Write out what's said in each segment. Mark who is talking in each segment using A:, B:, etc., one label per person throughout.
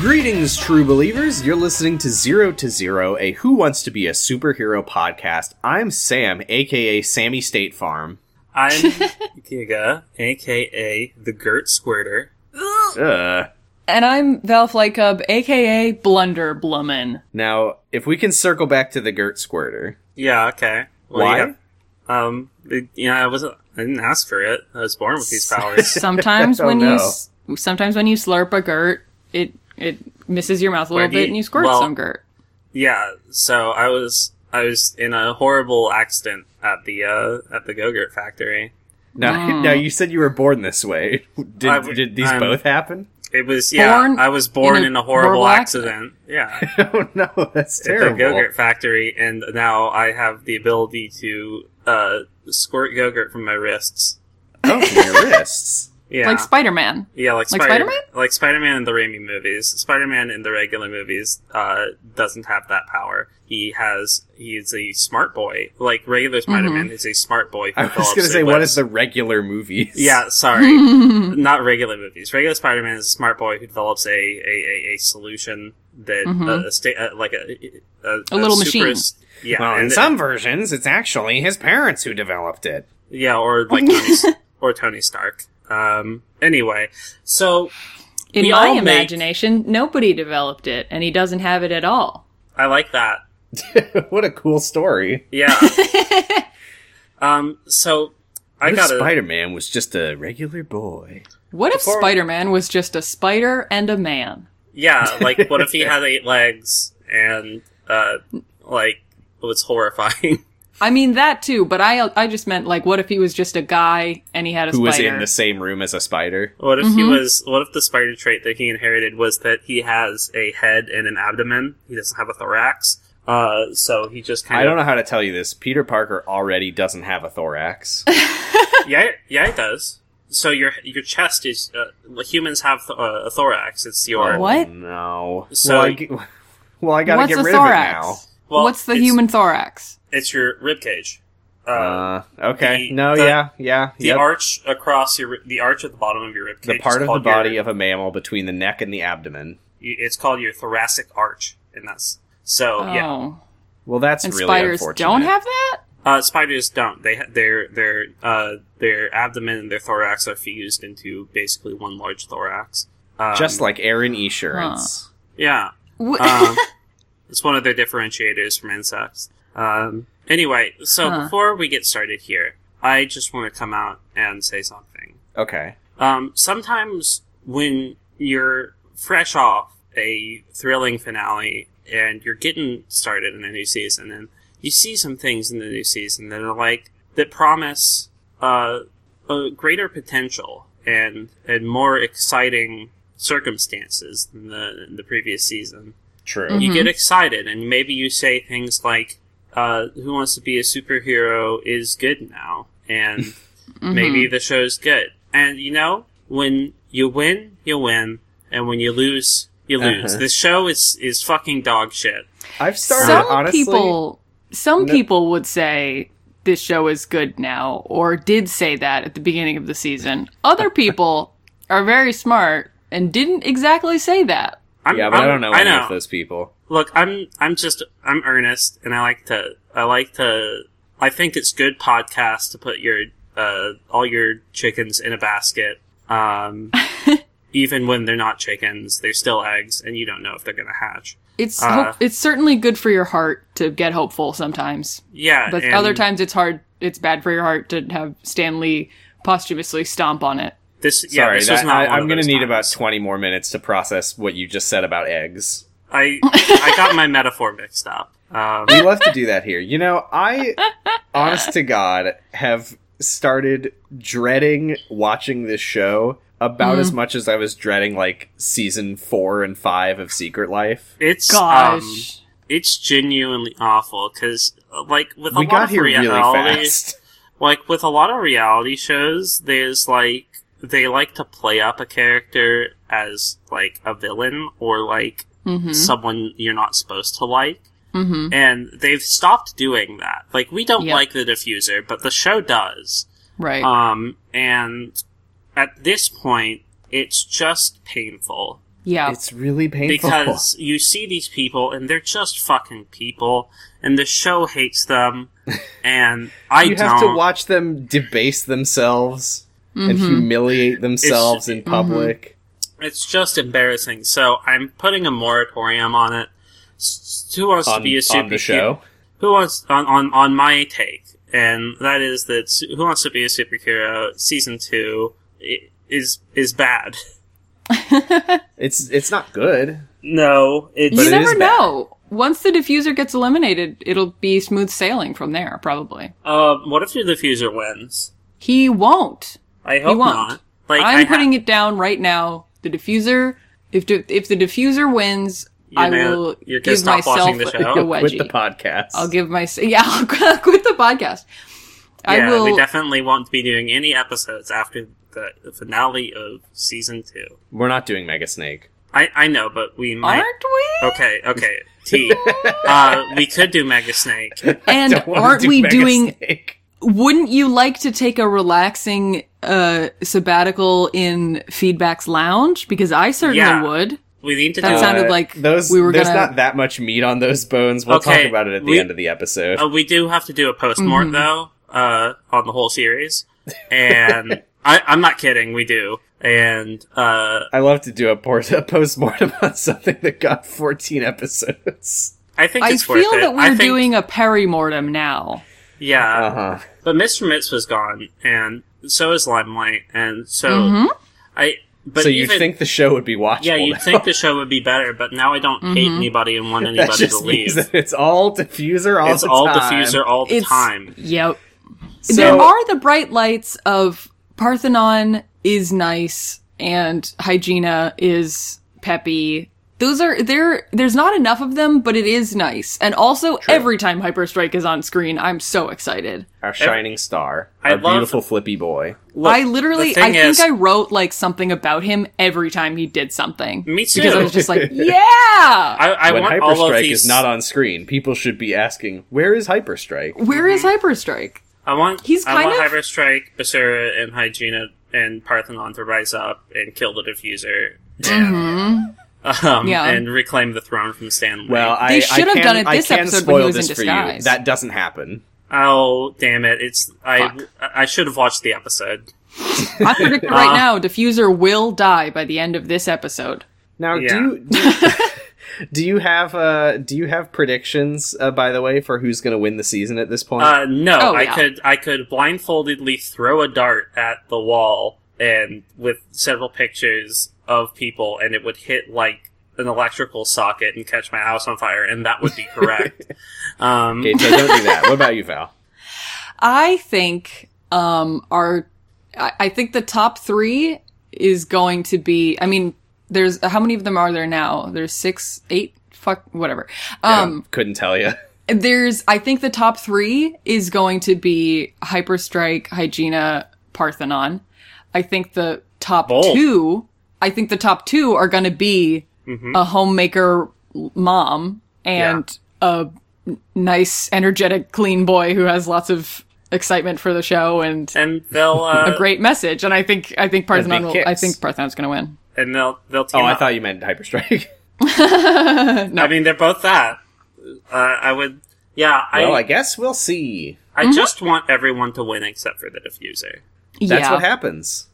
A: Greetings, true believers. You're listening to Zero to Zero, a Who Wants to Be a Superhero podcast. I'm Sam, aka Sammy State Farm.
B: I'm Giga, aka the Gert Squirter.
A: Ugh.
C: And I'm Val Flycub, aka Blunder Blummin.
A: Now, if we can circle back to the Gert Squirter,
B: Yeah, okay. Well,
A: Why?
B: yeah. Um, it- yeah, I wasn't. I didn't ask for it. I was born with these powers.
C: Sometimes
A: Oh,
C: when
A: no.
C: you s- sometimes when you slurp a girt, it it misses your mouth a little
B: do you-
C: bit and you squirt
B: well-
C: some girt.
B: yeah, so I was I was in a horrible accident at the uh at the Go-Gurt factory.
A: now, now you said you were born this way. Did,
B: I-
A: did these
B: I'm-
A: both happen?
B: It was yeah.
C: Born
B: I was born in
C: in
B: a,
C: a
B: horrible,
C: horrible
B: accident. Yeah,
A: Oh no, that's
B: at the
A: terrible.
B: Go-Gurt factory, and now I have the ability to uh squirt Go-Gurt from my wrists.
A: Oh, from your wrists.
B: Yeah,
C: Like Spider Man.
B: Yeah, like,
C: Like
B: Spider-
C: Spider-Man?
B: Like Spider Man in the Raimi movies. Spider Man in the regular movies uh, doesn't have that power. He has he is a smart boy. Like regular
C: Mm-hmm.
B: Spider Man is a smart boy. Who
A: I was going to say, what is the regular movies?
B: yeah, sorry, not regular movies. Regular Spider Man is a smart boy who develops a a, a, a solution that uh, a sta- uh, like a a,
C: Mm-hmm. A little machine.
B: Yeah,
A: Well, in
B: and-
A: some versions, it's actually his parents who developed it.
B: yeah, or like Tony, or Tony Stark. Um. Anyway, so
C: In
B: We
C: my
B: all make-
C: imagination, nobody developed it, and he doesn't have it at all.
B: I like that.
A: what a cool story.
B: Yeah. um. So I
A: What if
B: got a
A: Spider Man was just a regular boy?
C: What if
B: Before-
C: Spider Man was just a spider and a man?
B: yeah. Like, what if he had eight legs and uh, like it was horrifying?
C: I mean that too, but I I just meant like what if he was just a guy and he had a
A: Who was
C: spider?
A: in the same room as a spider?
B: what if he
A: Mm-hmm.
B: was? What if the spider trait that he inherited was that he has a head and an abdomen? He doesn't have a thorax. Uh, so he just kind
A: I
B: of
A: don't know how to tell you this. Peter Parker already doesn't have a thorax.
B: yeah yeah it does. So your your chest is uh, humans have th- uh, a thorax. It's your
C: What?
A: Oh, No.
B: So-
A: well, I, g- well, I gotta
C: What's
A: get
C: a
A: rid
C: thorax?
B: Well,
C: What's the
B: it's-
C: human thorax?
B: It's your rib cage.
A: of it now. Uh, okay.
B: the-
A: no.
B: the-
A: yeah. Yeah.
B: The
A: yep.
B: arch across your the arch at the bottom of your rib cage.
A: the part
B: is
A: of the
B: called
A: body
B: your,
A: of a mammal between the neck and the abdomen.
B: it's called your thoracic arch, and that's so
C: Oh,
B: yeah.
A: Well, that's
C: and
A: really
C: spiders
A: unfortunate.
C: don't have that.
B: Uh, spiders don't. They ha- their their uh, their abdomen and their thorax are fused into basically one large thorax. Um,
A: just like Aaron Esurance.
B: yeah,
C: Wh-
B: um, it's one of their differentiators from insects. Um, anyway, so
C: Huh.
B: before we get started here, I just want to come out and say something.
A: Okay.
B: Um, sometimes when you're fresh off a thrilling finale and you're getting started in a new season, and you see some things in the new season that are like that promise uh, a greater potential and and more exciting circumstances than the the previous season
A: True.
B: you get excited and maybe you say things like uh, who wants to be a superhero is good now and maybe the show's good and you know when you win you win and when you lose you lose
A: Uh-huh.
B: the show is is fucking dog shit
A: I've started
C: some
A: honestly.
C: people, some
A: No-
C: people would say this show is good now, or did say that at the beginning of the season. Other people are very smart and didn't exactly say that.
B: I'm,
A: yeah, but I'm, I
B: I'm-
A: do not know
B: I
A: any
B: know.
A: of those people.
B: Look, I'm I'm just I'm earnest, and I like to I like to I think it's good podcast to put your uh, all your chickens in a basket. Um, even when they're not chickens, they're still eggs, and you don't know if they're gonna hatch.
C: It's
A: Ah.
B: Uh.
C: hope, it's certainly good for your heart to get hopeful sometimes,
B: Yeah,
C: but
B: and-
C: other times it's hard. It's bad for your heart to have Stanley posthumously stomp on it.
B: this yeah,
A: Sorry,
B: this
A: that-
B: was not.
A: I,
B: one
A: I'm
B: of
A: gonna
B: those
A: need about
B: times.
A: 20 more minutes to process what you just said about eggs.
B: I I got my metaphor mixed up. Um,
A: We love to do that here. You know, I, honest to God, have started dreading watching this show about
B: Mm-hmm.
A: as much as I was dreading like season four and five of Secret Life.
B: it's
C: Gosh.
B: um, it's genuinely awful because like with a
A: We
B: lot
A: got
B: of
A: here really
B: reality,
A: fast.
B: like with a lot of reality shows there's like they like to play up a character as like a villain or like
C: Mm-hmm,
A: Hmm.
B: someone you're not supposed to like
C: Mhm.
B: and they've stopped doing that like we don't
C: Yep.
B: like the diffuser but the show does
C: Right.
A: Ah,
B: um and at this point it's just painful
C: Yeah.
A: It's really painful.
B: because you see these people and they're just fucking people, and the show hates them, and I
A: you
B: don't. Mm-hmm.
A: have to watch them debase themselves and humiliate themselves in public.
B: It's just embarrassing. So I'm putting a moratorium on it. S- Who wants to
A: On,
B: be a
A: on the
B: superhero?
A: show.
B: Who wants on, on on my take? And that is that su- Who Wants to Be a Superhero season two i- is is bad.
A: It's it's not good.
B: No, it's
A: But
C: you
A: it
C: never
A: is bad.
C: know. Once the diffuser gets eliminated, it'll be smooth sailing from there, probably.
B: uh, what if the diffuser wins?
C: He won't.
B: I hope
C: won't.
B: not. Like
C: I'm
B: I ha-
C: putting it down right now. The diffuser. If d if the diffuser wins,
B: You're
C: I
B: gonna-
C: will
B: you're gonna
C: give
B: stop
C: myself
B: watching
C: a,
B: the
C: a
B: show?
A: With
C: wedgie.
A: the podcast.
C: I'll give my yeah. I'll quit the podcast. I
B: yeah,
C: will.
B: we definitely won't be doing any episodes after the, the finale of season two.
A: We're not doing Mega Snake.
B: I I know, but we might.
C: aren't we?
B: Okay, okay. T. uh, we could do Mega Snake.
C: And
A: Don't wanna
C: aren't
A: do
C: we
A: Mega
C: doing?
A: Snake.
C: Wouldn't you like to take a relaxing uh sabbatical in Feedback's Lounge? Because I certainly
B: Yeah.
C: would.
B: We need to
C: That
B: do.
C: sounded like
A: Uh, those
C: we were
A: there's
C: gonna-
A: not that much meat on those bones. We'll
B: Okay,
A: talk about it at the
B: we-
A: end of the episode.
B: Uh, we do have to do a post mort
C: Mm-hmm.
B: though uh, on the whole series, and I, I'm not kidding. We do, and uh,
A: I love to do a, port- a post-mortem on something that got 14 episodes.
B: I think
C: I
B: it's worth
C: feel
B: it.
C: that we're
B: I think,
C: doing a perimortem now.
B: yeah.
A: Uh-huh.
B: But Mr. Mitz was gone, and so is Limelight, and so
C: Mm-hmm.
B: I. But
A: so you
B: even-
A: think the show would be watchable
B: Yeah, you'd
A: now.
B: think the show would be better, but now I don't
C: Mm-hmm.
B: hate anybody and want
A: That
B: anybody to
A: just
B: leave.
A: means that it's all diffuser all
B: it's
A: the
B: all
A: time.
B: diffuser all the
C: It's-
B: time.
C: Yep.
A: So,
C: there are the bright lights of Parthenon is nice and Hygiena is peppy. Those are there. There's not enough of them, but it is nice. And also, every time Hyperstrike is on screen, I'm so excited.
A: our shining star,
B: I
A: our
B: love-
A: beautiful flippy boy.
B: Look,
C: I literally,
B: the
C: I
B: thing
C: think
B: is-
C: I wrote like something about him every time he did something.
B: Me too.
C: Because I was just like, yeah.
B: I, I
A: when
B: want all of
A: Hyperstrike
B: these.
A: is not on screen, people should be asking, "Where is Hyperstrike?"
C: Where is Hyperstrike?
B: I want.
C: He's
B: I
C: kind
B: want
C: of-
B: Hyperstrike, Basura, and Hygiena and Parthenon to rise up and kill the diffuser. And, um,
C: Mm-hmm. Yeah.
B: and reclaim the throne from Stanley.
A: Well, I,
C: They
A: I
C: should have
A: can-
C: done it this
A: I can
C: episode when
A: spoil
C: he was in
A: this for you.
C: disguise.
A: That doesn't happen.
B: oh damn it! It's I.
C: Fuck.
B: I should have watched the episode.
C: I predict
B: Uh,
C: right now, Diffuser will die by the end of this episode.
A: Now,
B: Yeah.
A: do you do, do you have uh, do you have predictions uh, by the way for who's going to win the season at this point?
B: Uh, no,
C: Oh,
B: I
C: yeah.
B: could I could blindfoldedly throw a dart at the wall and with several pictures of people, and it would hit like an electrical socket and catch my house on fire, and that would be correct. um,
A: okay, so don't do that. What about you, Val?
C: I think um our I, I think the top three is going to be I mean, there's how many of them are there now? There's six, eight, fuck whatever. Um
A: Couldn't tell you.
C: there's I think the top three is going to be Hyperstrike, Hygiena, Parthenon. I think the top
B: Bold.
C: two I think the top two are gonna be a homemaker mom and a nice, energetic, clean boy who has lots of excitement for the show and
B: and they'll uh,
C: a great message. And I think I think Parthenon will, I
A: kicks.
C: think Parthenon's gonna win.
B: and they'll they'll team
A: Oh, I
B: up.
A: thought you meant Hyperstrike.
B: I mean, they're both that. Uh, I would. Yeah,
A: well,
B: I,
A: I guess we'll see.
B: I
C: Mm-hmm.
B: just want everyone to win except for the diffuser.
A: That's
C: yeah.
A: what happens.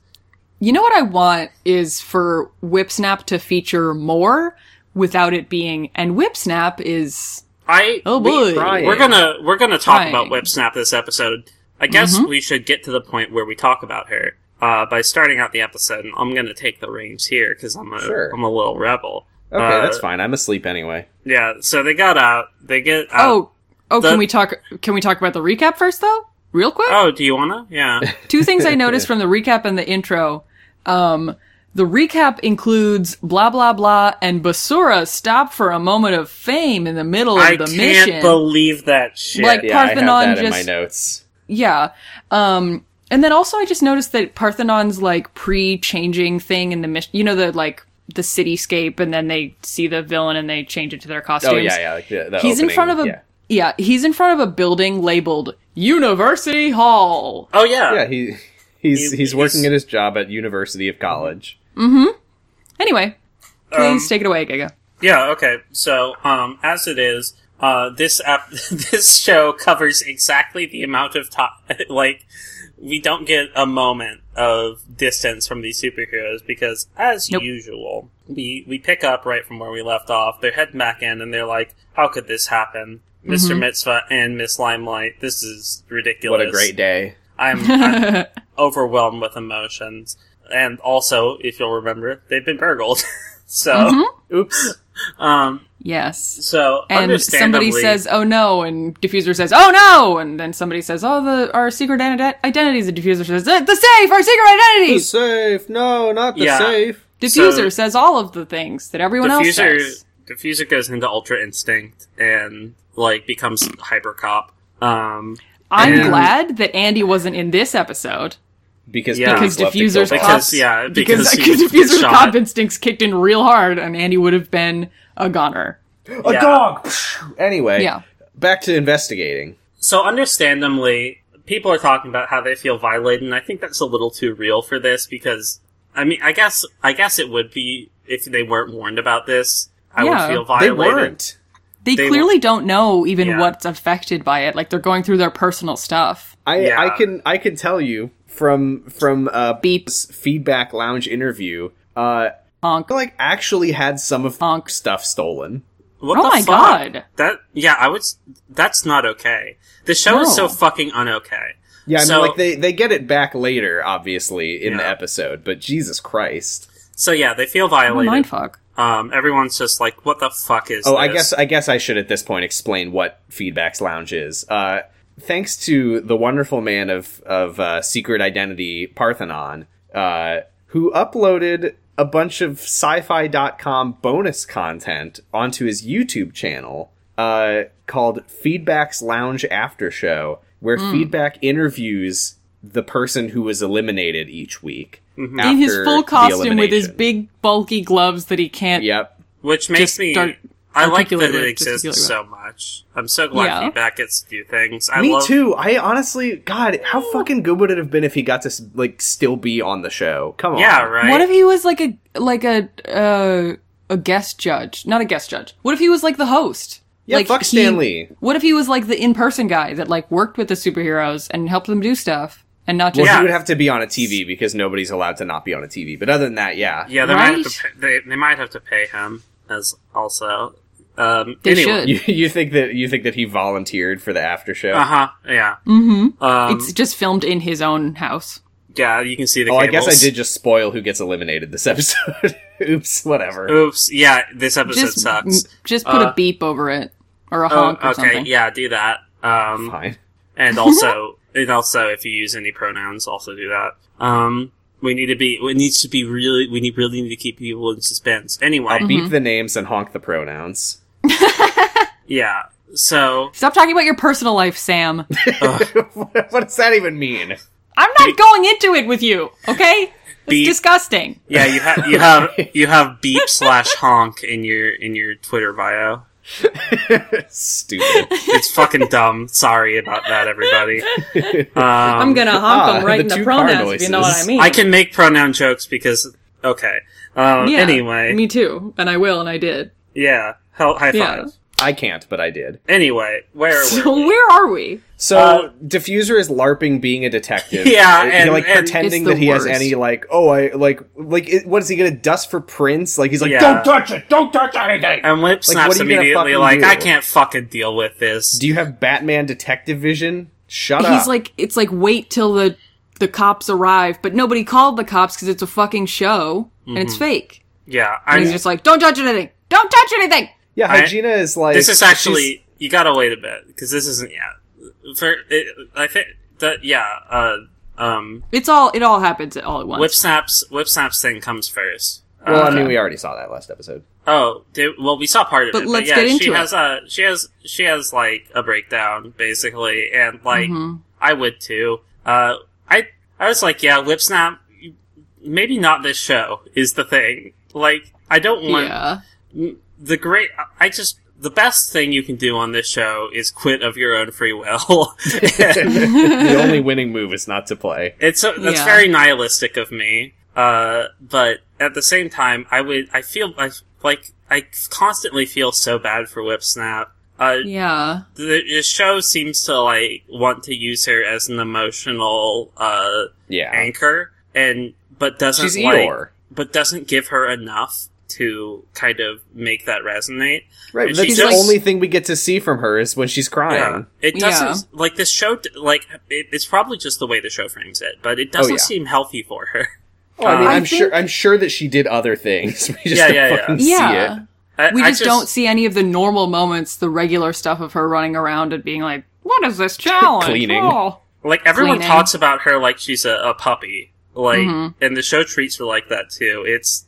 C: You know what I want is for Whipsnap to feature more without it being and Whipsnap is
B: I
C: Oh,
B: we-
C: boy.
A: Trying.
B: we're gonna we're gonna talk
C: Trying.
B: about Whip Snap this episode. I guess we should get to the point where we talk about her uh, by starting out the episode. And I'm gonna take the reins here because I'm a
A: Sure.
B: am a little rebel.
A: Okay,
B: Uh,
A: that's fine. I'm asleep anyway.
B: Yeah, so they got out. They get out.
C: Oh oh
B: the-
C: can we talk can we talk about the recap first though? Real quick?
B: oh, do you wanna? Yeah,
C: Two things I noticed from the recap and the intro. Um, the recap includes blah blah blah and Basura stop for a moment of fame in the middle of
B: I
C: the
B: can't
C: mission.
B: believe that shit.
C: Like-
A: Yeah, I
C: Parthenon
A: have that in my
C: just-
A: notes.
C: yeah. Um, and then also I just noticed that Parthenon's like pre-changing thing in the mission. You know the like the cityscape, and then they see the villain and they change it to their costumes.
A: Oh yeah, yeah. Like the, the
C: He's in
A: opening,
C: front of a
A: Yeah,
C: yeah. He's in front of a building labeled University Hall.
B: oh yeah,
A: yeah he he's
B: He-
A: he's working
B: he's-
A: at his job at University of College.
C: Anyway, Please take it away, Giga.
B: Yeah, okay. So, um, as it is, uh, this ep- this show covers exactly the amount of time. like, we don't get a moment of distance from these superheroes because, as
C: Nope.
B: usual, we we pick up right from where we left off. They're heading back in, and they're like, "How could this happen, Mister Mitzvah and Miss Limelight? This is ridiculous.
A: What a great day.
B: I'm, I'm overwhelmed with emotions." And also, if you'll remember, they've been burgled. so,
A: Oops.
B: um,
C: yes.
B: so
C: And
B: understandably,
C: somebody says, "Oh no," and diffuser says, "Oh no," and then somebody says, "Oh, the our secret identi- identities." And diffuser says, "The, the safe, our secret
A: The
C: identities."
A: safe. No, not the
B: Yeah.
A: safe.
C: Diffuser
B: So-
C: says all of the things that everyone
B: diffuser
C: else says.
B: diffuser goes into ultra instinct and like becomes hyper cop. Um,
C: I'm
B: and-
C: glad that Andy wasn't in this episode
A: Because
B: Yeah.
A: Piggy's
C: because
A: left to kill
C: diffuser's
A: Bob.
B: Because-
C: cops,
B: yeah,
C: because,
B: because he
C: because
B: was
C: diffuser's
B: shot.
C: cop instincts kicked in real hard, and Andy would have been a goner.
A: a
B: Yeah.
A: dog. Anyway,
C: Yeah.
A: back to investigating.
B: so understandably, people are talking about how they feel violated, and I think that's a little too real for this because I mean, I guess I guess it would be if they weren't warned about this. I
C: Yeah.
B: would feel
A: They
B: violated.
A: weren't.
C: They,
B: They
C: clearly don't know even
B: Yeah.
C: what's affected by it. Like they're going through their personal stuff.
A: I,
B: Yeah.
A: I can I can tell you from from uh
C: Beep.
A: Beep's feedback lounge interview. Uh,
C: Honk.
A: I, like actually had some of
C: Honk.
A: stuff stolen.
B: What
C: Oh
B: the
C: my
B: fuck?
C: God.
B: That yeah, I would. s- That's not okay. The show is so
C: No.
B: fucking unokay.
A: Yeah, I mean,
B: So-
A: like they they get it back later, obviously in the
B: Yeah.
A: episode. But Jesus Christ!
B: So yeah, they feel
C: What a
B: violated.
C: mindfuck.
B: Um, everyone's just like, "What the fuck is?"
A: Oh, I
B: this?
A: guess I guess I should at this point explain what Feedback's Lounge is. Uh, thanks to the wonderful man of of uh, Secret Identity Parthenon, uh, who uploaded a bunch of sci-fi.com bonus content onto his YouTube channel uh, called Feedback's Lounge After Show, where Feedback interviews the person who was eliminated each week.
C: In his
A: after
C: full
A: the
C: costume with his
A: elimination.
C: big bulky gloves that he can't.
A: Yep.
B: Which makes
C: Just
B: me.
C: don't
B: I like that it
C: articulate it,
B: exists
C: gesticulate.
B: so much. I'm so glad
C: Yeah.
B: feedback gets to do things. I
A: Me
B: love,
A: too. I honestly, God, how fucking good would it have been if he got to s- like still be on the show? Come on.
B: Yeah, right.
C: What if he was like a like a uh, a guest judge? Not a guest judge. What if he was like the host?
A: Yeah,
C: like
A: fuck
C: he-
A: Stan Lee.
C: What if he was like the in person guy that like worked with the superheroes and helped them do stuff and not
A: Well,
C: just
B: Yeah.
A: he would have to be on a TV because nobody's allowed to not be on a TV. But other than that, yeah,
B: Yeah, they might have to.
C: Right?
B: Pay, they, they might have to pay him as also. Um,
C: They
B: anyway.
C: should.
A: You, you think that you think that he volunteered for the after show?
B: Uh huh. Yeah.
C: Mhm.
B: Um,
C: it's just filmed in his own house.
B: yeah, you can see the.
A: Oh, I
B: cables.
A: guess I did just spoil who gets eliminated this episode. Oops, whatever.
B: Oops. Yeah, this episode
C: Just
B: sucks.
C: m- just put
B: Uh,
C: a beep over it or a
B: Oh,
C: honk or
B: okay.
C: something.
B: Yeah, do that. Um,
A: Fine.
B: and also, and also, if you use any pronouns, also do that. Um, we need to be. It needs to be really. We need really need to keep people in suspense. Anyway,
C: Um,
A: I'll beep the names and honk the pronouns.
B: yeah. So
C: Stop talking about your personal life, Sam.
A: what does that even mean?
C: I'm not going into it with you, okay? It's
B: Beep.
C: disgusting.
B: Yeah, you have you have you have beep slash honk in your in your Twitter bio.
A: Stupid.
B: It's fucking dumb. Sorry about that, everybody. Uh, Um,
C: I'm gonna honk
A: ah,
C: them right
A: the
C: in the
A: two car
C: pronouns if you know what I
A: noises.
C: mean.
B: I can make pronoun jokes because okay. Um,
C: Yeah,
B: Anyway,
C: Me too, and I will, and I did.
B: yeah. Hell, high five.
C: Yeah.
A: I can't, but I did.
B: Anyway, where
C: So
B: were we?
C: where are we?
A: So
B: Uh,
A: diffuser is larping being a detective.
B: Yeah,
A: He,
B: and-
A: like
B: and-
A: pretending
C: It's the
A: that he has
C: worst.
A: any like oh I like like it, what is he gonna dust for prints? Like he's like
B: Yeah. Um,
A: don't touch it, don't touch anything.
B: And Whip
A: Like,
B: snaps
A: what are you gonna
B: immediately
A: fucking
B: like,
A: do?
B: I can't fucking deal with this.
A: Do you have Batman detective vision? Shut up.
C: He's like, it's like wait till the the cops arrive, but nobody called the cops because it's a fucking show and it's fake.
B: yeah,
C: And
B: I,
C: he's just like, don't touch anything, don't touch anything.
A: yeah,
B: I-
A: Hygiena is like
B: this is
A: she's-
B: actually you gotta wait a bit because this isn't yeah. For it, I think that yeah. Uh, um,
C: It's all it all happens all at once.
B: Whip snaps. Whip snaps thing comes first.
A: Well, I
B: Uh,
A: mean, we already saw that last episode.
B: oh, they, well, we saw part of
C: But
B: it.
C: let's
B: but yeah,
C: get
B: she
C: into it.
B: has a she has she has like a breakdown basically, and like
A: Mm-hmm.
B: I would too. Uh, I I was like, yeah, whip snap. Maybe not this show is the thing. Like, I don't want
C: yeah,
B: the great. I just the best thing you can do on this show is quit of your own free will. And-
A: the only winning move is not to play.
B: It's a, uh, that's
C: Yeah.
B: very nihilistic of me. Uh, but at the same time, I would I feel I, like I constantly feel so bad for Whipsnap. Uh,
C: Yeah.
B: the, the show seems to like want to use her as an emotional uh,
A: Yeah,
B: anchor, and but doesn't
A: she's
B: like
A: Eeyore,
B: but doesn't give her enough to kind of make that resonate.
A: right?
B: and
A: That's
B: she's
A: the
B: just-
A: only thing we get to see from her is when she's
B: Yeah.
A: crying.
B: It
C: Yeah.
B: doesn't like this show. d- Like it, it's probably just the way the show frames it, but it doesn't
A: yeah.
B: seem healthy for her.
A: Well, I mean,
C: I
A: I'm sure
C: think-
A: I'm sure that she did other things. We just
B: Yeah,
A: don't
B: yeah, yeah.
A: fucking see
C: Yeah.
A: it.
B: I,
C: We
B: I
C: just, don't see any of the normal moments, the regular stuff of her running around and being like, "What is this challenge?"
A: Cleaning.
C: Oh.
B: like everyone
C: cleaning.
B: talks about her like she's a, a puppy. Like,
C: Mhm.
B: and the show treats her like that too. It's,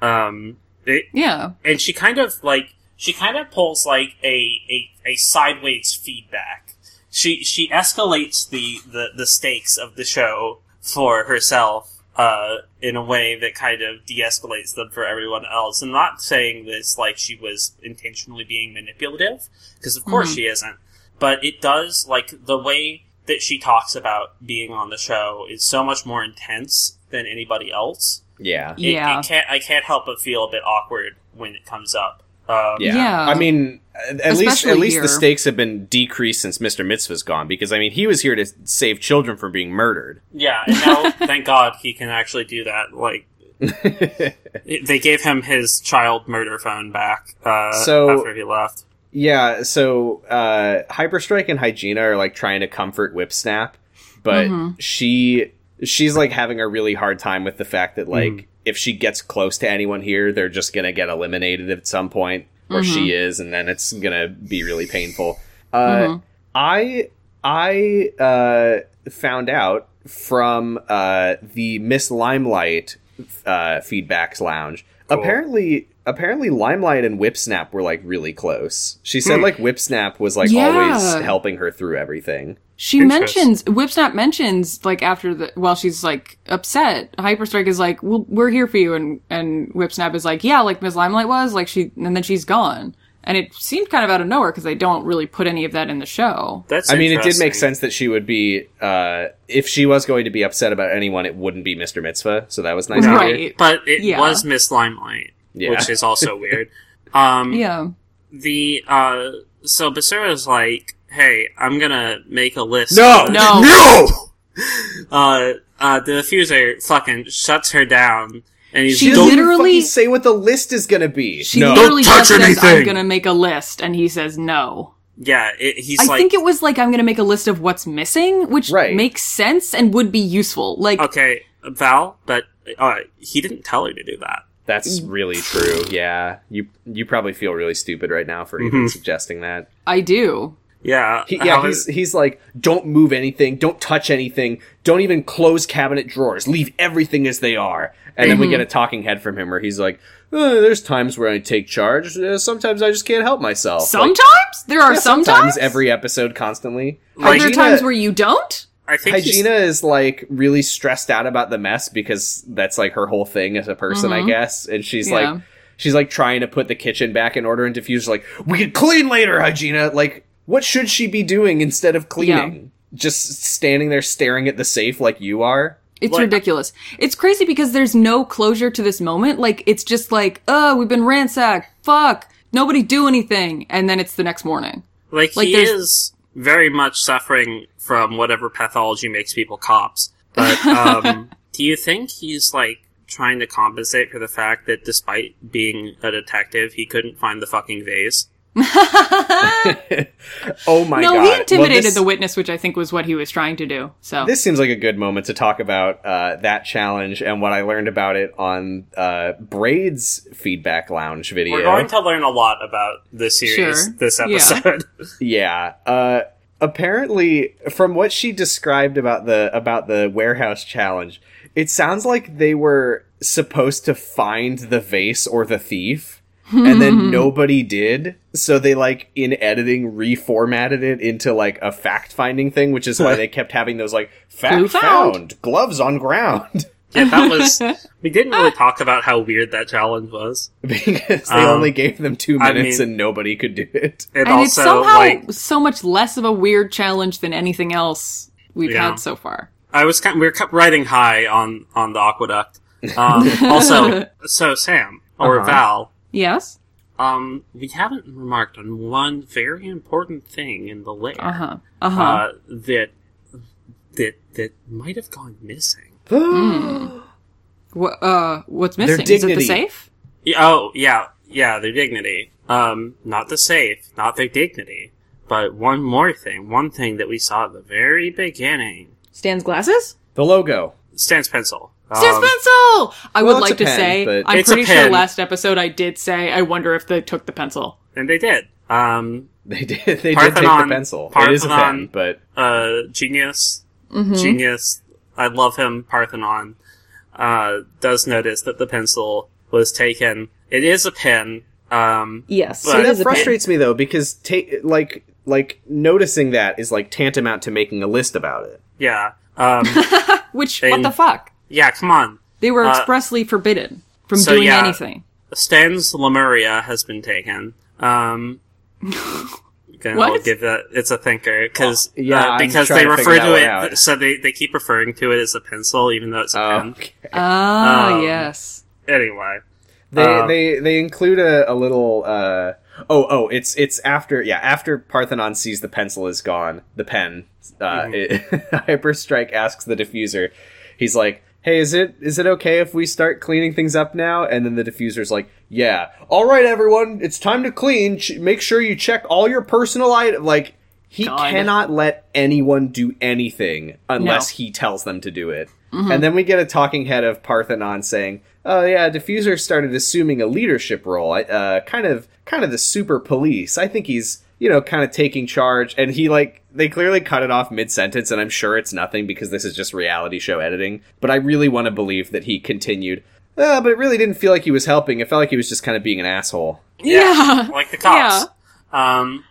B: um, it,
C: Yeah.
B: and she kind of like she kind of pulls like a a, a sideways feedback. She she escalates the, the the stakes of the show for herself uh, in a way that kind of de-escalates them for everyone else. I'm not saying this like she was intentionally being manipulative, because of course
C: Mhm.
B: she isn't. But it does like the way that she talks about being on the show is so much more intense than anybody else
A: Yeah.
B: it,
C: Yeah.
B: it can't. I can't help but feel a bit awkward when it comes up. Um,
A: Yeah.
C: Yeah.
A: I mean, at at least
C: Especially
A: at least
C: here.
A: the stakes have been decreased since Mr. Mitzvah's gone because I mean, he was here to save children from being murdered.
B: yeah, And now, thank God, he can actually do that. Like it- they gave him his child murder phone back uh,
A: So-
B: after he left.
A: yeah, so uh Hyperstrike and Hygiena are like trying to comfort Whipsnap, but
C: Mhm.
A: she she's like having a really hard time with the fact that like
B: Mhm.
A: if she gets close to anyone here, they're just going to get eliminated at some point or she is and then it's going to be really painful. Uh
C: Mhm.
A: I I uh, found out from uh, the Miss Limelight uh, feedbacks lounge.
B: Cool.
A: Apparently, apparently Limelight and Whipsnap were like really close. She said
B: Hmm.
A: like Whipsnap was like
C: Yeah.
A: always helping her through everything.
C: She
B: Interesting.
C: mentions Whipsnap mentions like after the while she's like upset. Hyperstrike is like, "Well, we're here for you," and and Whipsnap is like, "Yeah, like Ms. Limelight was like she," and then she's gone. And it seemed kind of out of nowhere because they don't really put any of that in the show.
B: That's.
A: I mean, it did make
B: interesting.
A: sense that she would be uh, if she was going to be upset about anyone, it wouldn't be Mr. Mitzvah. So that was nice. to hear.
C: Right?
B: but it
C: Yeah.
B: was Miss Limelight,
A: Yeah.
B: which is also weird. Um,
C: Yeah.
B: The uh, so Basura's like, "Hey, I'm gonna make a list."
A: No,
B: of-
C: No.
A: no.
B: Uh, uh, the diffuser fucking shuts her down, and he's
C: She
A: She doesn't even
C: literally-
A: fucking say what the list is gonna be.
C: She
A: no,
C: literally
B: Don't touch
C: just says, "I'm
B: anything!"
C: gonna make a list," and he says, "No."
B: Yeah, it, he's
C: I
B: like,
C: think it was like, "I'm gonna make a list of what's missing," which
A: Right.
C: makes sense and would be useful. Like,
B: okay, Val, but uh, he didn't tell her to do that.
A: That's really true. Yeah, you you probably feel really stupid right now for even suggesting that.
C: I do.
B: Yeah,
A: He, yeah,
B: Mm-hmm. how
A: he's
B: is-
A: he's like, don't move anything, don't touch anything, don't even close cabinet drawers, leave everything as they are. And then we
C: Mm-hmm.
A: get a talking head from him where he's like, "Uh, there's times where I take charge. Uh, sometimes I just can't help myself.
C: Sometimes there are
A: Like,
C: sometimes.
A: every episode, constantly.
C: are there
B: Hygiena-
C: times where you don't?
B: I think he's-
A: Hygiena is like really stressed out about the mess because that's like her whole thing as a person, I guess. And she's
C: Mm-hmm. Yeah.
A: like, she's like trying to put the kitchen back in order, and Diffuser's like, we can clean later, Hygiena. Like, what should she be doing instead of cleaning? Just standing there staring at the safe like you are?
C: It's
B: Like-
C: ridiculous. It's crazy because there's no closure to this moment. Like it's just like, oh, we've been ransacked. Fuck. Nobody do anything. And then it's the next morning.
B: like,
C: like,
B: he
C: there's-
B: is very much suffering from whatever pathology makes people cops. But um, do you think he's like trying to compensate for the fact that despite being a detective, he couldn't find the fucking vase?
A: Oh my
C: no,
A: god.
C: he intimidated
A: Well, this-
C: the witness, which I think was what he was trying to do. So
A: This seems like a good moment to talk about uh, that challenge and what I learned about it on uh, Braid's feedback lounge video.
B: We're going to learn a lot about this series,
C: Sure.
B: this
C: Yeah.
B: episode.
A: Yeah. Uh apparently from what she described about the about the warehouse challenge, it sounds like they were supposed to find the vase or the thief and then nobody did. So they like in editing reformatted it into like a fact-finding thing, which is why they kept having those like fact
C: Clue found."
A: found, gloves on ground
B: yeah, that was. We didn't really talk about how weird that challenge was.
A: because they
B: Um,
A: only gave them 2
B: I
A: minutes
B: mean- eh,
A: and nobody could do it.
B: And,
C: and
B: also,
C: it's somehow
B: like,
C: so much less of a weird challenge than anything else we've
B: Yeah.
C: had so far.
B: I was kind. We were kept riding high on on the aqueduct. Um, also, so Sam or
A: Uh-huh.
B: Val,
C: Yes.
B: um, we haven't remarked on one very important thing in the lair
C: Uh huh. Uh huh.
B: uh, that that that might have gone missing. hmm.
C: Wh- uh, what's
A: Their
C: missing? Is it the
A: dignity.
C: safe?
B: Yeah, Oh yeah, yeah, their dignity. Um, not the safe, not their dignity, but one more thing, one thing that we saw at the very beginning.
C: Stan's glasses?
A: The logo.
B: Stan's pencil.
C: Stan's
B: Um,
C: pencil! I
A: well,
C: would
A: it's
C: like
A: a
C: to
A: pen,
C: say,
A: but-
C: I'm
B: It's a
C: pretty sure
B: pen.
C: last episode I did say, I wonder if they took the pencil.
B: and they did. Um,
A: They did. They did take the
B: Parthenon-
A: pencil. It is a pen,
B: Parthenon.
A: but
B: uh, genius,
C: Mm-hmm.
B: genius. I love him. Parthenon uh, does notice that the pencil was taken. It is a pen. Um,
C: Yes.
B: But- it
A: that
B: is
A: frustrates me though because ta- like like noticing that is like tantamount to making a list about it.
B: yeah, um,
C: Which, what
B: Thing.
C: the fuck?
B: yeah. Come on,
C: They were
B: Uh,
C: expressly forbidden from
B: so
C: doing
B: yeah.
C: anything.
B: Stan's Lemuria has been taken. Um, gonna
C: What?
B: give that it's a thinker because
A: Oh, yeah, I'm
B: because
A: trying
B: they
A: to
B: refer
A: figure that
B: to
A: one
B: it
A: out.
B: so they, they keep referring to it as a pencil even though it's a pen.
A: Okay.
C: Ah,
B: Um,
C: yes.
B: Anyway,
A: They
B: Um,
A: they they include a, a little uh oh oh it's it's after yeah after Parthenon sees the pencil is gone the pen uh it, Hyperstrike asks the diffuser he's like hey is it is it okay if we start cleaning things up now and then the diffuser's like yeah all right everyone it's time to clean Ch- make sure you check all your personal item like he
C: God.
A: cannot let anyone do anything unless
C: No. Mm-hmm.
A: he tells them to do it. And then we get a talking head of Parthenon saying, "Oh yeah, Diffuser started assuming a leadership role, I- uh, kind of, kind of the super police. I think he's, you know, kind of taking charge." And he like they clearly cut it off mid sentence, and I'm sure it's nothing because this is just reality show editing. But I really want to believe that he continued. Uh, but it really didn't feel like he was helping. It felt like he was just kind of being an asshole.
C: Yeah.
B: like the cops. Um,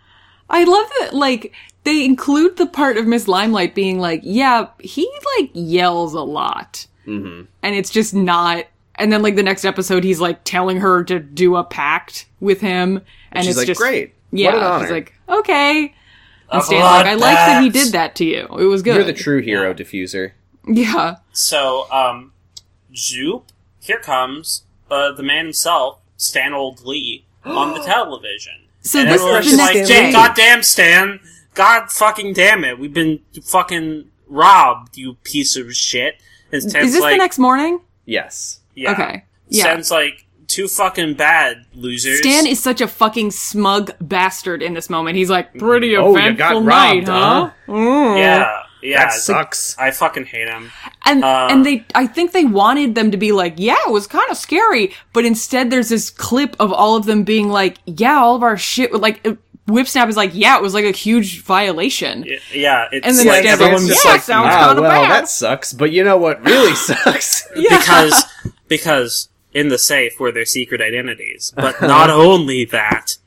C: I love that, like, they include the part of Miss Limelight being like, yeah, he, like, yells a lot. Mm-hmm. And it's just not. And then, like, the next episode, he's, like, telling her to do a pact with him. And,
A: She's
C: it's
A: like,
C: just
A: "Great,
C: Yeah.
A: what an honor!
C: She's like, okay. And Stan's
B: blood
C: like, I like that he
B: pact."
C: did that to you. It was good.
A: You're the true hero, Diffuser."
C: Yeah.
B: So, um, Zoop, here comes uh, the man himself, Stan Old Lee, on the television.
C: So
B: and
C: this
B: everyone's
C: is the
B: just like,
C: next day.
B: "Jake, goddamn Stan! God fucking damn it! We've been fucking robbed, you piece of shit." And Stan's
C: is this
B: like,
C: the next morning?
A: Yes.
B: Yeah.
C: Okay. Yeah.
B: Stan's like, too fucking bad, losers.
C: Stan is such a fucking smug bastard in this moment. He's like, pretty
A: Oh, you got
C: eventful
A: robbed,
C: night, huh? Mm.
B: Yeah. Yeah.
A: That sucks.
B: I fucking hate him.
C: And
B: Uh,
C: and they, I think they wanted them to be like, yeah, it was kind of scary, but instead there's this clip of all of them being like, yeah, all of our shit, like uh, Whipsnap is like, yeah, it was like a huge violation.
B: Y- Yeah. It's
C: And then
B: like,
C: Stan's
A: everyone's
C: like,
A: just
C: yeah,
A: like,
C: sounds
A: "Ah,
C: kinda
A: well,
C: bad."
A: that sucks. But you know what really sucks?
C: Yeah.
B: because because in the safe were their secret identities. But not only that,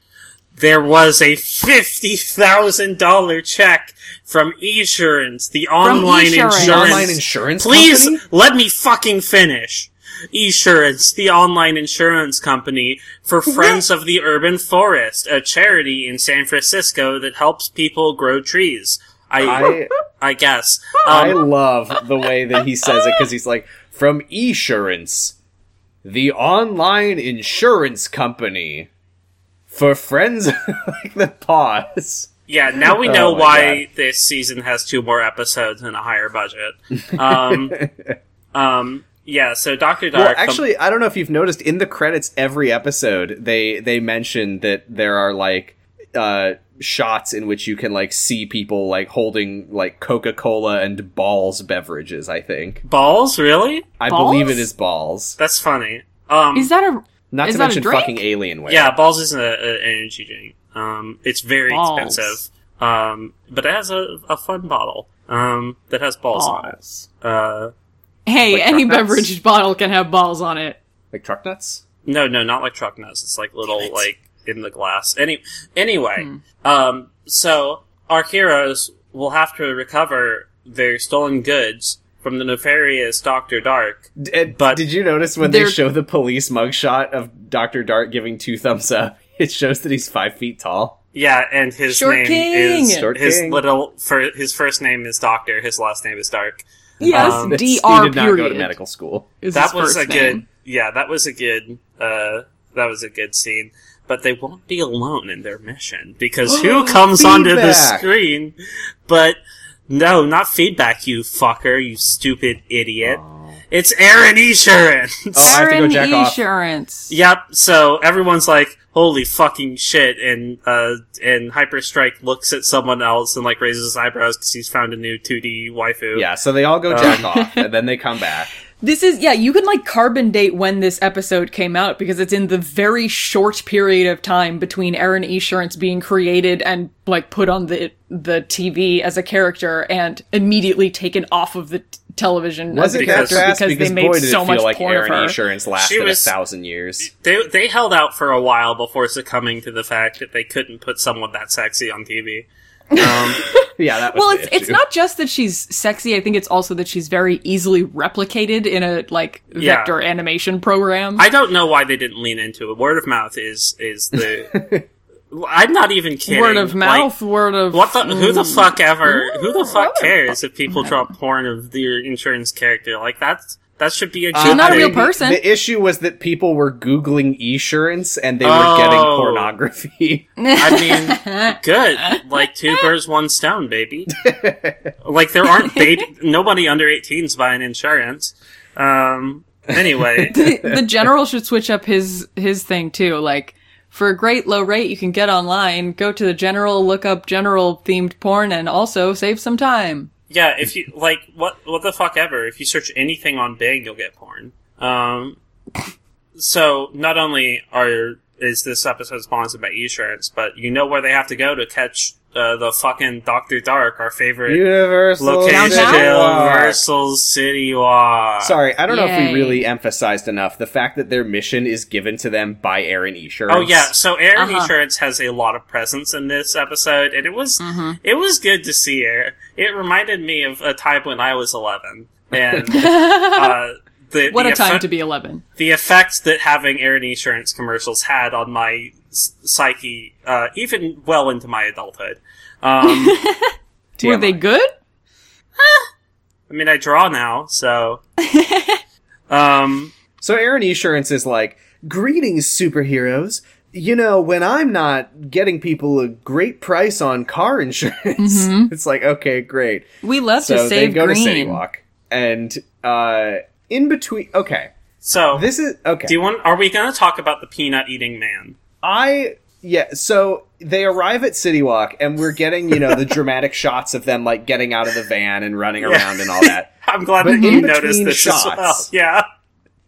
B: there was a fifty thousand dollar check from Esurance, the online
C: Esurance.
B: insurance.
A: Online insurance
B: Please
A: company?
B: let me fucking finish. Esurance, the online insurance company for Friends of the Urban Forest, a charity in San Francisco that helps people grow trees. I
A: I
B: I, guess.
A: I
B: Um,
A: love the way that he says it because he's like from Esurance, the online insurance company for friends like the pause.
B: Yeah, now we know
A: Oh my
B: why this season has two more episodes and a higher budget. Um, um, yeah, so Doctor Dark. um,
A: Well,
B: the-
A: actually, I don't know if you've noticed in the credits every episode they they mention that there are like uh shots in which you can like see people like holding like Coca-Cola and balls beverages, I think.
B: balls, really?
A: I
C: Balls?
A: believe it is balls.
B: That's funny. Um,
C: Is that a
A: Not
C: Is
A: to
C: that a
A: mention
C: drink?
A: fucking Alienware.
B: yeah, balls isn't a- a- an energy drink. Um, it's very
C: Balls.
B: expensive. Um, but it has a, a fun bottle. Um, that has balls, on it.
C: balls?
B: Uh,
C: Hey,
A: Like
C: any
A: truck nuts?
C: beverage bottle can have balls on it.
A: Like truck nuts?
B: no, no, not like truck nuts. It's like little, like in the glass. Any, anyway, um, so our heroes will have to recover their stolen goods from the nefarious Doctor Dark.
A: D- and
B: But-
A: did you notice when they
C: They're-
A: show the police mugshot of Dr. Dart giving two thumbs up, it shows that he's five feet tall?
B: Yeah, and his
C: Short
B: name
C: King!
B: is
A: Short
B: his
A: King.
B: little. For his first name is Doctor. His last name is Dark.
C: Yes,
B: Um,
A: That's-
C: D
A: He
C: R
A: did not
C: period.
A: go to medical school.
C: is
B: that
C: his
B: was a
C: first
B: good
C: name.
B: yeah that was a good uh that was a good scene but they won't be alone in their mission because who comes onto the
A: Feedback.
B: screen but no not feedback you fucker you stupid idiot
C: Oh.
B: it's aaron Esherin.
A: Oh, I have to go
C: Aaron
A: jack off.
C: Insurance.
B: yep so everyone's like holy fucking shit and uh and hyperstrike looks at someone else and like raises his eyebrows because he's found a new 2d waifu
A: Yeah, so they all go jack
B: Oh.
A: off, and then they come back.
C: This is yeah, you can like carbon date when this episode came out because it's in the very short period of time between Aaron Insurance being created and like put on the the TV as a character and immediately taken off of the t- television
A: Was
C: as a
A: it that
C: character
A: fast?
C: because they made
A: boy, did
C: so
A: it feel
C: much
A: like
C: porn
A: Aaron
C: of her.
A: Insurance lasted
B: was-
A: a thousand years.
B: They they held out for a while before succumbing to the fact that they couldn't put someone that sexy on TV.
A: Yeah, that was
C: Well,
A: the
C: it's it's
A: issue.
C: not just that she's sexy. I think it's also that she's very easily replicated in a like
B: Yeah.
C: vector animation program.
B: I don't know why they didn't lean into it. Word of mouth is is the. I'm not even kidding.
C: word of
B: Like,
C: mouth, word of
B: what the? Who the fuck ever? Who the fuck cares if people drop porn of their insurance character? Like that's that should be a.
A: Uh,
C: She's not a
A: I
C: real
A: mean,
C: person.
A: The issue was that people were googling insurance and they were
B: Oh.
A: getting pornography.
B: I mean, good. Like two birds, one stone, baby. like there aren't baby. Nobody under 18s buying insurance. Um. Anyway.
C: the general should switch up his his thing too. Like for a great low rate you can get online, go to the general, look up general themed porn, and also save some time.
B: Yeah, if you like, what what the fuck ever. If you search anything on Bing, you'll get porn. Um, so not only are is this episode sponsored by insurance, but you know where they have to go to catch uh, the fucking Doctor Dark, our favorite
A: Universal
B: location,
C: Downtown?
A: City Walk.
B: Universal City Walk.
A: Sorry, I don't know if
C: Yay.
A: we really emphasized enough the fact that their mission is given to them by Aaron Insurance.
B: Oh yeah, so Aaron
C: Uh-huh.
B: Insurance has a lot of presence in this episode, and it was
C: Mm-hmm.
B: it was good to see her. It reminded me of a time when I was eleven, and uh, the,
C: What
B: the
C: a time
B: effect-
C: to be eleven.
B: the effect that having Aaron Insurance commercials had on my s- psyche, uh, even well into my adulthood. Um,
C: Were they good?
B: I mean, I draw now, so. Um,
A: So Aaron Insurance is like, "Greetings, superheroes. You know, when I'm not getting people a great price on car insurance, it's like, okay, great.
C: We love
A: So
C: to
A: they
C: Mm-hmm. save
A: go
C: green.
A: to City Walk, and uh, in between, okay,
B: so
A: this is okay.
B: do you want? Are we going to talk about the peanut eating man?
A: I yeah, so they arrive at City Walk and we're getting, you know, the dramatic shots of them like getting out of the van and running around and all that.
B: I'm glad
A: But
B: that you
A: in
B: noticed
A: between
B: this as well.
A: shots-
B: Yeah,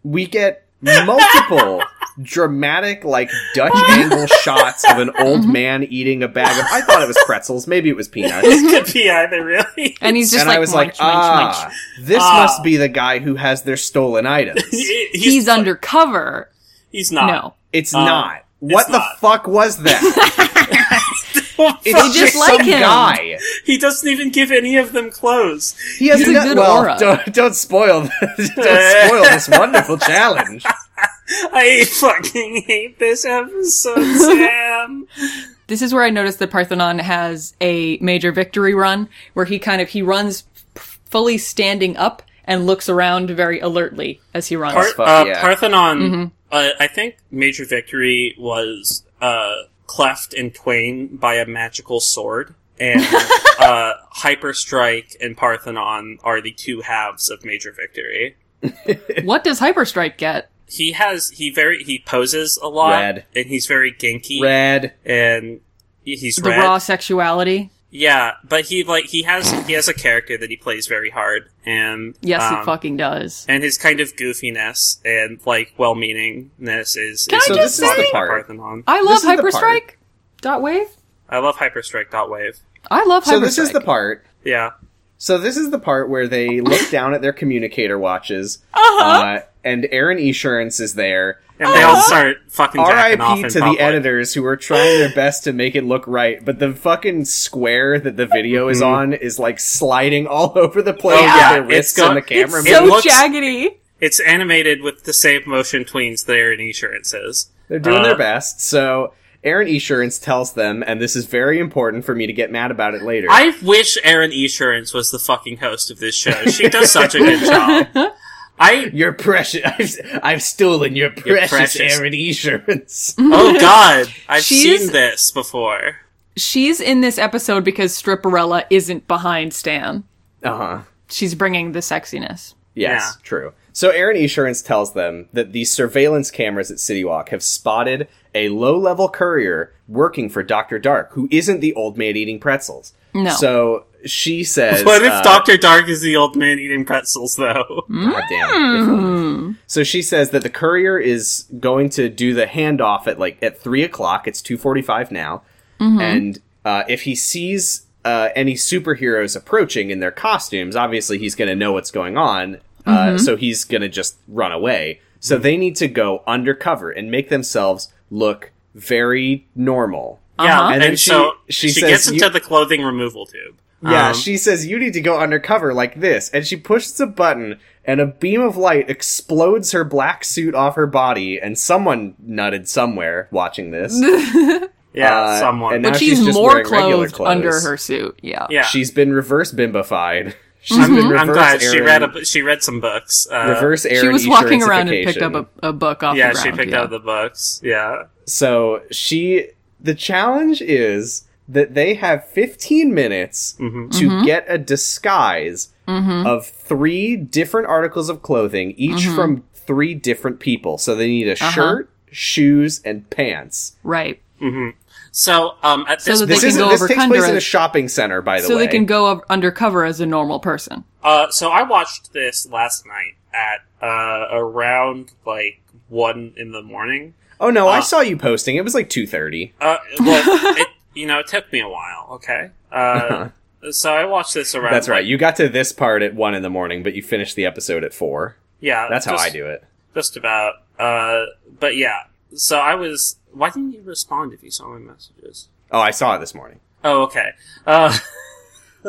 A: We get multiple dramatic like Dutch angle shots of an old
C: Mm-hmm.
A: man eating a bag of I thought it was pretzels, maybe it was peanuts.
B: it could be either. Really,
C: And he's just
A: and
C: like,
A: I was
C: munch,
A: like,
C: munch,
A: ah,
C: munch.
A: this
B: Ah.
A: must be the guy who has their stolen items.
B: He-
C: He's, undercover.
B: he's not.
C: no.
A: It's
B: Um,
A: not.
B: it's
A: What the
B: not.
A: fuck was that?
B: Well,
A: It's
B: fuck,
C: just like
A: some
C: him.
A: guy.
B: he doesn't even give any of them clothes.
A: He has
C: He's a
A: no-
C: good
A: well,
C: aura.
A: Don't, don't spoil this. Don't spoil this wonderful challenge.
B: I fucking hate this episode, Sam.
C: This is where I noticed that Parthenon has a major victory run where he kind of he runs f- fully standing up and looks around very alertly as he runs.
B: Par-
A: fuck,
B: uh,
A: yeah.
B: Parthenon, uh, I think Major Victory was uh, cleft in twain by a magical sword, and uh, Hyperstrike and Parthenon are the two halves of Major Victory.
C: what does Hyperstrike get?
B: He has he very he poses a lot,
A: Red.
B: and he's very ginky,
A: Red.
B: and he's
C: The
B: red.
C: raw sexuality.
B: Yeah, but he like he has he has a character that he plays very hard, and
C: Yes,
B: um,
C: it fucking does.
B: and his kind of goofiness and like well-meaningness is. is
A: I
B: so
A: just
B: this is the
A: say-
B: part. Parthenon.
C: I love
A: is the part-
C: Hyperstrike. Dot wave.
B: I love Hyperstrike dot wave.
C: I love Hyperstrike.
A: So this is the part.
B: Yeah,
A: So this is the part where they look down at their communicator watches,
B: Uh-huh.
A: uh, and Aaron Insurance is there.
B: and they
A: Uh-huh.
B: all start fucking jacking off
A: R.I.P.
B: in
A: to the
B: public.
A: editors who are trying their best to make it look right, but the fucking square that the video is on is like sliding all over the place
B: Oh,
A: with
B: yeah,
A: their
B: it's
A: wrists
B: got-
A: and the
B: it's
A: camera.
C: so
B: It looks-
C: jaggedy.
B: It's animated with the same motion tweens there in insurances.
A: They're doing
B: Uh,
A: their best. So Aaron Esurance tells them, and this is very important for me to get mad about it later.
B: I wish Erin Esurance was the fucking host of this show. She does such a good job. I
A: Your precious, I've, I've stolen your precious,
B: precious.
A: Aaron Esurance.
B: oh god, I've
C: She's-
B: seen this before.
C: She's in this episode because Stripperella isn't behind Stan.
A: uh huh.
C: She's bringing the sexiness.
A: Yes, true. So Aaron Esurance tells them that the surveillance cameras at City Walk have spotted a low-level courier working for Doctor Dark, who isn't the old man eating pretzels.
C: No.
A: So she says,
B: What if
A: uh,
B: Doctor Dark is the old man eating pretzels though?
A: God damn, if only. So she says that the courier is going to do the handoff at like at three o'clock. It's two forty-five now, and uh, if he sees uh, any superheroes approaching in their costumes, obviously he's going to know what's going on. Uh, So he's going to just run away. So they need to go undercover and make themselves look very normal.
B: Yeah,
C: Uh-huh.
B: and,
A: And then she-
B: so
A: she
B: she,
A: says
B: gets
A: you-
B: into the clothing removal tube.
A: Yeah,
B: Um,
A: she says you need to go undercover like this, and she pushes a button, and a beam of light explodes her black suit off her body, and someone nutted somewhere watching this.
B: yeah,
A: uh,
B: someone.
A: and now
C: But she's,
A: she's just
C: more
A: wearing regular
C: clothed
A: clothes.
C: under her suit. Yeah.
B: yeah,
A: She's been reverse
C: Mm-hmm.
A: bimbified. She's
B: I'm,
A: been reverse
B: I'm glad she
A: Aaron-
B: read a, she read some books. Uh,
A: reverse Aaron
C: She was walking around and picked up a, a book off
B: yeah,
C: the
B: she
C: ground.
B: picked
C: yeah.
B: up the books. Yeah,
A: So she the challenge is that they have 15 minutes
B: Mm-hmm.
A: to
C: Mm-hmm.
A: get a disguise of three different articles of clothing, each
C: Mm-hmm.
A: from three different people. So they need a
C: Uh-huh.
A: shirt, shoes, and pants.
C: Right.
B: so um, at
C: So
B: this
C: that they
A: This,
C: can
A: is,
C: go
A: this
C: over
A: takes place in
C: Kundra.
A: a shopping center, by the
C: So
A: way.
C: they can go up undercover as a normal person.
B: Uh, so I watched this last night at uh, around like one in the morning.
A: oh no, I
B: uh,
A: saw you posting. It was like 2:30.
B: Uh, well, it, you know, it took me a while. Okay, uh, so I watched this around.
A: Uh-huh. That's right.
B: uh, like-
A: You got to this part at one in the morning, but you finished the episode at four.
B: yeah,
A: That's how
B: just-
A: I do it.
B: Just about. Uh, but yeah, so I was. Why didn't you respond if you saw my messages?
A: Oh, I saw it this morning.
B: Oh, okay. Uh,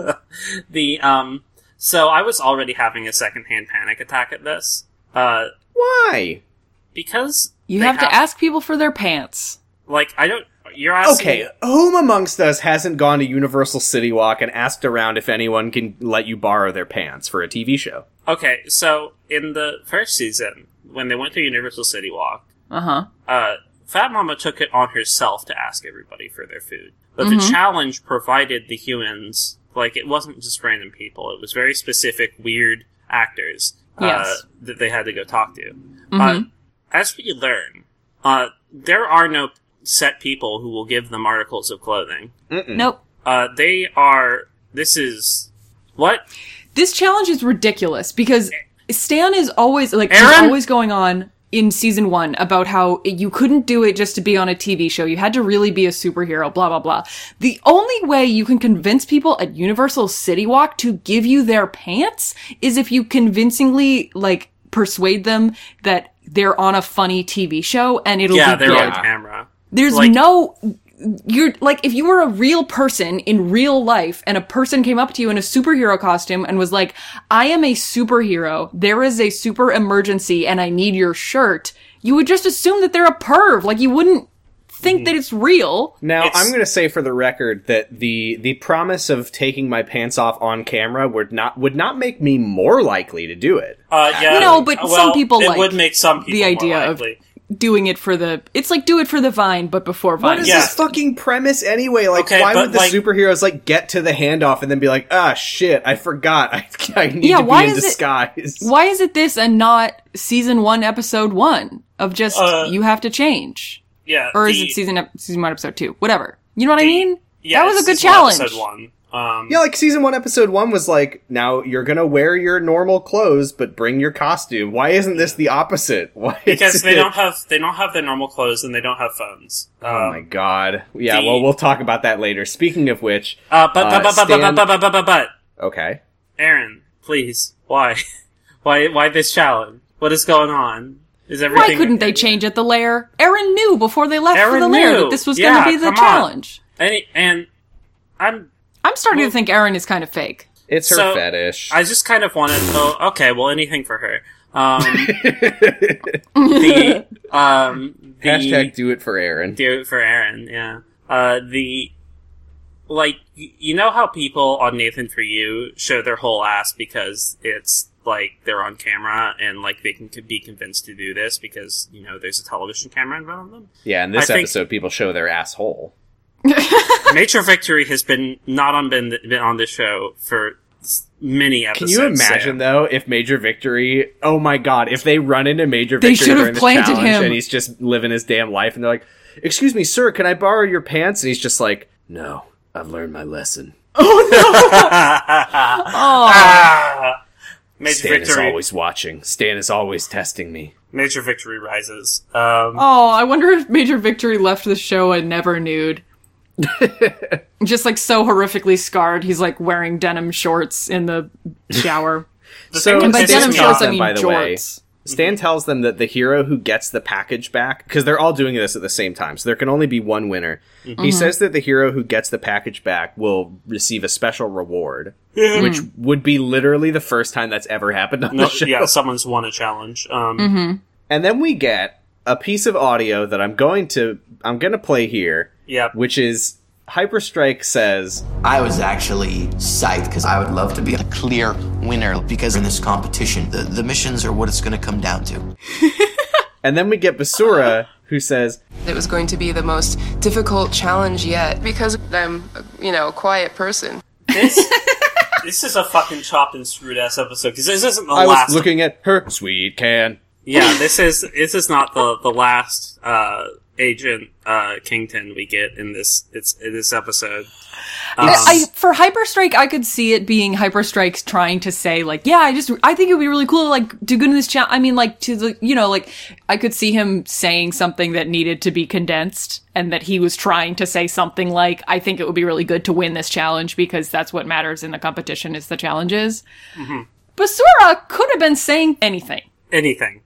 B: the um, so I was already having a secondhand panic attack at this. Uh,
A: Why?
B: because
C: You
B: they
C: have, to ask people for their pants.
B: Like I don't. You're asking.
A: Okay, whom amongst us hasn't gone to Universal City Walk and asked around if anyone can let you borrow their pants for a TV show?
B: Okay, so in the first season, when they went to Universal City Walk,
C: Uh huh.
B: uh, Fat Mama took it on herself to ask everybody for their food. But
C: Mm-hmm.
B: the challenge provided the humans, like, it wasn't just random people, it was very specific, weird actors uh,
C: Yes. Mm-hmm.
B: that they had to go talk to. Uh, as we learn, uh, there are no set people who will give them articles of clothing.
C: Nope.
B: Uh, they are. This is. What?
C: This challenge is ridiculous because Stan is always like he's
B: Aaron?
C: always going on in season one about how you couldn't do it just to be on a TV show. You had to really be a superhero, blah, blah, blah. The only way you can convince people at Universal City Walk to give you their pants is if you convincingly like persuade them that they're on a funny TV show and it'll
B: Yeah,
C: be
B: they're on
C: good.
B: camera.
C: There's
B: Like-
C: no you're like if you were a real person in real life and a person came up to you in a superhero costume and was like, "I am a superhero. There is a super emergency and I need your shirt." You would just assume that they're a perv. Like you wouldn't think that it's real.
A: Now,
B: It's-
A: I'm going to say for the record that the the promise of taking my pants off on camera would not would not make me more likely to do it.
B: Uh, yeah,
C: No, but
B: well,
C: some people
B: it
C: like
B: would make some people
C: the idea
B: more
C: of
B: likely.
C: Doing it for the it's like do it for the vine but before
A: What
C: vine.
A: is
B: Uh, Yeah.
A: this fucking premise anyway? Like,
B: Okay,
A: why
B: but,
A: would the
B: like-
A: superheroes like get to the handoff and then be like, ah, shit, I forgot, I, I need
C: Yeah,
A: to be
C: why
A: in
C: is it-
A: disguise.
C: Why is it this and not season 1 episode 1 of just
B: Uh,
C: you have to change?
B: yeah,
C: or is
B: the-
C: it season ep- season one episode two? Whatever. You know what I mean?
B: yeah,
C: that was a
B: it's
C: good
B: season
C: challenge.
B: Episode one. Um,
A: Yeah, like season one, episode one was like, now you're gonna wear your normal clothes, but bring your costume. Why isn't this the opposite? Why
B: because
A: is
B: they
A: it-
B: don't have they don't have their normal clothes and they don't have phones. Um,
A: Oh my god. Yeah,
B: the-
A: well, we'll talk about that later. Speaking of which,
B: uh, but,
A: Uh,
B: but, but, but,
A: Stan-
B: but, but, but, but, but, but,
A: okay.
B: Aaron, please, why, why, why this challenge? What is going on? Is everything?
C: Why couldn't they change at the lair? Aaron knew before they left for
B: Aaron
C: the lair
B: knew.
C: that this was
B: Yeah,
C: going to be
B: come
C: the
B: on.
C: challenge.
B: Any, and I'm
C: I'm starting to think Aaron is kind of fake.
A: It's her
B: So,
A: fetish.
B: I just kind of wanted. Oh, okay. Well, anything for her. Um, the um, the
A: Hashtag do it for Aaron.
B: do it for Aaron. Yeah. Uh, the like y- you know how people on Nathan for You show their whole ass because it's like they're on camera and like they can, can be convinced to do this because you know there's a television camera in front of them.
A: Yeah, in this
B: I think-
A: episode, people show their asshole.
B: Nature Victory has been not on been, been on this show for s- many
A: Can
B: episodes.
A: you imagine
B: Sam.
A: though if Major Victory? Oh my god! If they run into Major
C: They
A: Victory
C: should've
A: during this
C: planted
A: challenge
C: him.
A: and he's just living his damn life, and they're like, "Excuse me, sir, can I borrow your pants?" And he's just like, "No, I've learned my lesson.
C: Oh,
B: Ah! Major
A: Stan is
B: Victory.
A: always watching. Stan is always testing me."
B: Major Victory rises. Um,
C: oh, I wonder if Major Victory left the show and never nude. Just like so horrifically scarred, he's like wearing denim shorts in the shower.
B: the
A: so
B: thing
C: and by
B: that
A: Stan
C: denim
B: pisses me
C: shorts,
A: tells
B: off,
C: I
A: them,
C: mean
A: by the way,
C: jorts.
A: Stan tells them that the hero who gets the package back, because they're all doing this at the same time, so there can only be one winner. He says that the hero who gets the package back will receive a special reward, which would be literally the first time that's ever happened on
B: no,
A: the show.
B: yeah, someone's won a challenge.
C: Mm-hmm.
B: Um,
A: And then we get a piece of audio that I'm going to I'm going to play here,
B: Yeah,
A: which is Hyperstrike says,
D: I was actually psyched because I would love to be a clear winner because in this competition, the, the missions are what it's going to come down to.
A: and then we get Basura who says,
E: It was going to be the most difficult challenge yet because I'm, you know, a quiet person.
B: this this is a fucking chopped and screwed ass episode because this isn't the
A: "I
B: last.
A: was looking at her sweet can."
B: yeah, this is this is not the the last uh, agent uh, Kington we get in this it's in this episode. Um,
C: I, for Hyperstrike, I could see it being Hyperstrike's trying to say like, yeah, I just I think it would be really cool like to go to this channel. I mean, like to the you know like I could see him saying something that needed to be condensed, and that he was trying to say something like, I think it would be really good to win this challenge because that's what matters in the competition is the challenges.
A: Mm-hmm.
C: Basura could have been saying anything.
B: anything.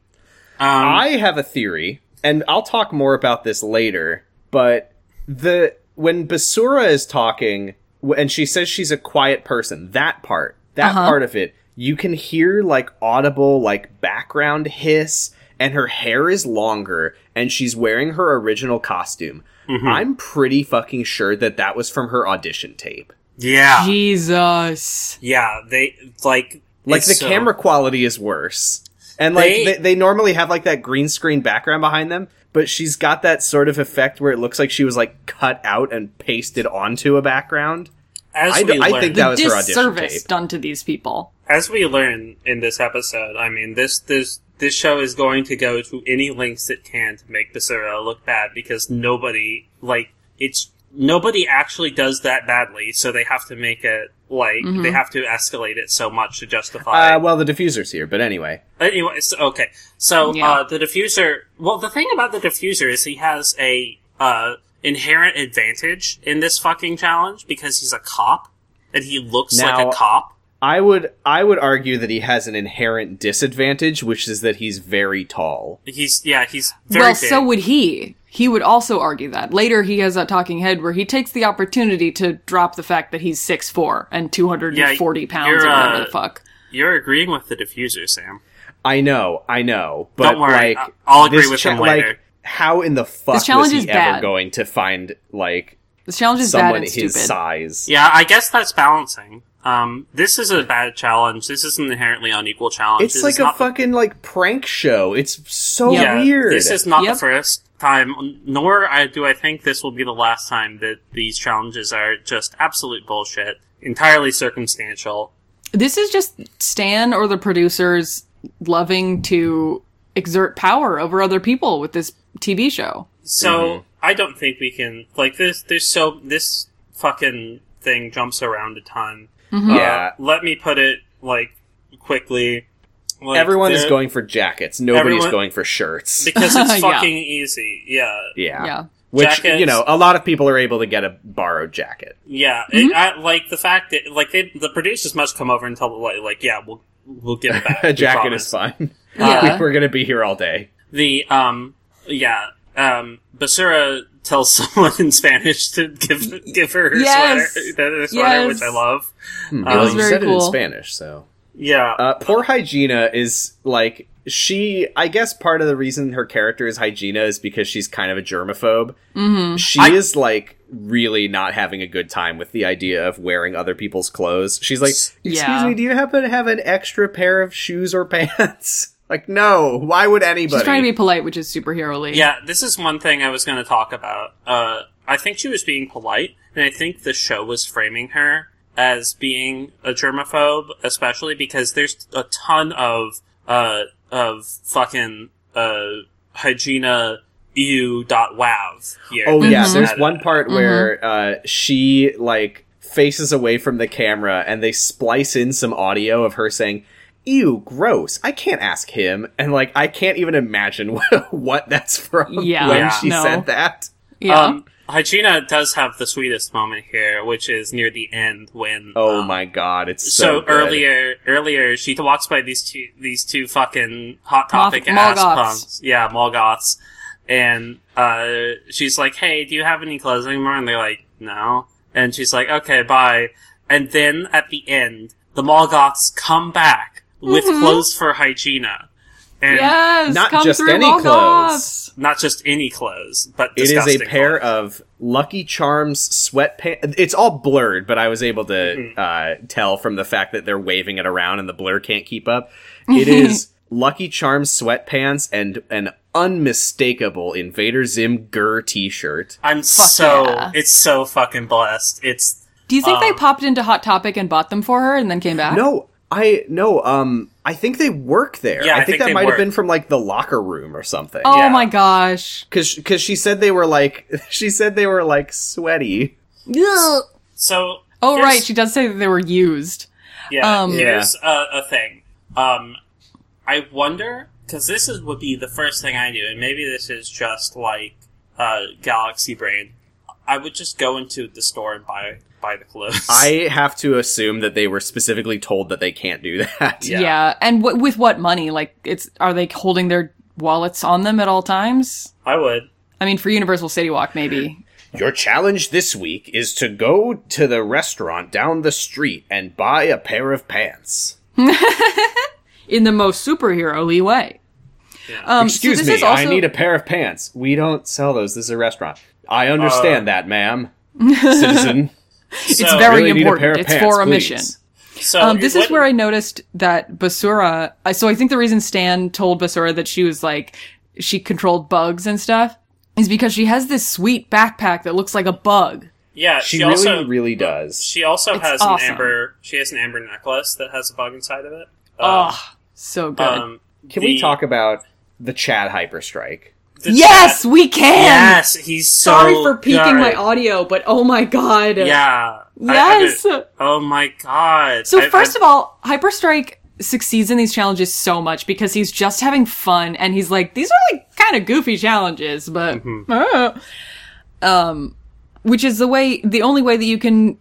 B: Um,
A: I have a theory, and I'll talk more about this later, but the when Basura is talking w- and she says she's a quiet person, that part, that part of it, you can hear like audible like background hiss and her hair is longer and she's wearing her original costume. I'm pretty fucking sure that that was from her audition tape.
B: yeah,
C: Jesus.
B: yeah. They like
A: Like
B: it's
A: the
B: so-
A: camera quality is worse. And like
B: They-
A: they, they normally have like that green screen background behind them, but she's got that sort of effect where it looks like she was like cut out and pasted onto a background.
B: As
A: I d-
B: we
A: I
B: learn,
A: think
C: The
A: That was her audition
C: disservice
A: tape.
C: done to these people.
B: as we learn in this episode, I mean this this this show is going to go to any lengths it can to make Basura look bad because nobody like it's nobody actually does that badly, so they have to make it like
C: Mm-hmm.
B: they have to escalate it so much to justify.
A: Uh, well, the diffuser's here, but anyway,
B: Anyway, so, okay. So
C: Yeah.
B: uh, the diffuser. Well, the thing about the diffuser is he has a uh, inherent advantage in this fucking challenge because he's a cop and he looks
A: Now-
B: like a cop.
A: I would I would argue that he has an inherent disadvantage, which is that he's very tall.
B: He's yeah, he's very
C: well,
B: big.
C: so would he. He would also argue that. Later, he has that talking head where he takes the opportunity to drop the fact that he's 6'4 and 240
B: Yeah,
C: pounds or
B: you're,
C: whatever
B: uh,
C: the fuck.
B: You're agreeing with the diffuser, Sam.
A: I know, I know, but
B: Don't worry,
A: like
B: I- I'll agree
A: this
B: with
A: cha-
B: him later.
A: Like, how in the fuck
C: This challenge
A: was he
C: is
A: ever
C: bad.
A: going to find like
C: This challenge is bad
A: someone
C: and
A: his
C: stupid.
A: size?
B: Yeah, I guess that's balancing. Um, this is a bad challenge. This is an inherently unequal challenge.
A: It's
B: This
A: like
B: is
A: a
B: not the-
A: fucking like prank show. It's so
C: Yeah,
A: weird.
B: This is not
C: Yep.
B: the first time, nor I do I think this will be the last time that these challenges are just absolute bullshit, entirely circumstantial.
C: This is just Stan or the producers loving to exert power over other people with this TV show.
B: So
A: Mm-hmm.
B: I don't think we can like this. There's so this fucking thing jumps around a ton. Uh,
A: Yeah.
B: let me put it like quickly. Like,
A: Everyone is
B: there-
A: going for jackets. Nobody's
B: Everyone-
A: going for shirts.
B: because
C: Yeah.
B: it's fucking easy. Yeah,
A: yeah.
C: Yeah.
A: Which
B: Jackets.
A: you know, a lot of people are able to get a borrowed jacket.
B: yeah.
C: Mm-hmm.
B: It, I, like the fact that like they, the producers must come over and tell the like, like yeah, we'll we'll give it back.
A: A
B: we
A: jacket
B: promise.
A: is fine.
C: Yeah.
A: We're gonna be here all day.
B: The um yeah um Basura tells someone in Spanish to give give her her
C: Yes.
B: sweater, that her sweater
C: Yes.
B: which I love. Um,
A: Well,
C: was
A: you
C: very
A: said it in
C: cool.
A: Spanish, so
B: Yeah.
A: Uh, poor Hygiena is like she. I guess part of the reason her character is Hygiena is because she's kind of a germaphobe.
C: Mm-hmm.
A: She
B: I-
A: is like really not having a good time with the idea of wearing other people's clothes. She's like, "Excuse
C: Yeah.
A: me, do you happen to have an extra pair of shoes or pants?" like, no. Why would anybody?
C: She's trying to be polite, which is superhero-y.
B: yeah, this is one thing I was going to talk about. Uh, I think she was being polite, and I think the show was framing her as being a germaphobe, especially because there's a ton of uh, of fucking uh, hygiena ew dot wav here. Mm-hmm. Um,
A: Oh yeah,
C: Mm-hmm.
B: That's
A: there's
B: added.
A: one part where uh, she like faces away from the camera, and they splice in some audio of her saying, "Ew, gross! I can't ask him." And like, I can't even imagine what, what that's from.
C: Yeah,
A: when
B: Yeah.
A: she
C: no.
A: said that.
C: Yeah.
B: Um, Hygiena does have the sweetest moment here, which is near the end when
A: Oh
B: um,
A: my god, it's so,
B: so,
A: good.
B: earlier earlier she walks by these two these two fucking hot topic
C: Moth-
B: ass
C: Molgoths.
B: punks. Yeah, Molgoths. And uh, she's like, Hey, do you have any clothes anymore? And they're like, No. And she's like, Okay, bye. And then at the end, the Molgoths come back with clothes for Hygiena. And
C: yes.
A: Not
C: come
A: just
C: through,
A: any
C: Morgoth.
A: clothes.
B: not just any clothes, but
A: It is a
B: disgusting
A: pair
B: clothes.
A: of Lucky Charms sweatpants. It's all blurred, but I was able to
B: Mm-hmm.
A: uh, tell from the fact that they're waving it around and the blur can't keep up. It is Lucky Charms sweatpants and an unmistakable Invader Zim Gur T-shirt.
B: I'm so
C: yeah.
B: it's so fucking blessed. It's
C: Do you think
B: Um,
C: they popped into Hot Topic and bought them for her and then came back?
A: No, I no. Um, I think they work there.
B: Yeah, I
A: I think
B: think
A: that
B: they
A: might
B: work.
A: have been from like the locker room or something.
C: Oh
B: Yeah.
C: my gosh.
A: Because because she said they were like she said they were like sweaty.
C: oh
B: so. here's-
C: right, she does say that they were used.
B: Yeah,
C: Um,
B: here's A, a thing. Um, I wonder because this is would be the first thing I do, and maybe this is just like uh, galaxy brain. I would just go into the store and buy buy the clothes.
A: I have to assume that they were specifically told that they can't do that.
B: Yeah.
C: Yeah. And w- with what money? Like, it's are they holding their wallets on them at all times?
B: I would.
C: I mean, for Universal City Walk, maybe.
A: Your challenge this week is to go to the restaurant down the street and buy a pair of pants.
C: In the most superhero-y way. Um, so
A: Excuse
C: this
A: me,
C: is also-
A: I need a pair of pants. We don't sell those. This is a restaurant. I understand
B: Uh,
A: that, ma'am. Citizen.
B: So,
C: It's very
A: Really need a pair
C: important.
A: of
C: It's
A: pants,
C: for a
A: please.
C: mission.
B: So
C: Um, this is where I
B: I
C: noticed that Basura. I- So I think the reason Stan told Basura that she was like she controlled bugs and stuff is because she has this sweet backpack that looks like a bug.
B: yeah.
A: She,
B: She,
A: really,
B: also
A: really does.
B: she also
C: It's
B: has
C: awesome.
B: an amber. She has an amber necklace that has a bug inside of it.
C: Ugh, so good.
B: um,
A: Can
B: the-
A: we talk about the Chad Hyperstrike?
B: the
C: yes,
B: chat-
C: we can.
B: Yes, he's so
C: Sorry for peaking
B: good.
C: my audio, but oh my god.
B: Yeah. I- I
C: Yes.
B: did- oh my god.
C: So first of all, Hyperstrike succeeds in these challenges so much because he's just having fun and he's like, these are like kind of goofy challenges, but
A: Mm-hmm.
C: uh, um which is the way the only way that you can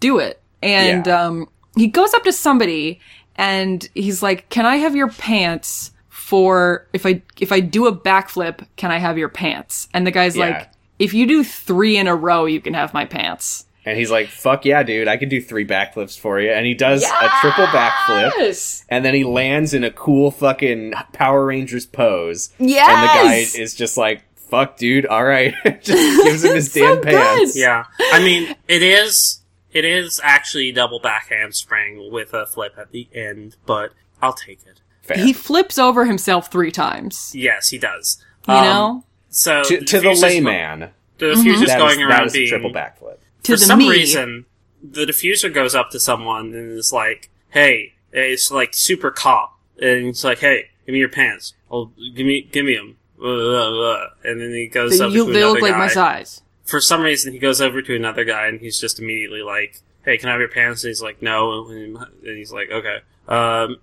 C: do it. And
A: Yeah.
C: um he goes up to somebody and he's like, Can I have your pants for if I if I do a backflip, can I have your pants? And the guy's
A: Yeah.
C: like, If you do three in a row, you can have my pants.
A: And he's like, fuck yeah, dude, I can do three backflips for you. And he does a triple backflip.
C: Yes.
A: And then he lands in a cool fucking Power Rangers pose. And
C: Yes!
A: the guy is just like, fuck, dude, all right. just gives him his
C: So
A: damn pants.
C: good.
B: Yeah. I mean, it is it is actually double back hamstring with a flip at the end, but I'll take it.
A: Fair.
C: He flips over himself three times.
B: Yes, he does.
C: You
B: Um,
C: know,
B: So
A: to, to the
B: diffuser's-
A: layman,
B: The diffuser's
A: that is,
B: going
A: that
B: around
A: is a
B: being
A: triple backflip.
C: to
B: for
C: the
B: some
C: me.
B: reason, the diffuser goes up to someone and is like, "Hey," it's like super cop, and it's like, "Hey, give me your pants. Oh, give me, give me them." uh, And then he goes
C: They,
B: up
C: you-
B: to
C: they
B: another
C: look like
B: guy.
C: my size.
B: for some reason he goes over to another guy and he's just immediately like, "Hey, can I have your pants?" And he's like, "No," and he's like, "Okay." Um,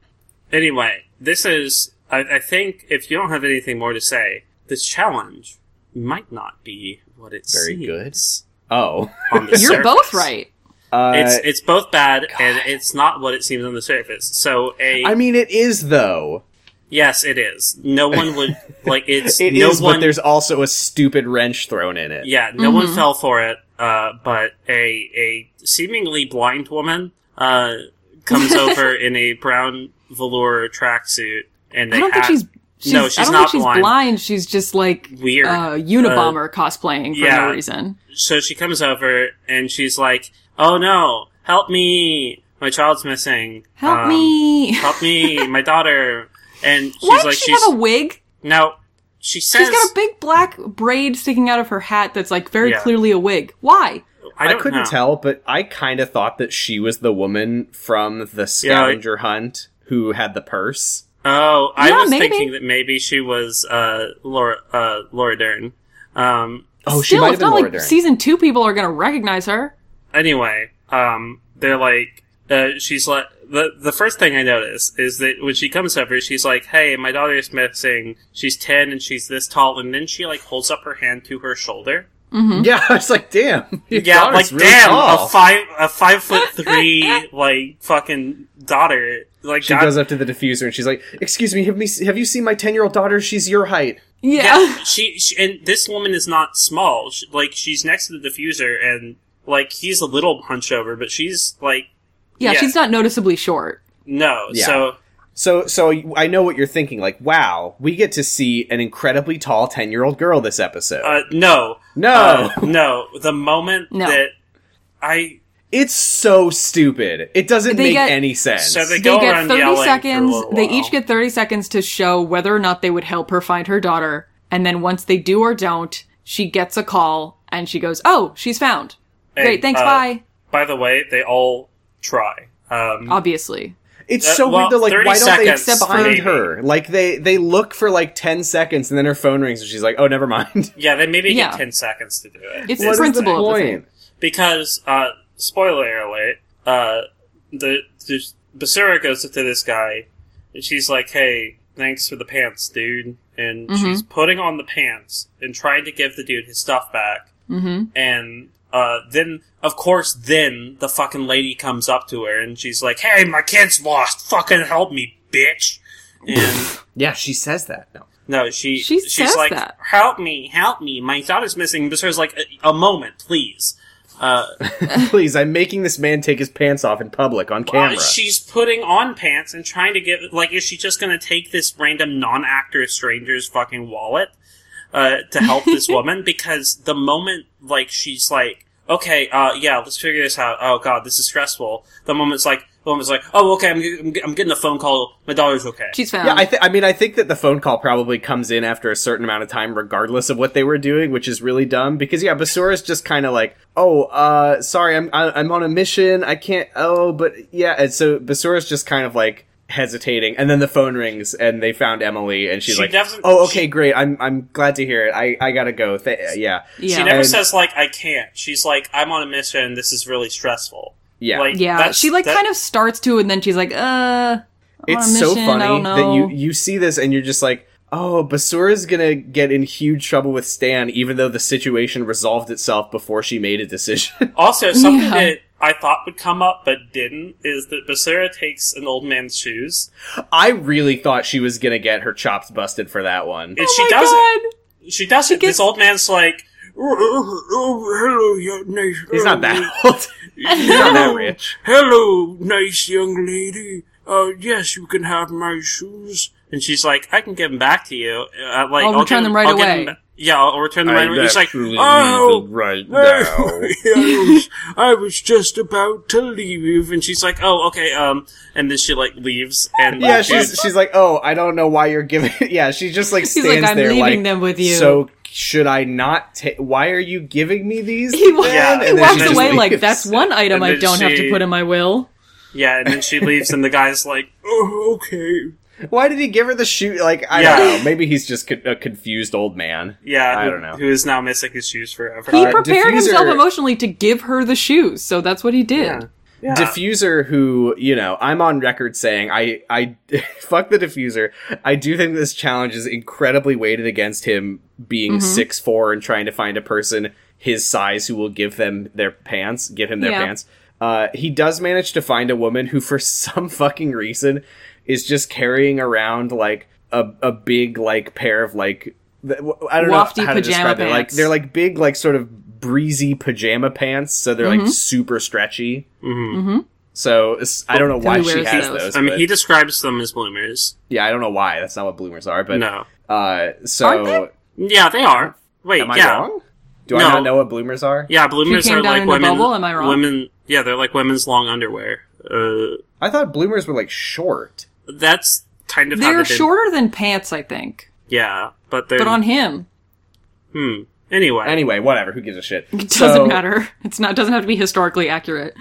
B: anyway, this is I, I think if you don't have anything more to say, this challenge might not be what it
A: Very
B: seems
A: Oh.
B: on the
C: You're
B: surface.
C: both right.
A: Uh,
B: It's it's both bad and it's not what it seems on the surface. So a
A: I mean, it is, though.
B: yes, it is. No one would like it's
A: It is,
B: no one
A: but there's also a stupid wrench thrown in it.
B: Yeah, no
C: Mm-hmm.
B: one fell for it, uh, but a a seemingly blind woman uh, comes over in a brown velour tracksuit, and they
C: I don't
B: have,
C: think she's. She's,
B: no, she's
C: I don't
B: not
C: think she's
B: blind.
C: blind. She's just like
B: Weird.
C: uh, Unabomber cosplaying for
B: yeah.
C: no reason.
B: So she comes over and she's like, "Oh no, help me! My child's missing.
C: Help
B: Um,
C: me!
B: Help me! My daughter." And she's
C: Why does
B: like,
C: she
B: "She's
C: have a wig?
B: no." She
C: She's
B: says,
C: got a big black braid sticking out of her hat that's like very
B: Yeah.
C: clearly a wig. Why?
B: "I,
A: I,
B: don't
A: couldn't
B: know.
A: tell, but I kind of thought that she was the woman from the scavenger hunt who had the purse.
B: Oh, I
C: Yeah,
B: was
C: maybe.
B: thinking that maybe she was uh, Laura uh, Laura Dern. Um,
A: Oh, she
C: Still,
A: might have
C: it's
A: been
C: not
A: Laura
C: like
A: Dern.
C: season two people are gonna recognize her.
B: anyway, um, they're like, uh, she's like, the, the first thing I notice is that when she comes over, she's like, hey, my daughter's missing. She's 10 and she's this tall. And then she, like, holds up her hand to her shoulder.
A: yeah, I was like, damn. your
B: Yeah,
A: daughter's
B: like,
A: really
B: damn,
A: tall.
B: a five, a five foot three, like, fucking daughter. Like,
A: She goes up to the diffuser and she's like, "Excuse me, have me have you seen my ten year old daughter? She's your height."
C: Yeah.
B: yeah, she, she, and this woman is not small. She, like, she's next to the diffuser and, like, he's a little hunchover, but she's, like,
C: yeah,
B: Yeah.
C: She's not noticeably short.
B: no.
A: Yeah.
B: So,
A: So, so I know what you're thinking. Like, wow, we get to see an incredibly tall ten year old girl this episode.
B: uh, no.
A: no,
B: Uh, no, the moment
C: No.
B: that I
A: it's so stupid. It doesn't
C: They
A: make
C: get-
A: any sense.
B: so they
C: They
B: go
C: get
B: around
C: 30
B: yelling
C: seconds.
B: For a
C: They
B: while.
C: each get 30 seconds to show whether or not they would help her find her daughter. And then once they do or don't, she gets a call and she goes, Oh, she's found.
B: And,
C: Great, thanks,
B: uh,
C: bye.
B: By the way, they all try. Um,
C: Obviously.
A: It's
B: Uh,
A: so
B: well,
A: weird though. Like,
B: 30
A: why don't they
B: seconds,
A: find
B: maybe.
A: her? Like, they they look for like ten seconds, and then her phone rings, and she's like, "Oh, never mind."
B: yeah, they maybe
C: Yeah.
B: get ten seconds to do it.
C: It's
B: is
C: the
A: What is
C: principle of the
A: point?
C: thing.
B: because uh, spoiler alert, uh, the, the Basura goes up to this guy, and she's like, "Hey, thanks for the pants, dude." And
C: Mm-hmm.
B: she's putting on the pants and trying to give the dude his stuff back.
C: Mm-hmm.
B: And uh, then, of course, then the fucking lady comes up to her and she's like, "Hey, my kid's lost. Fucking help me, bitch!" And
A: Yeah, she says that. No.
B: no, she,
C: She
B: she's
C: says
B: like,
C: that.
B: "Help me, help me. My daughter's missing." Basura's like, "A, a moment, please." Uh,
A: Please, I'm making this man take his pants off in public on camera.
B: uh, she's putting on pants and trying to get like, is she just gonna take this random non-actor stranger's fucking wallet uh, to help this woman? Because the moment like she's like, okay, uh, yeah, let's figure this out. Oh god, this is stressful. The moment's like, the moment's like, oh okay, I'm, I'm, I'm getting a phone call. My daughter's okay.
C: She's found.
A: yeah, I, th- I mean, I think that the phone call probably comes in after a certain amount of time, regardless of what they were doing, which is really dumb. Because yeah, Basura's just kind of like, "Oh, uh, sorry, I'm I- I'm on a mission. I can't." Oh, but yeah, and so Basura's just kind of like hesitating, and then the phone rings, and they found Emily, and she's
B: She
A: like,
B: doesn't-
A: "Oh, okay, great. I'm I'm glad to hear it. I I gotta go. Th- yeah,
C: yeah.
B: She never
A: And-
B: says like, I can't. She's like, I'm on a mission. This is really stressful.
A: yeah."
B: Like,
C: yeah.
B: that's-
C: She like
B: that-
C: kind of starts to and then she's like, Uh, I'm on
A: it's
C: a
A: so
C: mission, I
A: funny
C: don't
A: that you
C: know.
A: you see this and you're just like oh basura's gonna get in huge trouble with stan even though the situation resolved itself before she made a decision
B: Also, something
C: Yeah.
B: that I thought would come up but didn't is that Basura takes an old man's shoes.
A: i really thought she was gonna get her chops busted for that one
B: And
C: Oh
B: she
C: my
B: does not
C: God.
B: She does not
C: gets-
B: This old man's like, "Oh, oh, oh, hello, yo- nice.
A: he's not
B: young
A: that old he's not that rich
B: la- Hello, nice young lady. Uh, yes, you can have my shoes. And she's like, I can give them back to you. Uh, like,
C: I'll
B: give
C: return
B: 'em-
C: them right
B: I'll give
C: away."
B: 'em- yeah, I'll return them right away. He's like, oh,
A: right
B: I, was, I was just about to leave, and she's like, "Oh, okay." Um, and then she like leaves, and
A: yeah
B: the dude-
A: she's she's like oh i don't know why you're giving yeah she just like
C: like,
A: stands
C: "I'm
A: there
C: leaving
A: like
C: them with you."
A: so should i not take why are you giving me these
C: He, wa-
B: Yeah,
C: he
B: and then she
C: walks
B: just
C: away like,
A: leaves.
C: That's one item
B: And
C: I
B: then
C: don't have
B: she-
C: to put in my will.
B: yeah, and then she leaves, and the guy's like, "Oh, okay."
A: Why did he give her the shoe? Like, I
B: Yeah.
A: don't know. Maybe he's just co- a confused old man.
B: Yeah,
A: I
B: who-
A: don't know.
B: Who is now missing his shoes forever?
C: He
A: Uh, diffuser-
C: prepared himself emotionally to give her the shoes, so that's what he did.
B: Yeah. Yeah.
A: Diffuser, who you know, I'm on record saying I, I fuck the diffuser. I do think this challenge is incredibly weighted against him being
C: Mm-hmm.
A: six four and trying to find a person his size who will give them their pants, give him their
C: Yeah.
A: pants. Uh, he does manage to find a woman who, for some fucking reason, is just carrying around like a a big like pair of like th- w- I don't know
C: Wafty
A: how to
C: pajama
A: describe it. Like
C: pants.
A: they're like big
C: Mm-hmm.
A: like sort of breezy pajama pants, so they're like super stretchy. So it's, I don't know why
C: Who
A: she
C: wears
A: has
C: those?
A: those.
B: I mean,
A: but-
B: he describes them as bloomers.
A: yeah, I don't know why. That's not what bloomers are. But
B: No.
A: uh, so
C: Aren't they?
B: Yeah, they are. Wait,
A: am I
B: yeah.
A: wrong? Do I
B: No.
A: not know what bloomers are?
B: Yeah, bloomers
C: came
B: are
C: down
B: like
C: in a
B: women.
C: bubble, am I wrong?
B: Women, yeah, they're like women's long underwear. Uh,
A: I thought bloomers were like short.
B: that's kind of how
C: They're
B: they've been-
C: shorter than pants, I think.
B: Yeah, but they're
C: But on him,
B: hmm. Anyway,
A: Anyway, whatever. Who gives a shit?
C: it doesn't matter. It's not doesn't have to be historically accurate.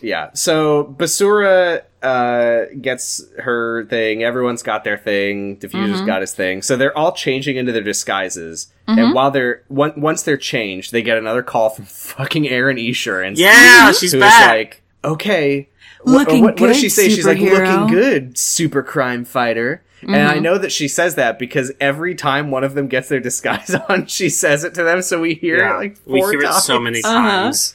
A: Yeah. So Basura uh, gets her thing. Everyone's got their thing. Diffuser's
C: Mm-hmm.
A: got his thing. So they're all changing into their disguises. And while they're on- once they're changed, they get another call from fucking Aaron Insurance.
B: yeah, she's
A: who's
B: back.
A: like, okay, wh-
C: Looking
A: what, what does
C: good,
A: she say? She's like,
C: superhero.
A: looking good, super crime fighter. And I know that she says that because every time one of them gets their disguise on, she says it to them. So we hear it
B: yeah,
A: like
B: we
A: four
B: hear it
A: times.
B: so many
C: Uh-huh.
B: times.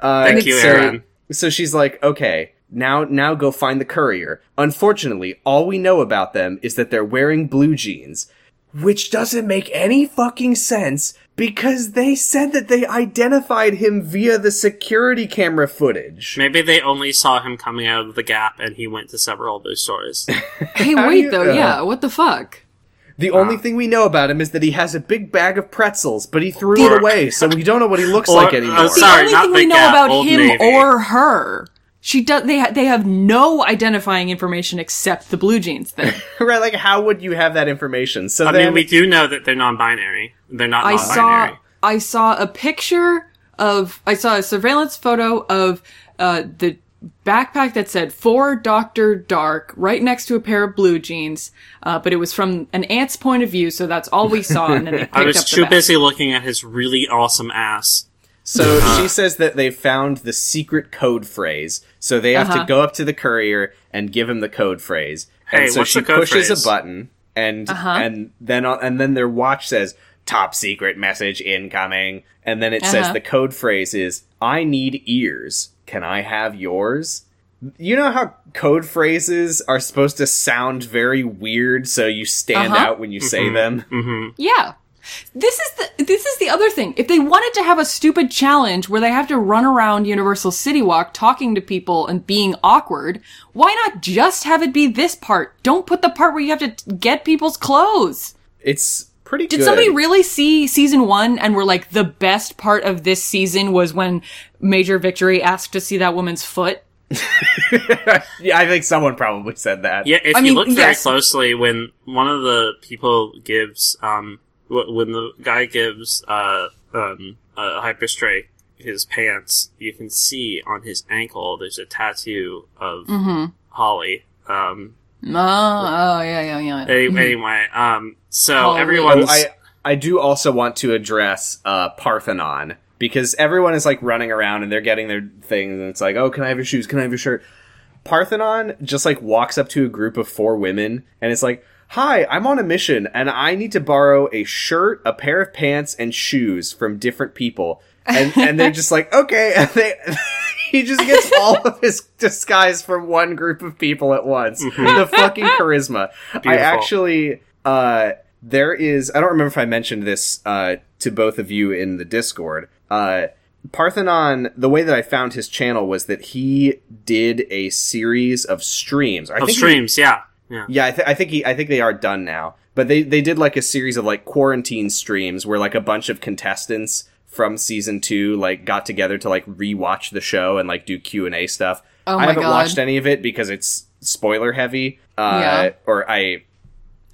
A: Uh,
B: Thank you,
A: so-
B: Aaron.
A: So she's like, okay, now now go find the courier. Unfortunately, all we know about them is that they're wearing blue jeans, which doesn't make any fucking sense because they said that they identified him via the security camera footage.
B: Maybe they only saw him coming out of the gap, and he went to several of those stores.
C: Hey,
A: How do
C: wait
A: you-
C: though.
A: uh,
C: yeah, what the fuck?
A: The only
B: Ah.
A: thing we know about him is that he has a big bag of pretzels, but he threw
B: Or-
A: it away, so we don't know what he looks
B: Or-
A: like
B: uh,
A: anymore.
C: The
B: Sorry,
C: only
B: not
C: thing
B: the
C: we know
B: Gap,
C: about
B: Old
C: him
B: Navy.
C: or her, she does. They ha- they have no identifying information except the blue jeans thing.
A: right? Like, how would you have that information? So
B: I
A: then,
B: mean, we do know that they're non-binary. They're not
C: I
B: non-binary.
C: saw I saw a picture of I saw a surveillance photo of uh, the backpack that said for Doctor Dark right next to a pair of blue jeans, uh, but it was from an ant's point of view, so that's all we saw. And then they picked
B: I
C: up
B: was
C: the
B: too
C: bag.
B: busy looking at his really awesome ass.
A: so she says that they found the secret code phrase, so they have
C: Uh-huh.
A: to go up to the courier and give him the code phrase.
B: Hey,
A: and so
B: what's
A: she
B: the code
A: pushes
B: phrase?
A: a button, and
C: Uh-huh.
A: and then on, and then their watch says "top secret message incoming," and then it says
C: Uh-huh.
A: the code phrase is "I need ears. Can I have yours?" you know how code phrases are supposed to sound very weird so you stand
C: Uh-huh.
A: out when you
B: Mm-hmm.
A: say them
C: Yeah. This is the this is the other thing. If they wanted to have a stupid challenge where they have to run around Universal City Walk talking to people and being awkward, why not just have it be this part? Don't put the part where you have to t- get people's clothes.
A: it's pretty
C: Did
A: good
C: somebody really see season 1 and were like the best part of this season was when Major Victory asked to see that woman's foot?
A: yeah i think someone probably said that
B: Yeah, if
C: I
B: you
C: mean,
B: look very
C: yes.
B: closely, when one of the people gives, um, wh- when the guy gives, uh, um, uh, Hyperstray his pants, you can see on his ankle there's a tattoo of
C: Mm-hmm.
B: Holly. Um,
C: Oh, oh yeah, yeah, yeah.
B: any- anyway, um, so
C: Holly.
A: Oh,
B: everyone's,
A: i i do also want to address uh parthenon because everyone is like running around and they're getting their things and it's like oh can i have your shoes can i have your shirt parthenon just like walks up to a group of four women and it's like Hi, I'm on a mission and I need to borrow a shirt, a pair of pants, and shoes from different people. And and they're just like, okay, and they he just gets all of his disguise from one group of people at once. The fucking charisma. I
B: Mm-hmm. Beautiful.
A: actually uh there is I don't remember if I mentioned this uh to both of you in the Discord. Uh Parthenon, the way that I found his channel was that he did a series of streams. I
B: of
A: think he-
B: streams, yeah. Yeah.
A: yeah, I, th- I think he, I think they are done now. But they they did like a series of like quarantine streams where like a bunch of contestants from season two like got together to like rewatch the show and like do Q and A stuff.
C: Oh
A: I
C: my
A: haven't
C: God.
A: watched any of it because it's spoiler heavy. Uh,
C: Yeah.
A: Or I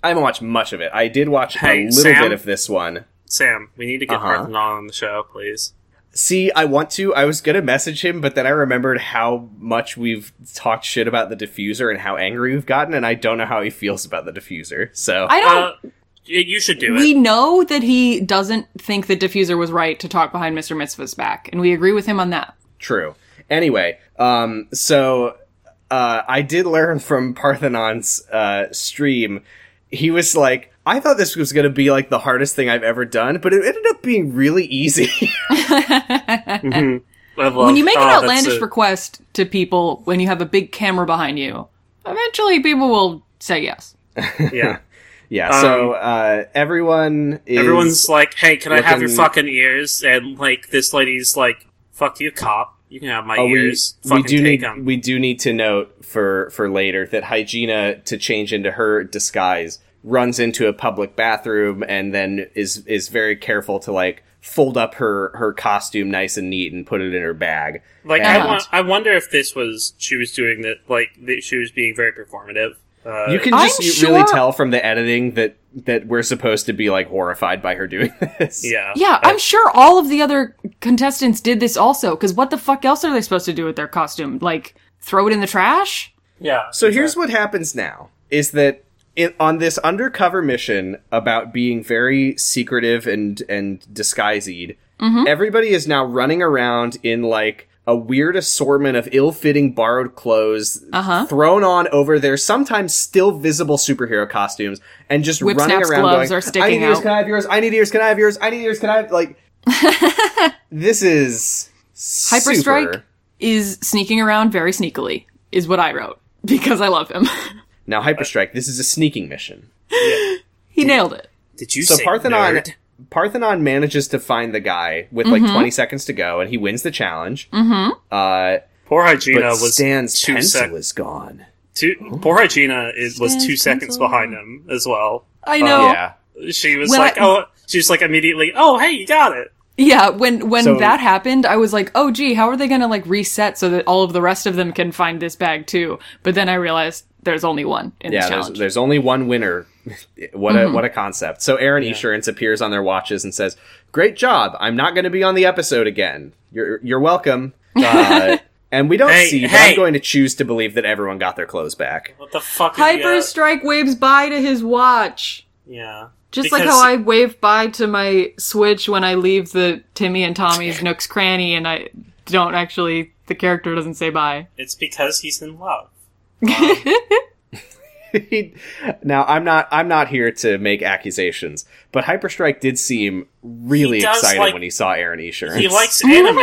A: I haven't watched much of it. I did watch
B: Hey,
A: a little
B: Sam?
A: bit of this one.
B: Sam, we need to get
A: Uh-huh.
B: Parthenon on the show, please.
A: See, I want to. I was gonna message him, but then I remembered how much we've talked shit about the diffuser and how angry we've gotten, and I don't know how he feels about the diffuser. So
C: I don't
B: Uh, y- you should do
C: we
B: it.
C: know that he doesn't think the diffuser was right to talk behind Mr. Mitzvah's back, and we agree with him on that.
A: True. Anyway, um, so uh, I did learn from Parthenon's uh, stream. He was like, I thought this was going to be like the hardest thing I've ever done, but it ended up being really easy.
B: I love-
C: when you make
B: oh,
C: an
B: that's
C: outlandish
B: a-
C: request to people when you have a big camera behind you, eventually people will say yes.
B: yeah.
A: yeah. so uh, everyone is
B: Everyone's like, "Hey, can I have your
A: looking-
B: fucking ears?" And like this lady's like, "Fuck you, cop." You can have my
A: Oh, we,
B: ears.
A: we
B: Fucking
A: do
B: take
A: need
B: 'em.
A: we do need to note for for later that Hygiena to change into her disguise runs into a public bathroom and then is is very careful to like fold up her her costume nice and neat and put it in her bag.
B: Like I,
A: And-
B: want, I wonder if this was she was doing that. Like that she was being very performative. Uh,
A: You can
C: I'm
A: just you really
C: sure-
A: tell from the editing that that we're supposed to be like horrified by her doing this.
B: yeah,
C: Yeah, I'm sure all of the other contestants did this also, because what the fuck else are they supposed to do with their costume? Like, throw it in the trash?
B: yeah.
A: So here's what happens now is that it, on this undercover mission about being very secretive and and disguised,
C: Mm-hmm.
A: everybody is now running around in like a weird assortment of ill-fitting borrowed clothes
C: Uh-huh.
A: thrown on over their sometimes still visible superhero costumes and just
C: Whip
A: running
C: snaps
A: around
C: gloves
A: going,
C: are
A: I
C: sticking
A: need yours,
C: out."
A: can I have yours? I need yours, can I have yours? I need yours, can I have like this is super-
C: Hyperstrike is sneaking around very sneakily, is what I wrote, because I love him.
A: Now Hyperstrike, this is a sneaking mission.
C: he nailed it.
B: Did you
A: so
B: say
A: Parthenon
B: nerd?
A: Parthenon manages to find the guy with like 20 seconds to go, and he wins the challenge. Mm-hmm. Uh,
B: Poor
A: but
B: Hygiena was
A: Stan's
B: two
A: pencil
B: sec-
A: is gone.
B: two, Poor Hygiena is, was two
C: Stan's
B: seconds
C: pencil.
B: behind him as well.
C: I know. yeah.
A: Oh, Yeah,
B: She was
C: When
B: like,
C: I-
B: oh, she was like immediately, oh, hey, you got it.
C: when when
A: So-
C: that happened, I was like, "Oh gee, how are they going to like reset so that all of the rest of them can find this bag too?" But then I realized there's only one in
A: yeah.
C: this
A: There's,
C: challenge.
A: there's only one winner. what a what a concept. So Aaron Insurance appears on their watches and says, "Great job! I'm not going to be on the episode again. You're you're welcome." Uh, and we don't
B: Hey,
A: see. But
B: hey.
A: I'm going to choose to believe that everyone got their clothes back.
B: What the fuck? is
C: Hyper
B: the-
C: Strike waves bye to his watch.
B: Yeah.
C: Just like
B: Because-
C: how I wave bye to my Switch when I leave the Timmy and Tommy's Nook's cranny and I don't actually the character doesn't say bye.
B: It's because he's in love.
A: now I'm not I'm not here to make accusations, but Hyperstrike did seem really
B: He does
A: excited
B: like-
A: when he saw Aaron Insurance.
B: He likes anime.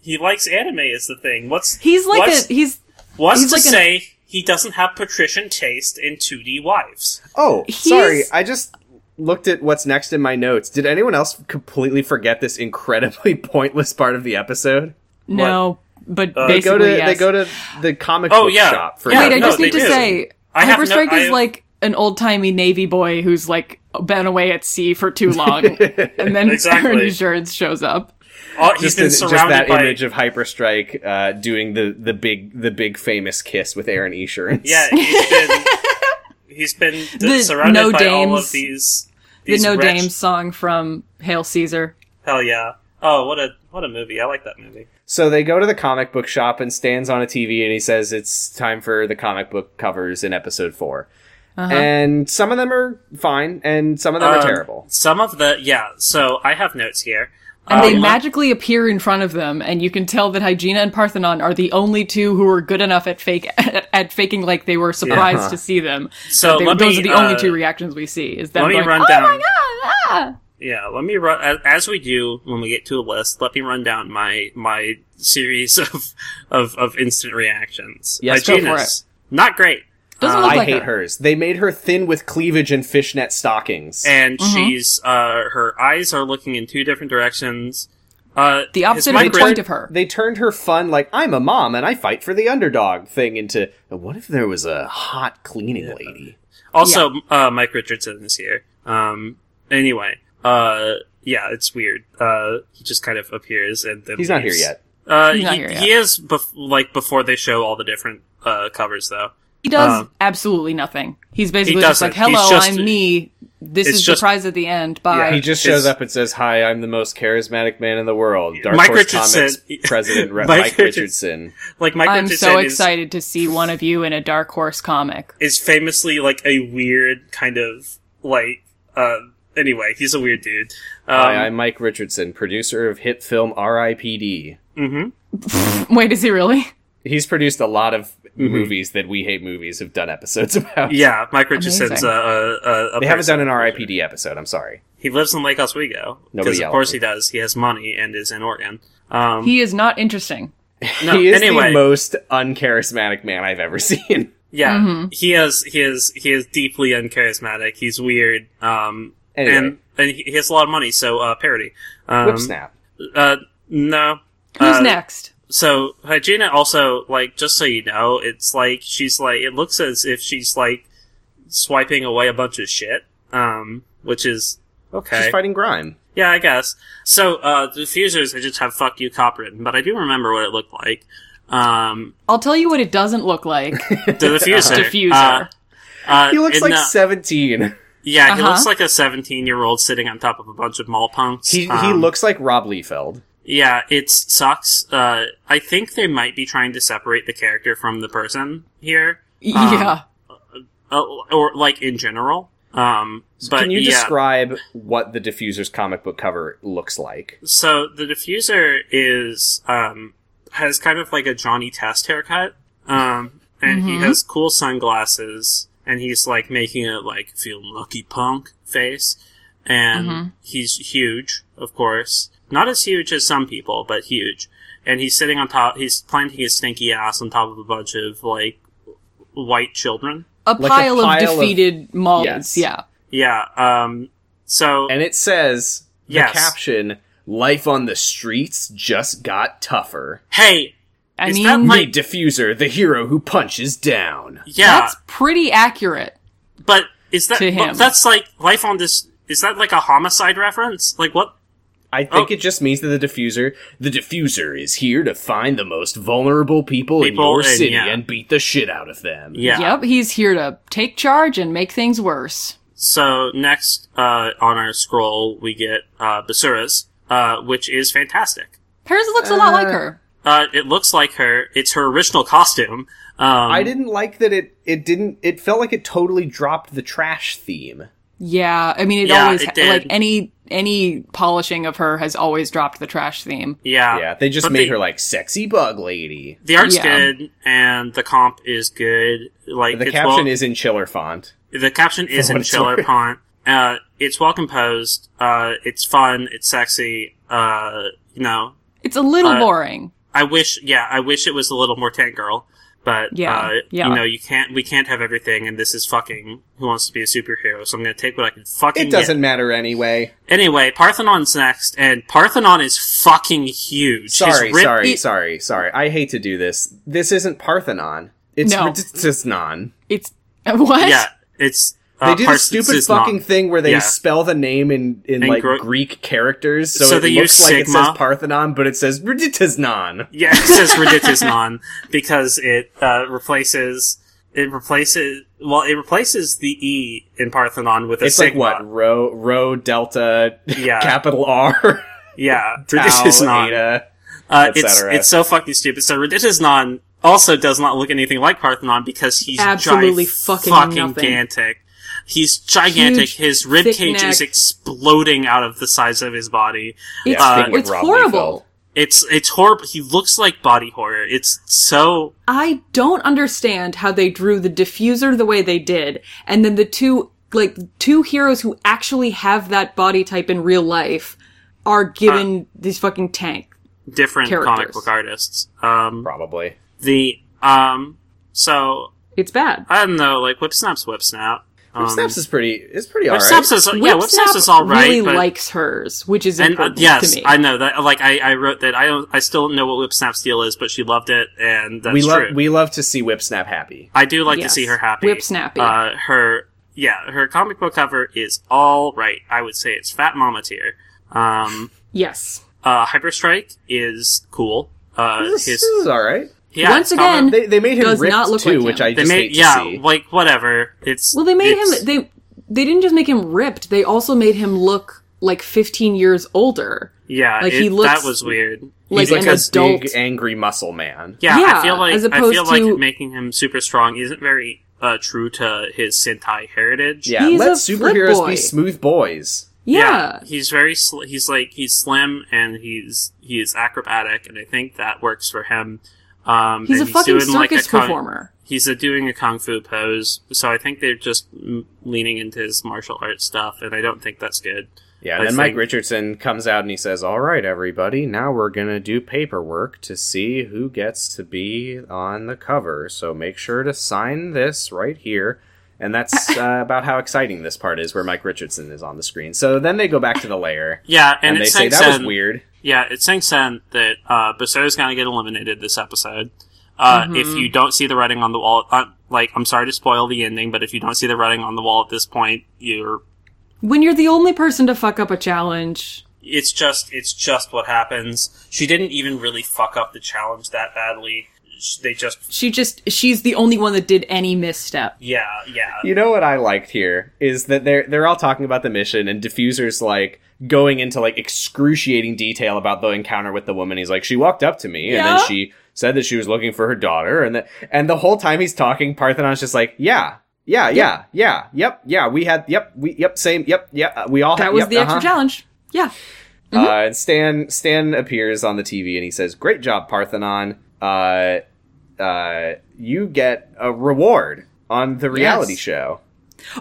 B: he likes anime is the thing. What's
C: He's like
B: what's,
C: a he's
B: what's
C: he's
B: to
C: like an-
B: say he doesn't have patrician taste in 2D wives?
A: Oh,
C: He's-
A: sorry. I just looked at what's next in my notes. Did anyone else completely forget this incredibly pointless part of the episode?
C: no, but
B: Uh, They
A: They go
C: basically
A: to
C: yes.
A: they go to the comic
B: Oh,
A: book
B: yeah.
A: shop for
B: Yeah,
C: Wait, I
B: no,
C: just
B: they
C: need to
B: do.
C: say
B: I have no-
C: Hyperstrike
B: I
C: is
B: have-
C: like an old timey Navy boy who's like been away at sea for too long, and then
B: Exactly.
C: Aaron Insurance shows up.
B: Oh, he's
A: just,
B: been
A: the- just
B: surrounded
A: that
B: by
A: image of Hyperstrike uh, doing the, the big the big famous kiss with Aaron Esurance.
B: yeah. He's been he's been d-
C: The
B: surrounded
C: no
B: by all
C: dames.
B: of these.
C: The
B: these
C: No
B: wretch-
C: Dames song from Hail Caesar.
B: Hell yeah! Oh, what a what a movie! I like that movie.
A: So they go to the comic book shop and stands on a TV and he says it's time for the comic book covers in episode 4
C: Uh-huh.
A: And some of them are fine and some of them are
B: Um,
A: terrible.
B: Some of the yeah. So I have notes here.
C: And they
B: Um,
C: magically appear in front of them, and you can tell that Hygiena and Parthenon are the only two who are good enough at fake at faking like they were surprised to see them.
B: So
C: They-
B: let me,
C: those are the only
B: uh,
C: two reactions we see. Is them
B: let me
C: going,
B: run
C: "Oh
B: down.
C: my god!" ah!"
B: Yeah, let me run as, as we do when we get to a list. Let me run down my my series of of, of instant reactions.
A: Yes,
B: Hygienus,
C: go for it.
B: Not great,
C: Doesn't look
A: I
C: like
A: hate
C: her.
A: hers. They made her thin with cleavage and fishnet stockings.
B: and
C: Mm-hmm.
B: she's uh her eyes are looking in two different directions. Uh,
C: The
B: his
C: opposite of the
B: micro-
C: point of her.
A: they turned her fun, like, I'm a mom and I fight for the underdog thing into, what if there was a hot cleaning lady?
B: Also, uh, Mike Richardson is here. Um, anyway, uh, yeah, it's weird. Uh, he just kind of appears and then
A: He's not here
B: leaves.
A: yet.
B: Uh,
C: He's not
B: he,
C: here
B: he is bef- like before they show all the different uh covers though.
C: He does
B: Um,
C: absolutely nothing. He's basically
B: He
C: just
B: doesn't.
C: like, "Hello,
B: He's just-
C: I'm me. This
B: it's
C: is
B: just-
C: the prize at the end." Bye.
A: He just shows
B: Uh, It's-
A: up and says, Hi, I'm the most charismatic man in the world. Dark
B: Mike
A: Horse
B: Richardson.
A: Comics President Re-
B: Mike
A: Mike Richardson.
B: Like Mike
C: I'm
B: Richardson
C: so
B: is-
C: excited to see one of you in a Dark Horse comic.
B: is famously like a weird kind of like uh anyway he's a weird dude um,
A: Hi, I'm Mike Richardson, producer of hit film R.I.P.D.
C: Wait, is he really?
A: He's produced a lot of movies that we hate movies have done episodes about.
B: yeah mike richardson's
C: Amazing.
B: a, a, a, a
A: They haven't
B: person.
A: done an R.I.P.D. episode. I'm sorry.
B: uh, he lives in lake oswego
A: Nobody
B: because of
A: yell
B: course
A: at
B: he does he has money and is in oregon um
C: He is not interesting.
B: no,
A: he is
B: anyway
A: the most uncharismatic man I've ever seen.
B: yeah he is he is he is deeply uncharismatic he's weird um
A: Anyway.
B: and and he he has a lot of money so uh parody um
A: Whip snap.
B: uh no
C: Who's
B: uh,
C: next?
B: So Hygiena also like just so you know, it's like she's like it looks as if she's like swiping away a bunch of shit, um, which is okay.
A: She's fighting Grime.
B: Yeah, I guess. So uh, diffusers, I just have "fuck you" cop written, but I do remember what it looked like. Um,
C: I'll tell you what it doesn't look like.
B: the diffuser.
C: Diffuser.
B: Uh, uh,
A: He looks
B: in
A: like
B: the-
A: seventeen.
B: yeah, he
C: Uh-huh.
B: looks like a seventeen-year-old sitting on top of a bunch of mall punks.
A: He he
B: Um,
A: looks like Rob Liefeld.
B: Yeah, it sucks. Uh, I think they might be trying to separate the character from the person here, Um,
C: yeah.
B: uh, or like in general. Um, but
A: Can you
B: yeah,
A: describe what the diffuser's comic book cover looks like?
B: so the diffuser is um, has kind of like a Johnny Test haircut, um, and he
A: Mm-hmm.
B: has cool sunglasses, and he's like making a like feel lucky punk face, and
A: Mm-hmm.
B: he's huge, of course, not as huge as some people, but huge, and he's sitting on top. He's planting his stinky ass on top of a bunch of like white children.
C: A,
A: Like a
C: pile of
A: pile of-
C: defeated malls.
A: Yes.
C: Yeah.
B: Yeah. Um. So
A: And it says the
B: Yes.
A: caption: "Life on the streets just got tougher."
B: hey,
C: I
B: Is
C: mean,
B: that like-
A: The diffuser, the hero who punches down.
B: yeah.
C: that's pretty accurate.
B: But is that
C: To
B: but
C: him.
B: that's like life on this? Is that like a homicide reference? Like what?
A: I think
B: Oh.
A: it just means that the diffuser, the diffuser is here to find the most vulnerable people, in
B: People
A: your
B: in-
A: city
B: yeah.
A: and beat the shit out of them.
B: Yeah.
C: Yep, he's here to take charge and make things worse.
B: So next uh, on our scroll we get uh, Basura's, uh, which is fantastic.
C: Paris looks a lot like her.
B: Uh, it looks like her. It's her original costume. Um,
A: I didn't like that it it didn't it felt like it totally dropped the trash theme.
C: Yeah, I mean, it
B: Yeah,
C: always
B: it did.
C: like any any polishing of her has always dropped the trash theme.
B: Yeah.
A: yeah, they just
B: But
A: made
B: the-
A: her like sexy bug lady.
B: The art's
C: Yeah.
B: good and the comp is good. Like
A: The
B: it's
A: caption
B: well-
A: is in chiller font.
B: The caption is
A: what
B: in
A: it's
B: Chiller
A: worth.
B: Pont. Uh, it's well composed. Uh, it's fun. It's sexy. Uh, you know,
C: It's a little
B: Uh,
C: boring.
B: I wish, yeah, I wish it was a little more Tank Girl, but
C: Yeah,
B: uh,
C: yeah.
B: you know, you can't, we can't have everything, and this is fucking Who Wants to Be a Superhero. So I'm gonna take what I can fucking.
A: It doesn't
B: get.
A: matter anyway.
B: Anyway, Parthenon's next, and Parthenon is fucking huge. His
A: Sorry,
B: rib-
A: sorry,
C: it-
A: sorry, sorry. I hate to do this. This isn't Parthenon. It's
C: No.
A: Ritznon.
C: It's what?
B: Yeah, it's. Uh,
A: They do
B: Parth-
A: this stupid
B: it's not-
A: fucking thing where they
B: Yeah.
A: spell the name in, in
B: And
A: like
B: Gro-
A: Greek characters, so,
B: So
A: it
B: they
A: looks
B: use
A: like it says
B: sigma.
A: Parthenon, but it says Riditisnon.
B: Yeah, it says Redictisnon because it uh, replaces it replaces well it replaces the e in Parthenon with a
A: It's like
B: sigma.
A: what rho rho delta
B: Yeah.
A: capital R
B: Yeah,
A: tau
B: Redictisnon.
A: eta.
B: Uh,
A: et
B: it's
A: cetera.
B: it's so fucking stupid. So Redictisnon also does not look anything like Parthenon because he's
C: Absolutely
B: gi-
C: fucking nothing.
B: gigantic. He's gigantic.
C: Huge,
B: His rib
C: thick
B: cage is
C: neck.
B: exploding out of the size of his body.
C: it's
A: Yeah, speaking of
C: it's
A: Rob
C: horrible.
A: Liefeld.
B: It's it's horrible. He looks like body horror. It's so
C: I don't understand how they drew the diffuser the way they did, and then the two like two heroes who actually have that body type in real life are given
B: Uh.
C: this fucking tank.
B: different comic
C: Characters.
B: book artists. Um,
A: Probably.
B: the um so
C: It's bad.
B: I don't know, like Whip Snap's Whip Snap. Um,
A: Snaps is pretty. It's pretty
B: Whip
A: alright.
B: Snaps is yeah, Whip Snaps
C: Whipsnap
B: is all right,
C: Really
B: but
C: likes hers, which is
B: and uh,
C: important
B: yes,
C: to me.
B: I know that. Like I, I wrote that. I don't. I still don't know what Whip Snap's deal is, but she loved it, and that's
A: we love
B: true.
A: we love to see Whip Snap happy.
B: I do like
C: Yes.
B: to see her happy.
C: Whip Snappy.
B: Uh, her yeah, her comic book cover is all right. I would say it's Fat Mama tier. Um,
C: yes.
B: uh, Hyperstrike is cool. Uh,
A: This,
B: his
A: this is alright.
B: yeah,
C: Once
B: his comic-
C: again,
A: They they made him
C: Does
A: ripped
C: not look
A: too,
C: like
A: which
C: him.
A: I
B: they
A: just
B: made
A: hate
B: yeah,
A: to see.
B: like whatever. It's
C: Well, they made
B: it's-
C: him. They they didn't just make him ripped. They also made him look like 15 years older.
B: yeah,
C: like, he
B: it- that
C: looks
B: was weird.
C: Like,
A: He's like
C: an
A: a
C: adult.
A: big angry muscle man.
B: Yeah, I
C: Yeah,
B: feel like
C: as
B: I feel
C: opposed to-
B: like making him super strong isn't very uh, true to his Sentai heritage.
A: Yeah,
C: He's
A: let
C: a flip
A: superheroes
C: boy.
A: be smooth boys.
C: yeah.
B: he's very sl- he's like he's slim and he's he is acrobatic, and I think that works for him. Um,
C: He's
B: and
C: a fucking
B: doing, like,
C: circus
B: kung-
C: performer.
B: He's uh doing a kung fu pose, so I think they're just mm, leaning into his martial arts stuff, and I don't think that's good.
A: Yeah,
B: I
A: and then Mike
B: think-
A: Richardson comes out and he says, "All right, everybody, now we're gonna do paperwork to see who gets to be on the cover. So make sure to sign this right here." And that's uh, about how exciting this part is, where Mike Richardson is on the screen. So then they go back to the layer,
B: Yeah, and,
A: and,
B: it
A: they say
B: sinks
A: that was
B: in-
A: weird.
B: Yeah, it sinks in that uh, Basara's going to get eliminated this episode. Uh, If you don't see the writing on the wall, uh, like, I'm sorry to spoil the ending, but if you don't see the writing on the wall at this point, you're.
C: When you're the only person to fuck up a challenge,
B: It's just, it's just what happens. She didn't even really fuck up the challenge that badly. Sh- They just,
C: she just she's the only one that did any misstep.
B: yeah, yeah.
A: You know what I liked here is that they're they're all talking about the mission and Diffuser's like going into like excruciating detail about the encounter with the woman. He's like, she walked up to me and
C: Yeah.
A: then she said that she was looking for her daughter and that and the whole time he's talking, Parthenon's just like, yeah. Yeah, yeah, yeah, yep, yeah. We had, yep, we, yep, same, yep, yep. uh, We all had,
C: That was
A: yep,
C: the extra Mm-hmm.
A: uh-huh.
C: challenge. Yeah.
A: Uh, and Stan Stan appears on the TV and he says, "Great job, Parthenon. Uh, uh, you get a reward on the reality
C: Yes.
A: show."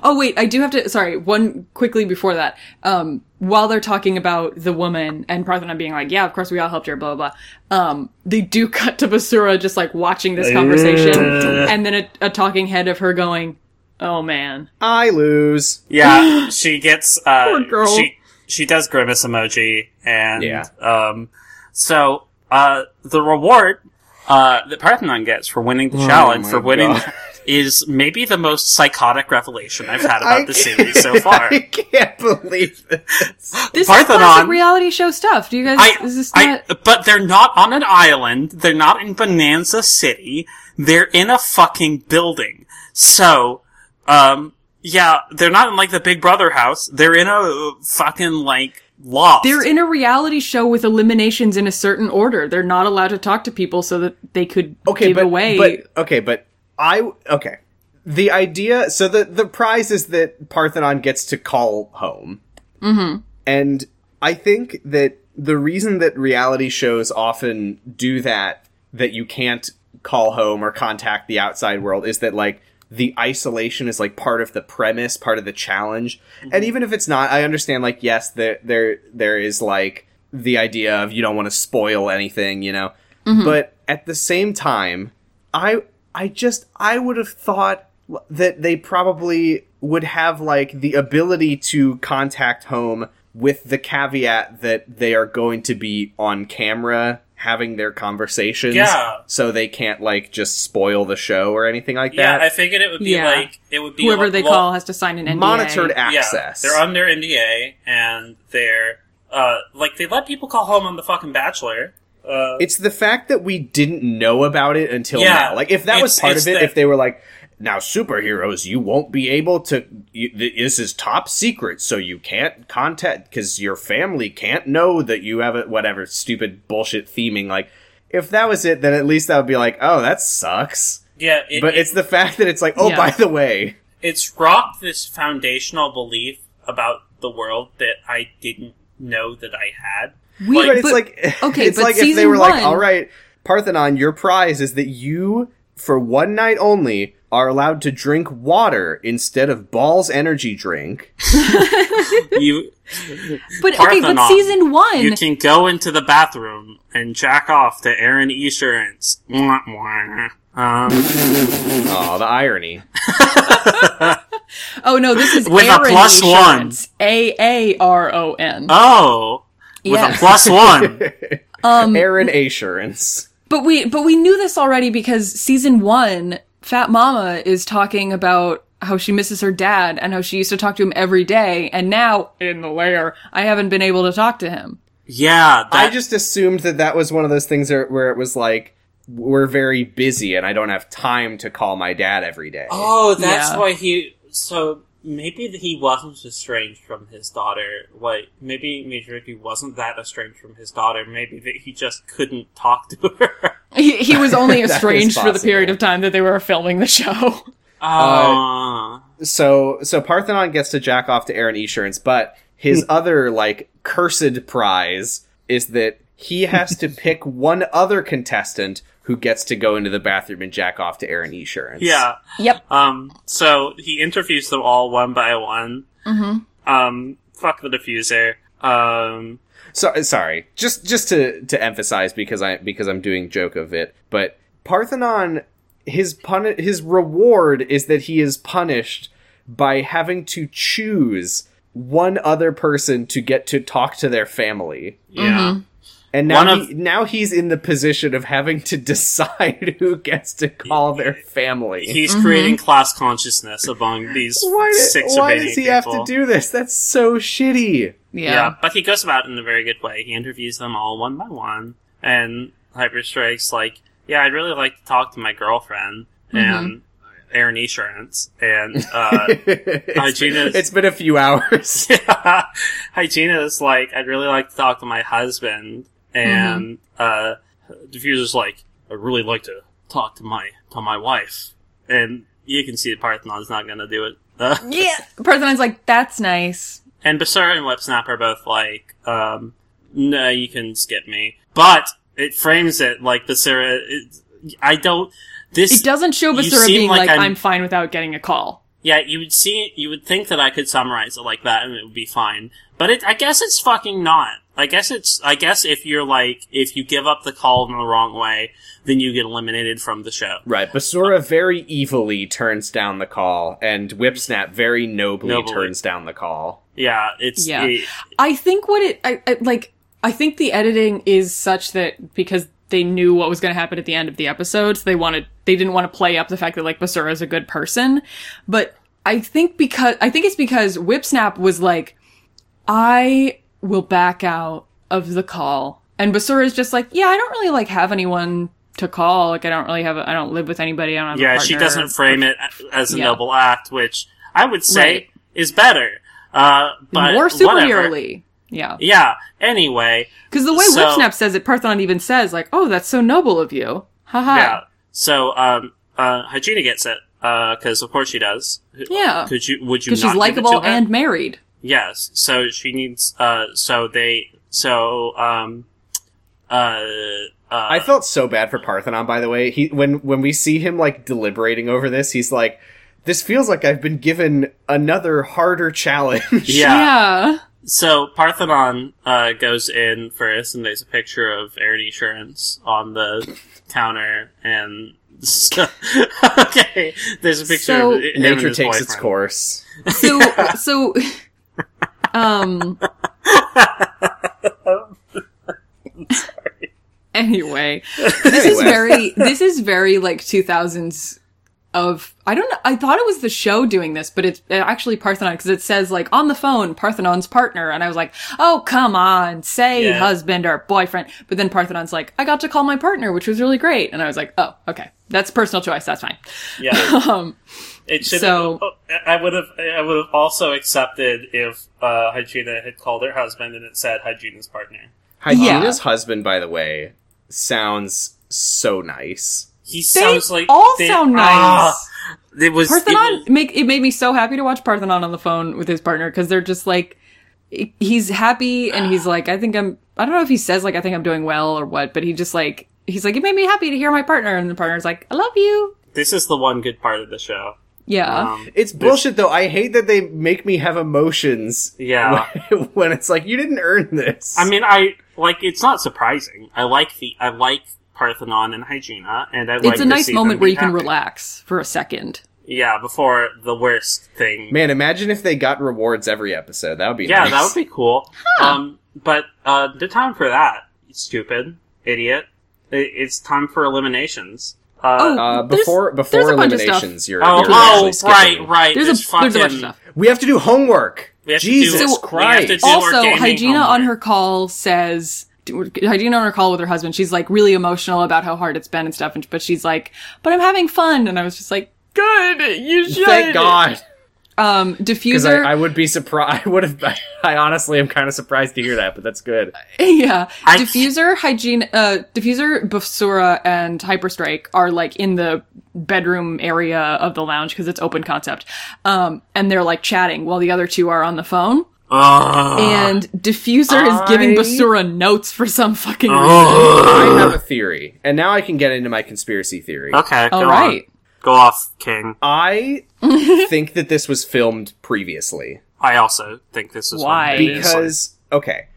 C: Oh wait, I do have to. Sorry, one quickly before that. Um, while they're talking about the woman and Parthenon being like, "Yeah, of course we all helped her," blah blah. blah, Um, they do cut to Basura just like watching this conversation, and then a, a talking head of her going, "Oh man,
A: I lose.
B: Yeah, she gets. Uh,
C: Poor girl.
B: She she does grimace emoji, and
A: Yeah.
B: um, so uh, the reward uh that Parthenon gets for winning
C: Oh
B: the challenge for winning
A: God.
B: is maybe the most psychotic revelation I've had about
A: I
B: the series so far.
A: I can't believe this.
C: this
B: Parthenon-
C: is classic reality show stuff." Do you guys?
B: I,
C: is this
B: I,
C: not?
B: but they're not on an island. They're not in Bonanza City. They're in a fucking building. So, um, yeah, they're not in like the Big Brother house. They're in a fucking like loft.
C: they're in a reality show with eliminations in a certain order. They're not allowed to talk to people so that they could
A: Okay,
C: give
A: but,
C: away.
A: but okay, but I okay. The idea. So the the prize is that Parthenon gets to call home. And I think that the reason that reality shows often do that, that you can't call home or contact the outside world, is that like the isolation is like part of the premise, part of the challenge. And even if it's not, I understand like yes, there there there is like the idea of you don't want to spoil anything, you know. But at the same time, I I just I would have thought that they probably would have like the ability to contact home with the caveat that they are going to be on camera having their conversations
B: Yeah.
A: so they can't like just spoil the show or anything like
B: yeah, I
A: that
B: figured it would be
C: Yeah.
B: like it would be
C: whoever
B: like,
C: they
B: well,
C: call has to sign an NDA.
A: monitored access
B: Yeah, they're under NDA and they're uh like they let people call home on the fucking Bachelor. Uh,
A: it's the fact that we didn't know about it until
B: Yeah.
A: now like if that was
B: It's-
A: part
B: it's
A: of it
B: the-
A: if they were like now superheroes you won't be able to you, th- this is top secret so you can't contact because your family can't know that you have a whatever stupid bullshit theming like if that was it then at least that would be like oh that sucks
B: yeah, it,
A: but
B: it-
A: it's the fact that it's like oh
C: Yeah.
A: by the way
B: it's rocked this foundational belief about the world that I didn't know that I had.
C: We,
A: but it's like
C: okay,
A: it's
C: but
A: like if they
C: season
A: were
C: one-
A: like, all right, Parthenon, your prize is that you, for one night only, are allowed to drink water instead of Ball's energy drink.
B: You
C: But okay,
B: Parthenon.
C: but season one,
B: you can go into the bathroom and jack off to Aaron Esurance. Mwah, mwah. Um,
A: Oh, the irony.
C: oh no, this is
B: With a
C: Aaron
B: plus one.
C: insurance. A A R O N.
B: oh, with a
C: Yes.
B: plus one.
A: Aaron Assurance.
C: But we but we knew this already because season one, Fat Mama is talking about how she misses her dad and how she used to talk to him every day, and now in the lair, I haven't been able to talk to him.
B: Yeah, that,
A: I just assumed that that was one of those things where, where it was like, we're very busy and I don't have time to call my dad every day.
B: Oh, that's
C: Yeah.
B: why he. So maybe th- he wasn't estranged from his daughter. Like maybe Majority wasn't that estranged from his daughter. Maybe that he just couldn't talk to her.
C: He, he was only
A: is
C: estranged for the
A: possible.
C: period of time that they were filming the show.
A: Uh,
B: Ah.
A: so so Parthenon gets to jack off to Aaron Esurance, but his other like cursed prize is that he has to pick one other contestant who gets to go into the bathroom and jack off to Aaron Esurance.
B: yeah.
C: Yep.
B: Um. So he interviews them all one by one. Mm-hmm. Um. Fuck the diffuser. Um.
A: So sorry. Just just to to emphasize because I because I'm doing joke of it, but Parthenon his pun his reward is that he is punished by having to choose one other person to get to talk to their family.
B: Yeah.
A: And now,
B: One of-
A: he, now he's in the position of having to decide who gets to call their family.
B: He's creating class consciousness among these
A: why
B: six
A: why
B: amazing
A: does he
B: people.
A: have to do this? That's so shitty.
C: Yeah.
B: Yeah. but he goes about it in a very good way. He interviews them all one by one, and Hyperstrike's like, "Yeah, I'd really like to talk to my girlfriend and Aaron Insurance and uh,
A: It's been-
B: Gina's-
A: it's been a few hours.
B: Hygiena's like, I'd really like to talk to my husband, and uh, Diffuser's like, I'd really like to talk to my to my wife, and you can see that Parthenon's not gonna do it. Uh,
C: Yeah. Parthenon's like, that's nice.
B: and Basara and Whipsnap are both like, um, no, you can skip me. But it frames it like Basara. It, I don't. This
C: It doesn't show
B: You
C: Basura
B: seem
C: being
B: like
C: like,
B: I'm-
C: I'm... fine without getting a call.
B: Yeah, you would see, you would think that I could summarize it like that and it would be fine. But it, I guess it's fucking not. I guess it's, I guess if you're like, if you give up the call in the wrong way, then you get eliminated from the show.
A: Right, Basura very evilly turns down the call, and Whipsnap very nobly,
B: Nobly.
A: turns down the call.
B: Yeah, it's,
C: Yeah.
B: it-
C: I think what it, I, I like, I think the editing is such that because they knew what was going to happen at the end of the episode, so they wanted, they didn't want to play up the fact that like Basura is a good person. But I think because, I think it's because Whipsnap was like, I will back out of the call. And Basura is just like, yeah, I don't really like have anyone to call. Like I don't really have, a, I don't live with anybody. I don't have a
B: yeah, she
C: partner."
B: doesn't frame it as a
C: Yeah.
B: noble act, which I would say
C: Right.
B: is better. Uh, but
C: more
B: whatever.
C: superheroly. Yeah.
B: Yeah. Anyway,
C: Because the way
B: So-
C: Whipsnap says it, Parthenon even says, like, oh, that's so noble of you. Haha.
B: Yeah. So, um, uh, Hygiena gets it because of course she does.
C: Yeah.
B: Could you? Would you?
C: Because
B: not give
C: she's
B: it to
C: likable
B: her?
C: and married.
B: yes. So she needs. Uh, so they. So um, uh,
A: I felt so bad for Parthenon, by the way. He when when we see him like deliberating over this, he's like, "This feels like I've been given another harder challenge."
B: yeah.
C: Yeah.
B: So Parthenon uh, goes in first, and there's a picture of Aaron Insurance on the counter, and. So, okay, there's a picture
C: So-
B: of him and
A: Nature
B: his
A: takes its
B: boyfriend.
A: course.
C: So, so, um. Anyway, this is
A: Anyway.
C: very, this is very like 2000s of, I don't know, I thought it was the show doing this, but it's actually Parthenon because it says like on the phone, Parthenon's partner. And I was like, oh, come on, say
B: Yeah.
C: husband or boyfriend. But then Parthenon's like, I got to call my partner, which was really great. And I was like, oh, okay. That's personal choice. That's fine.
B: Yeah.
C: Um,
B: It should.
C: So-
B: oh, I would have. I would have also accepted if uh, Hygina had called her husband and it said Hygina's partner.
A: Hygiena's husband, by the way, sounds so nice.
B: He
C: they
B: sounds like
C: all
B: they-
C: sound nice.
B: Ah, it was it
C: Parthenon
B: was-
C: make it made me so happy to watch Parthenon on the phone with his partner because they're just like he's happy and he's like I think I'm I don't know if he says like I think I'm doing well or what but he just like he's like it made me happy to hear my partner and the partner's like I love you
B: this is the one good part of the show.
C: yeah
B: Um,
A: It's bullshit though. I hate that they make me have emotions.
B: Yeah.
A: When, when it's like you didn't earn this.
B: I mean, I like. It's not surprising. I like the. I like Parthenon and Hygina, and I. like
C: it's a
B: to
C: nice
B: see them
C: moment where
B: be
C: you can
B: happy.
C: relax for a second
B: Yeah, before the worst thing
A: Man, imagine if they got rewards every episode. That would be
B: Yeah,
A: nice.
B: that would be cool. Um, but uh, the time for that, you stupid idiot. I it's time for eliminations. Uh,
C: Oh,
A: Uh,
C: There's-
A: before before
C: there's a bunch of stuff.
A: eliminations, you're,
B: oh,
A: you're
B: oh,
A: actually skipping.
B: right, right.
C: there's a
B: it's fucking,
C: there's a bunch of stuff
A: We have to do homework.
B: We have to
A: Jesus
B: do- we have to
A: Christ!
B: do- our
C: also
B: gaming
A: Oh
C: Hygiena
B: homework.
C: on her call says Hygiena on her call with her husband she's like really emotional about how hard it's been and stuff and, but she's like but I'm having fun and I was just like good you should
A: Thank God,
C: um
A: because
C: diffuser
A: I, I would be surprised. I would have. I honestly am kind of surprised to hear that, but that's good.
C: yeah
B: I-
C: diffuser hygiene uh diffuser basura and hyperstrike are like in the bedroom area of the lounge because it's open concept um and they're like chatting while the other two are on the phone
B: Ugh.
C: and diffuser is giving
A: Ah. I-
C: basura notes for some fucking
B: Ugh.
A: I have a theory, and now I can get into my conspiracy theory.
B: okay, go
C: reason all
B: on.
C: right
B: Go off, King.
A: I think that this was filmed previously.
B: I also think this is
C: Why?
B: one that is, like-
A: because okay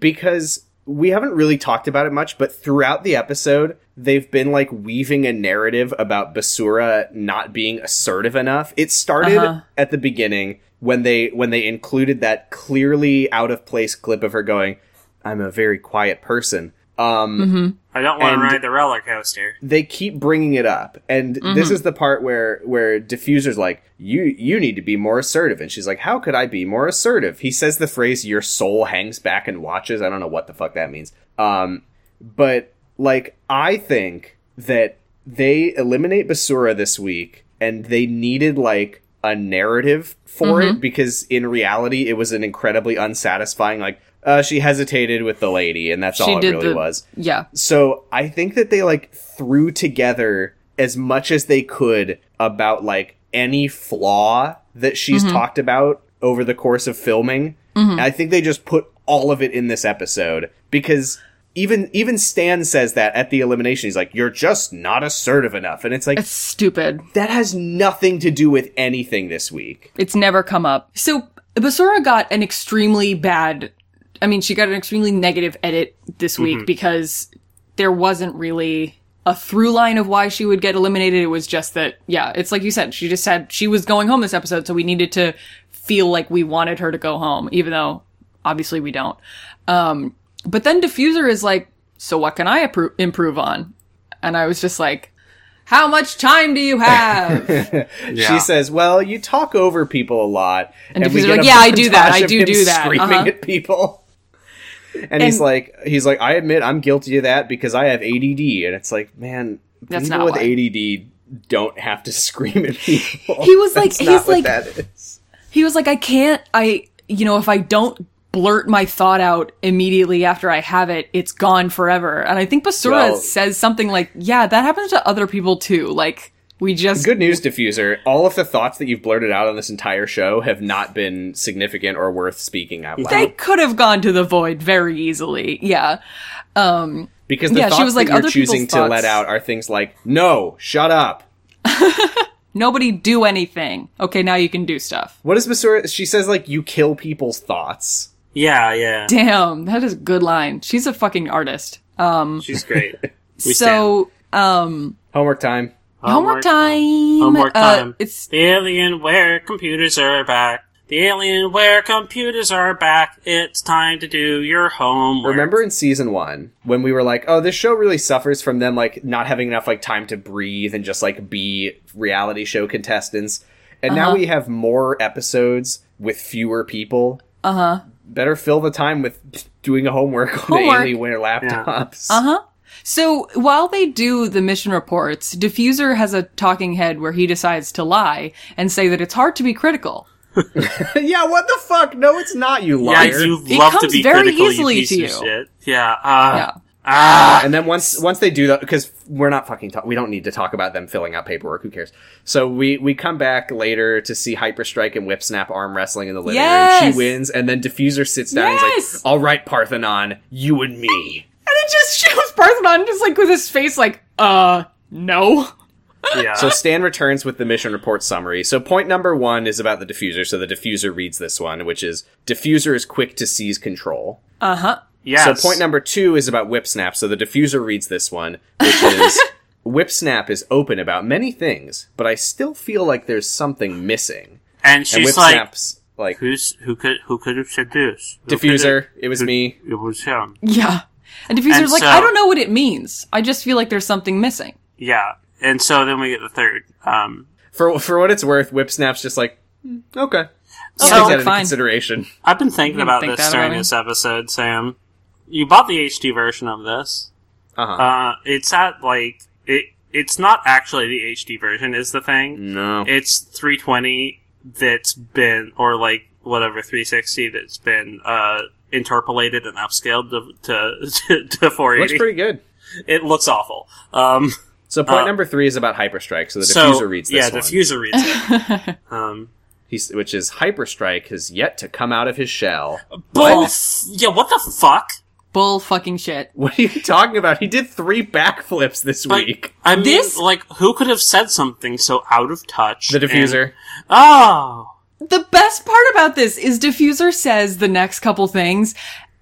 A: because we haven't really talked about it much but throughout the episode they've been like weaving a narrative about basura not being assertive enough it started
C: Uh-huh.
A: at the beginning when they when they included that clearly out of place clip of her going i'm a very quiet person Um,
B: I don't want to
A: And-
B: ride the roller coaster.
A: they keep bringing it up and
C: Mm-hmm.
A: this is the part where where diffuser's like you you need to be more assertive and she's like how could i be more assertive he says the phrase your soul hangs back and watches i don't know what the fuck that means um but like i think that they eliminate basura this week and they needed like a narrative for
C: Mm-hmm.
A: it because in reality it was an incredibly unsatisfying like uh, she hesitated with the lady and that's
C: She
A: all it
C: did
A: really
C: the-
A: was
C: Yeah.
A: so I think that they like threw together as much as they could about like any flaw that she's talked about over the course of filming. And I think they just put all of it in this episode because even even Stan says that at the elimination he's like you're just not assertive enough and it's like
C: It's stupid.
A: that has nothing to do with anything this week.
C: It's never come up. So Basura got an extremely bad. I mean, she got an extremely negative edit this week because there wasn't really a through line of why she would get eliminated. It was just that, yeah, it's like you said, she just said she was going home this episode, so we needed to feel like we wanted her to go home, even though obviously we don't. Um, but then Diffuser is like, so what can I appro- improve on? And I was just like, how much time do you have?
A: She says, "Well, you talk over people a lot."
C: And
A: we
C: he's
A: get
C: like,
A: a
C: "Yeah, I do that.
A: montage
C: I
A: of
C: do
A: him
C: do that."
A: Screaming
C: Uh-huh.
A: at people. And, he's like, he's like, I admit I'm guilty of that because I have ADD, and it's like, man,
C: That's
A: people
C: not
A: with
C: why.
A: ADD don't have to scream at people.
C: He was like-
A: That's
C: he's
A: not what
C: like-
A: that is.
C: he was like, I can't, I, you know, if I don't blurt my thought out immediately after I have it, it's gone forever. And I think Basura
A: Well-
C: says something like, yeah, that happens to other people too. Like, we just,
A: Good news, diffuser. All of the thoughts that you've blurted out on this entire show have not been significant or worth speaking out loud
C: they could have gone to the void very easily. Yeah. Um,
A: because the
C: Yeah, she
A: thoughts
C: was like,
A: that you're
C: other people's
A: choosing to
C: thoughts-
A: let out are things like, "No, shut up."
C: nobody do anything. Okay, now you can do stuff.
A: What is Masura? She says like, "You kill people's thoughts."
B: Yeah, yeah.
C: Damn, that is a good line. She's a fucking artist. Um,
B: She's great. We
C: so, um,
A: Homework time.
C: homework time.
B: Homework
C: Uh,
B: time.
C: it's
B: The Alienware computers are back. The Alienware computers are back. It's time to do your homework.
A: Remember in season one when we were like, "Oh, this show really suffers from them like not having enough like time to breathe and just like be reality show contestants." And now we have more episodes with fewer people. Uh huh. Better fill the time with doing homework on
C: Homework.
A: the Alienware laptops.
C: Uh huh. So while they do the mission reports, Diffuser has a talking head where he decides to lie and say that it's hard to be critical.
A: yeah. What the fuck? No, it's not. You
B: Yeah,
A: liar.
B: you
C: It
B: love to
C: comes
B: be
C: very
B: critical,
C: easily
B: you piece
C: to
B: of
C: you.
B: shit. Yeah. Uh,
C: Yeah.
B: Ah.
A: and then once once they do that because we're not fucking talk- we don't need to talk about them filling out paperwork who cares so we we come back later to see hyperstrike and whipsnap arm wrestling in the living room
C: Yes!
A: she wins and then diffuser sits down and
C: Yes!
A: he's like all right parthenon you and me
C: And it just shows Parthenon just like with his face like, uh, no.
B: Yeah.
A: so stan returns with the mission report summary so point number one is about the diffuser so the diffuser reads this one which is diffuser is quick to seize control
B: yes.
A: So point number two is about Whipsnap. So the diffuser reads this one, which is Whipsnap is open about many things, but I still feel like there's something missing.
B: And
A: And
B: she's like,
A: Whipsnap's like,
B: who's who could who could have said this? Who could
A: diffuser,
B: have-
A: it was me.
B: It was him.
C: Yeah. And Diffuser's
B: And
C: like,
B: so-
C: I don't know what it means. I just feel like there's something missing.
B: Yeah. And so then we get the third. Um,
A: For for what it's worth, Whipsnap's just like, "Mm, okay. I'll
B: So-
A: take that into
C: Fine.
A: consideration.
B: I've been thinking
C: didn't
B: about
C: think
B: this
C: that
B: during
C: about
B: this episode, Sam. You bought the HD version of this.
A: Uh-huh.
B: Uh, it's at like it. It's not actually the HD version. Is the thing?
A: No.
B: It's 320 that's been or like whatever 360 that's been uh interpolated and upscaled to to, to
A: Looks
B: 480.
A: pretty good.
B: it looks awful. Um.
A: So point
B: Uh,
A: number three is about Hyperstrike. So the diffuser
B: so
A: reads this
B: yeah,
A: one.
B: diffuser reads it. um.
A: He's, which is Hyperstrike has yet to come out of his shell.
B: Bull. f- Yeah. What the fuck?
C: Bull fucking shit.
A: What are you talking about? He did three backflips this week.
B: I mean,
C: This-
B: like, who could have said something so out of touch?
A: The
B: and-
A: diffuser.
B: oh.
C: The best part about this is Diffuser says the next couple things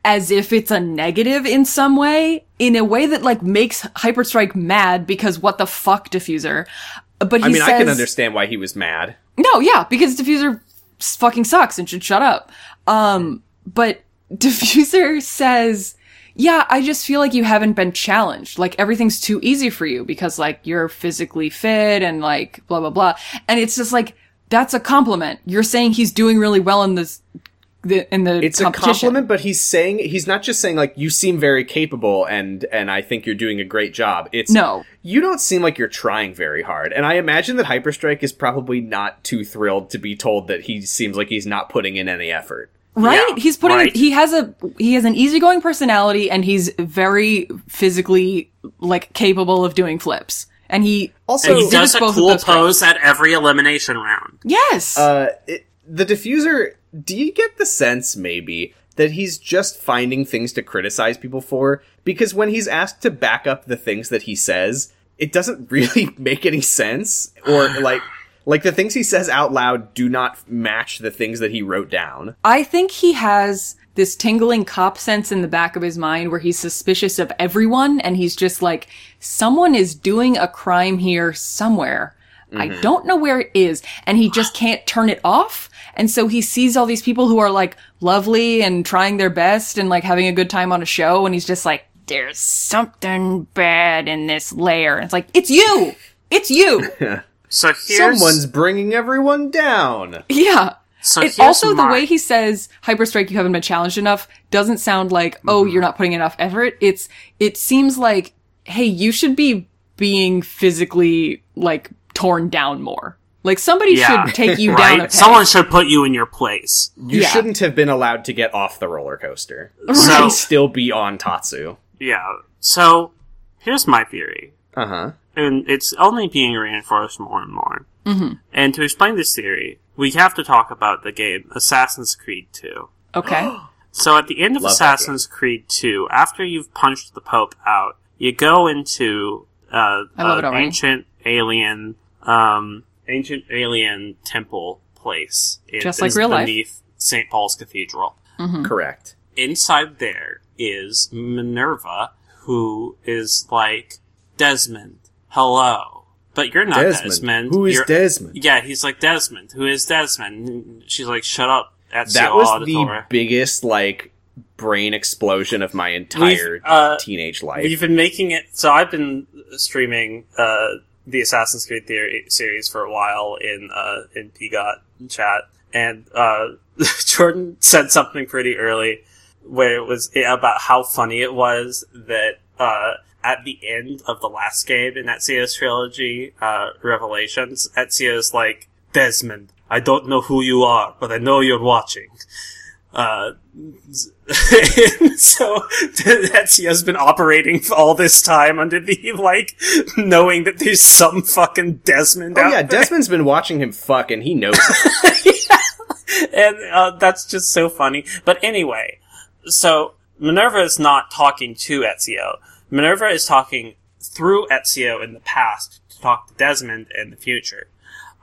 C: as if it's a negative in some way, in a way that like makes Hyperstrike mad because what the fuck, Diffuser? But he
A: I mean, I can
C: says-
A: understand why he was mad.
C: No, yeah, because Diffuser s- fucking sucks and should shut up. Um, but Diffuser says, yeah, I just feel like you haven't been challenged. Like everything's too easy for you because like you're physically fit and like blah, blah, blah. And it's just like, that's a compliment. You're saying he's doing really well in this, the, in the
A: It's a
C: competition.
A: compliment, but he's saying he's not just saying like you seem very capable and and I think you're doing a great job. It's
C: No.
A: you don't seem like you're trying very hard. And I imagine that Hyperstrike is probably not too thrilled to be told that he seems like he's not putting in any effort.
C: right
B: Yeah,
C: he's putting
B: right.
C: he has a he has an easygoing personality and he's very physically like capable of doing flips and he
A: Also,
B: And he
C: Exhibits
B: does a
C: both of
B: cool
C: those
B: pose at every elimination round.
C: yes
A: uh, it, the diffuser. Do you get the sense maybe that he's just finding things to criticize people for? Because when he's asked to back up the things that he says, it doesn't really make any sense, or like like the things he says out loud do not match the things that he wrote down.
C: i think he has this tingling cop sense in the back of his mind where he's suspicious of everyone and he's just like someone is doing a crime here somewhere I don't know where it is. And he just can't turn it off. And so he sees all these people who are like lovely and trying their best and like having a good time on a show. And he's just like, there's something bad in this lair. And it's like, it's you. It's you.
B: So here's
A: Someone's bringing everyone down.
C: yeah.
B: So
C: It
B: here's
C: also the
B: my-
C: way he says hyperstrike you haven't been challenged enough doesn't sound like oh
B: Mm-hmm.
C: you're not putting enough effort it's it seems like hey you should be being physically like torn down more like somebody
B: Yeah.
C: should take you down a
B: right.
C: peg.
B: Someone should put you in your place.
A: You
C: Yeah.
A: shouldn't have been allowed to get off the roller coaster.
B: So
A: Still be on Tatsu.
B: yeah. So here's my theory.
A: Uh huh.
B: and it's only being reinforced more and more. Mm-hmm. And to explain this theory, we have to talk about the game Assassin's Creed 2.
C: okay
B: So at the end of
A: Love that
B: Assassin's Creed 2, after you've punched the Pope out, you go into uh,
C: I
B: a
C: love it already.
B: ancient alien, um, ancient alien temple place. It
C: Just like
B: is
C: real life.
B: beneath St. Paul's Cathedral
A: Correct.
B: inside there is Minerva, who is like Desmond. Hello, but you're not Desmond.
A: Desmond. Who is
B: You're-
A: Desmond?
B: Yeah, he's like Desmond. Who is Desmond? And She's like, shut up. That's
A: that
B: your
A: was the
B: auditor.
A: biggest like brain explosion of my entire
B: We've, uh,
A: teenage
B: We've
A: life.
B: been making it. So I've been streaming uh, the Assassin's Creed theory, series for a while in uh, in PGOT chat, and uh, Jordan said something pretty early where it was about how funny it was that uh, at the end of the last game in Ezio's trilogy, uh, Revelations, Ezio's like Desmond. I don't know who you are, but I know you're watching. Uh, so Ezio's been operating all this time under the like knowing that there's some fucking Desmond.
A: Oh
B: out
A: yeah,
B: there.
A: Desmond's been watching him fuck, and he knows. it.
B: and uh, that's just so funny. But anyway, so Minerva is not talking to Ezio. Minerva is talking through Ezio in the past to talk to Desmond in the future.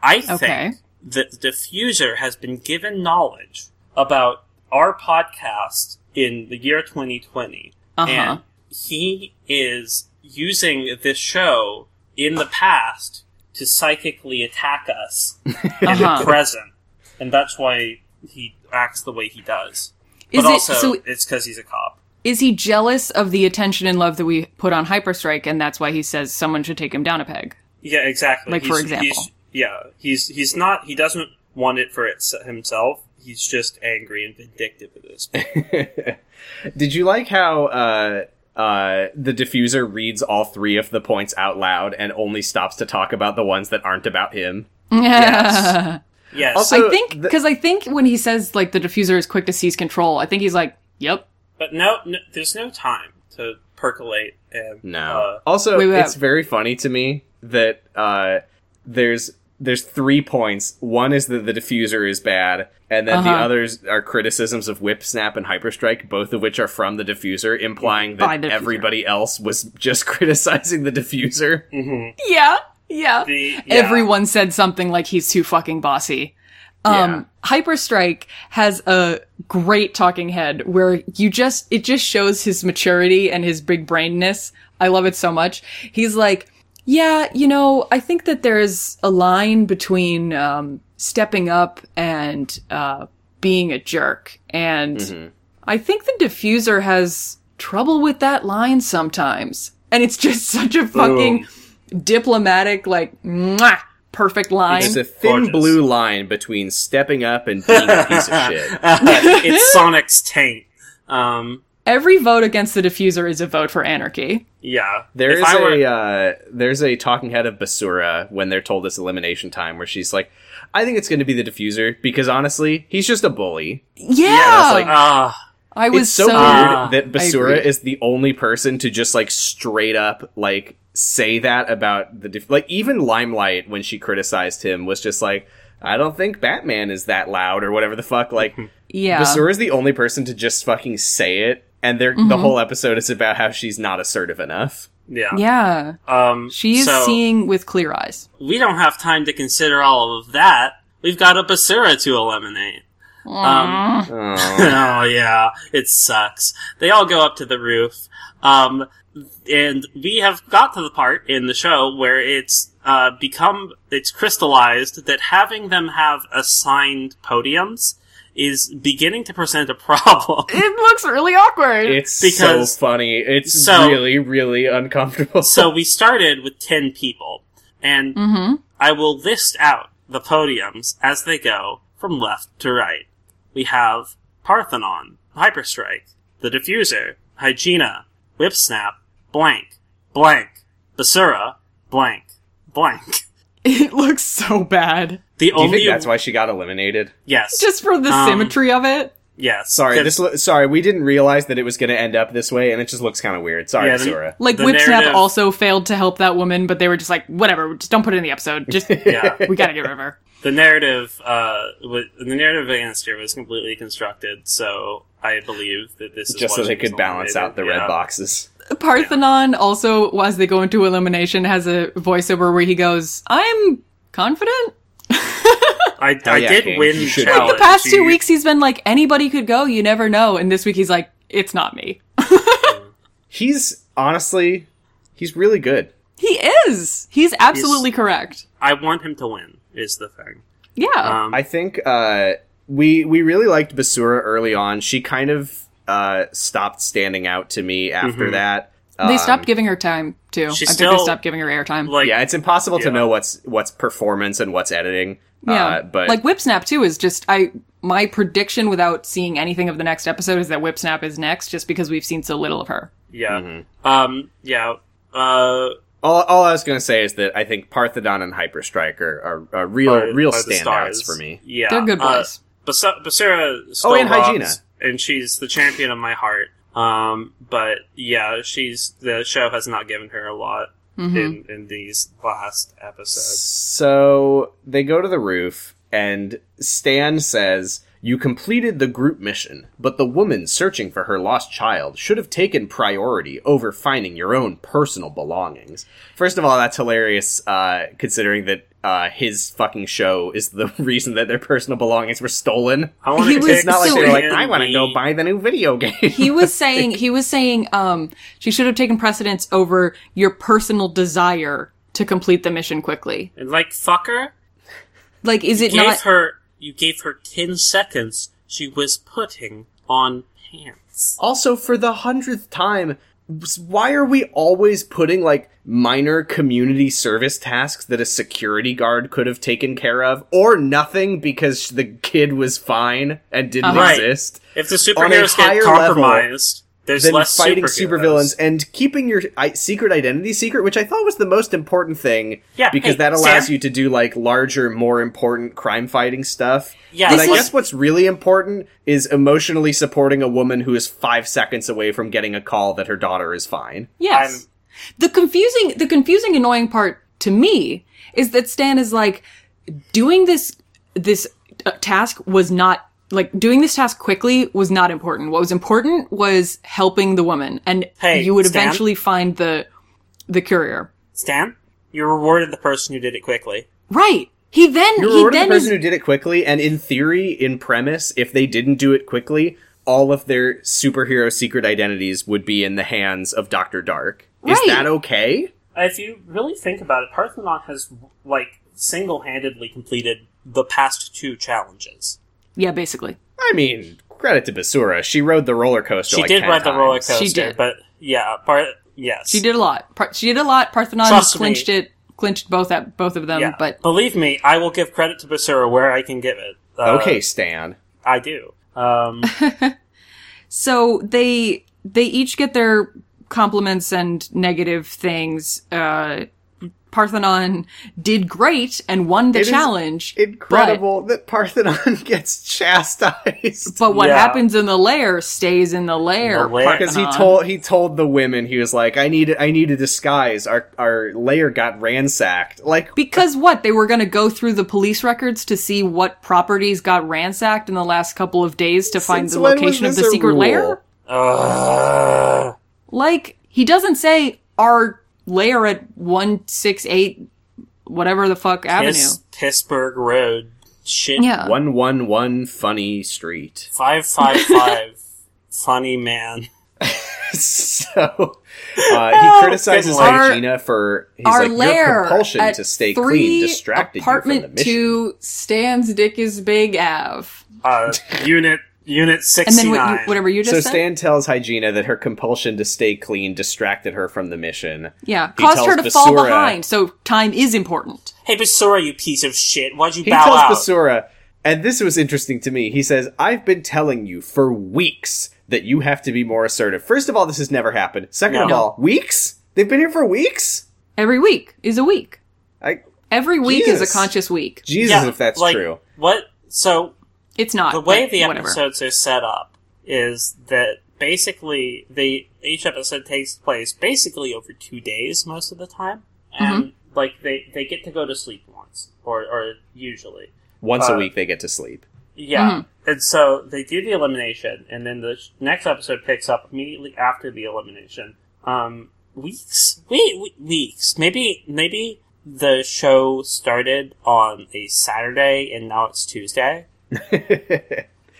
B: I think
C: Okay.
B: that the diffuser has been given knowledge about our podcast in the year 2020,
C: Uh-huh.
B: and he is using this show in the past to psychically attack us
C: uh-huh.
B: present, and that's why he acts the way he does.
C: is
B: but
C: it
B: also,
C: so
B: it's because he's a cop.
C: is he jealous of the attention and love that we put on hyperstrike and that's why he says someone should take him down a peg
B: Yeah, exactly.
C: Like, for
B: He's-
C: example.
B: he's- yeah, he's he's not. He doesn't want it for it's himself. He's just angry and vindictive at this. point.
A: Did you like how uh, uh, the diffuser reads all three of the points out loud and only stops to talk about the ones that aren't about him?
B: Yes. Yes.
A: Also-
C: I think
A: the-
C: because I think when he says like the diffuser is quick to seize control, I think he's like, "Yep."
B: but no, no, there's no time to percolate. And,
A: No.
B: uh,
A: also,
C: Wait, wait.
A: it's very funny to me that uh, there's there's three points. One is that the diffuser is bad, and then the
C: Uh-huh.
A: others are criticisms of Whip Snap and Hyperstrike, both of which are from the diffuser, implying
C: By
A: that
C: the diffuser.
A: everybody else was just criticizing the diffuser.
B: Mhm.
C: Yeah, yeah.
B: the- yeah.
C: Everyone said something like he's too fucking bossy. Um, Hyperstrike has a great talking head where you just it just shows his maturity and his big brainness. I love it so much. He's like, yeah, you know, I think that there's a line between um, stepping up
B: Mm-hmm.
C: and uh, being a jerk, and I think the diffuser has trouble with that line sometimes. And it's just such a fucking diplomatic, like, mwah, perfect line.
A: It's a thin
B: Gorgeous.
A: blue line between stepping up and being a piece of shit.
B: uh, it's Sonic's taint. Um,
C: Every vote against the diffuser is a vote for anarchy.
B: yeah.
A: There
B: If
A: is
B: I were-
A: a uh, there's a talking head of Basura when they're told this elimination time where she's like, I think it's going to be the diffuser because honestly, he's just a bully.
C: Yeah,
A: like-
B: Ah,
C: I was
A: it's so,
C: so,
B: Ah,
A: weird that
C: I
A: Basura
C: agree.
A: is the only person to just like straight up like say that about the dif- like even Limelight when she criticized him was just like I don't think Batman is that loud or whatever the fuck like
C: yeah.
A: Basura is the only person to just fucking say it and they're
C: Mm-hmm.
A: the whole episode is about how she's not assertive enough.
B: yeah.
C: Yeah,
B: Um,
C: she is
B: so
C: seeing with clear eyes.
B: we don't have time to consider all of that. We've got a Basura to eliminate. Um,
A: Oh.
B: oh yeah, it sucks. They all go up to the roof. Um, and we have got to the part in the show where it's uh, become it's crystallized that having them have assigned podiums is beginning to present a problem.
C: It looks really awkward.
A: It's
B: Because-
A: so funny. It's
B: so-
A: really, really uncomfortable.
B: so we started with 10 people and i will list out the podiums as they go from left to right we have parthenon hyperstrike the diffuser hygiena whipsnap blank blank basura blank blank
C: it looks so bad.
B: the
A: Do you
B: only
A: think that's why she got eliminated?
B: yes
C: Just for the
B: Um,
C: symmetry of it.
B: yes
A: Sorry,
B: The-
A: this. Lo- sorry, we didn't realize that it was going to end up this way, and it just looks kind of weird. Sorry,
B: Yeah, the-
A: Sora.
C: Like
B: the
C: Whipsnap
B: narrative-
C: also failed to help that woman, but they were just like, whatever, just don't put it in the episode. Just
B: yeah
C: we gotta get rid of her.
B: the narrative uh wa- the narrative against her was completely constructed so i believe that this is
A: Just
B: why
A: so
B: she
A: they
B: was
A: could balance out the
B: eliminated.
A: red
B: Yeah.
A: boxes.
C: Parthenon also, as they go into elimination, has a voiceover where he goes, I'm confident.
B: I, I
A: yeah,
B: did
A: King.
B: win
A: You
B: the
A: should-
B: challenge.
A: Like
C: The past two
B: You-
C: weeks he's been like, anybody could go, you never know. And this week he's like, it's not me.
A: He's honestly, he's really good.
C: He is. He's absolutely correct.
B: I want him to win. Is the thing.
C: Yeah.
B: Um,
A: I think uh, we we really liked Basura early on. She kind of uh, stopped standing out to me after
B: Mm-hmm.
A: that.
C: they
A: Um,
C: stopped giving her time too. I
B: She's
C: think they
B: Uh, still-
C: stopped giving her airtime.
B: like
A: Yeah, it's impossible
B: Yeah.
A: to know what's what's performance and what's editing.
C: Yeah,
A: uh, but
C: like Whipsnap too is just I my prediction without seeing anything of the next episode is that Whipsnap is next just because we've seen so little of her.
B: yeah,
A: Mm-hmm.
B: um, yeah. Uh,
A: All, all I was going to say is that I think Parthodon and Hyperstrike are, are, are real
B: are-
A: real
B: are the
A: standouts
B: stars.
A: for me.
B: Yeah,
C: They're good
B: uh,
C: boys.
B: Bas- Basura still
A: Oh, and
B: rocks,
A: Hygiena.
B: and she's the champion of my heart. Um, but yeah, she's the show has not given her a lot
C: Mm-hmm.
B: in in these last episodes.
A: So they go to the roof, and Stan says, "You completed the group mission, but the woman searching for her lost child should have taken priority over finding your own personal belongings." First of all, that's hilarious, uh, considering that uh, his fucking show is the reason that their personal belongings were stolen.
B: I want
C: He
B: to
C: was-
B: take
A: It's not like
C: So
A: they were like,
B: Stan
A: "I want to
B: Lee-
A: go buy the new video game."
C: He was saying he was saying um she should have taken precedence over your personal desire to complete the mission quickly.
B: and like fucker.
C: Like is it
B: gave
C: not
B: her you gave her 10 seconds she was putting on pants
A: Also, for the hundredth time, s- why are we always putting like minor community service tasks that a security guard could have taken care of, or nothing because the kid was fine and didn't
B: Right.
A: exist?
B: if the
A: On a
B: superheroes
A: higher
B: get
A: level
B: compromised there's
A: Then
B: less
A: fighting
B: superheroes.
A: supervillains and keeping your I- secret identity secret, which I thought was the most important thing,
B: Yeah,
A: because
B: hey,
A: that allows
B: Sam.
A: you to do like larger, more important crime fighting stuff.
B: Yeah,
A: but
B: This
A: I
B: is-
A: guess what's really important is emotionally supporting a woman who is five seconds away from getting a call that her daughter is fine.
C: Yes. the confusing the confusing annoying part to me is that Stan is like doing this this uh, task was not like doing this task quickly was not important. What was important was helping the woman and
B: Hey,
C: you would
B: Stan?
C: eventually find the the courier.
B: stan you rewarded the person who did it quickly
C: Right. He then
A: You
C: he
A: rewarded the
C: then
A: person
C: is
A: who did it quickly, and in theory, in premise, if they didn't do it quickly, all of their superhero secret identities would be in the hands of Doctor Dark. Is
C: Right.
A: that okay?
B: if you really think about it parthenon has like single-handedly completed the past two challenges
C: Yeah, basically.
A: I mean, credit to Basura. She rode the roller coaster.
B: She
A: like
B: did
A: 10
B: ride the roller
A: times.
B: coaster,
C: She did.
B: but yeah, part yes,
C: She did a lot. Par- she did a lot. Parthenon
B: Trust
C: clinched
B: me.
C: it, clinched both at both of them.
B: Yeah,
C: But
B: believe me, I will give credit to Basura where I can give it. Uh,
A: Okay, Stan.
B: I do. Um,
C: so they they each get their compliments and negative things. Uh, Parthenon did great and won the
A: It is
C: challenge.
A: Incredible that Parthenon gets chastised.
C: But what
B: Yeah.
C: happens in the lair stays in the lair.
B: The lair.
A: Because he
C: Parthenon.
A: told he told the women he was like, I need I need a disguise. Our our layer got ransacked. Like
C: Because what? They were going to go through the police records to see what properties got ransacked in the last couple of days to find
A: Since
C: the
A: when was
C: location of the
A: this a
C: secret
A: rule?
C: lair?
B: uh,
C: Like, he doesn't say our lair at 168, whatever the fuck avenue.
B: Piss, Pittsburgh Road. Shit.
C: Yeah.
A: one one one funny street.
B: Five five five. Funny man.
A: so uh, he criticizes
B: good lord.
A: Hygiena for he's
C: our
A: like, your
C: lair
A: compulsion
C: at
A: to stay
C: three
A: clean distracted you from
C: apartment
A: the mission.
C: two stands dick is big Av.
B: Uh, unit unit
C: And
B: sixty
C: then what you,
B: nine.
C: whatever you just
A: So
C: said.
A: Stan tells Hygiena that her compulsion to stay clean distracted her from the mission.
C: yeah,
A: He
C: caused her to
A: tells
C: fall
A: Basura-
C: behind, so time is important.
B: Hey Basura, you piece of shit! Why'd you
A: He
B: bow
A: tells
B: out?
A: Basura, and this was interesting to me. He says, "I've been telling you for weeks that you have to be more assertive. First of all, this has never happened. Second of
B: No.
A: all, weeks? They've been here for weeks.
C: Every week is a week.
A: I
C: Every week is
A: Jesus.
C: a conscious week.
A: Jesus,
B: yeah,
A: if that's
B: like,
A: true.
B: What? So
C: It's not.
B: the way
C: but
B: the
C: whatever.
B: episodes are set up is that basically the each episode takes place basically over two days most of the time,
C: Mm-hmm.
B: and like they they get to go to sleep once or or usually.
A: Once
B: uh,
A: a week, they get to sleep.
B: Yeah.
A: Mm-hmm.
B: And so they do the elimination, and then the sh- next episode picks up immediately after the elimination. Um, weeks, we, we- weeks, maybe, maybe the show started on a Saturday and now it's Tuesday.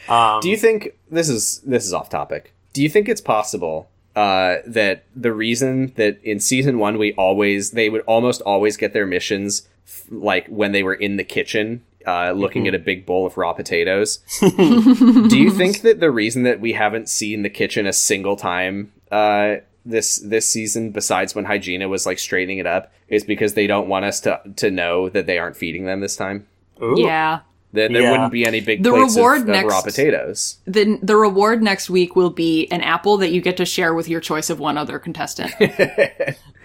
B: Um,
A: Do you think this is this is off topic? Do you think it's possible uh, that the reason that in season one we always they would almost always get their missions f- like when they were in the kitchen uh, looking at a big bowl of raw potatoes? Do you think that the reason that we haven't seen the kitchen a single time uh, this this season, besides when Hygiena was like straightening it up, is because they don't want us to to know that they aren't feeding them this time?
B: Ooh.
C: Yeah.
A: Then there
B: Yeah.
A: wouldn't be any big
C: The
A: plates of-
C: reward
A: of
C: next-
A: raw potatoes.
C: Then the reward next week will be an apple that you get to share with your choice of one other contestant.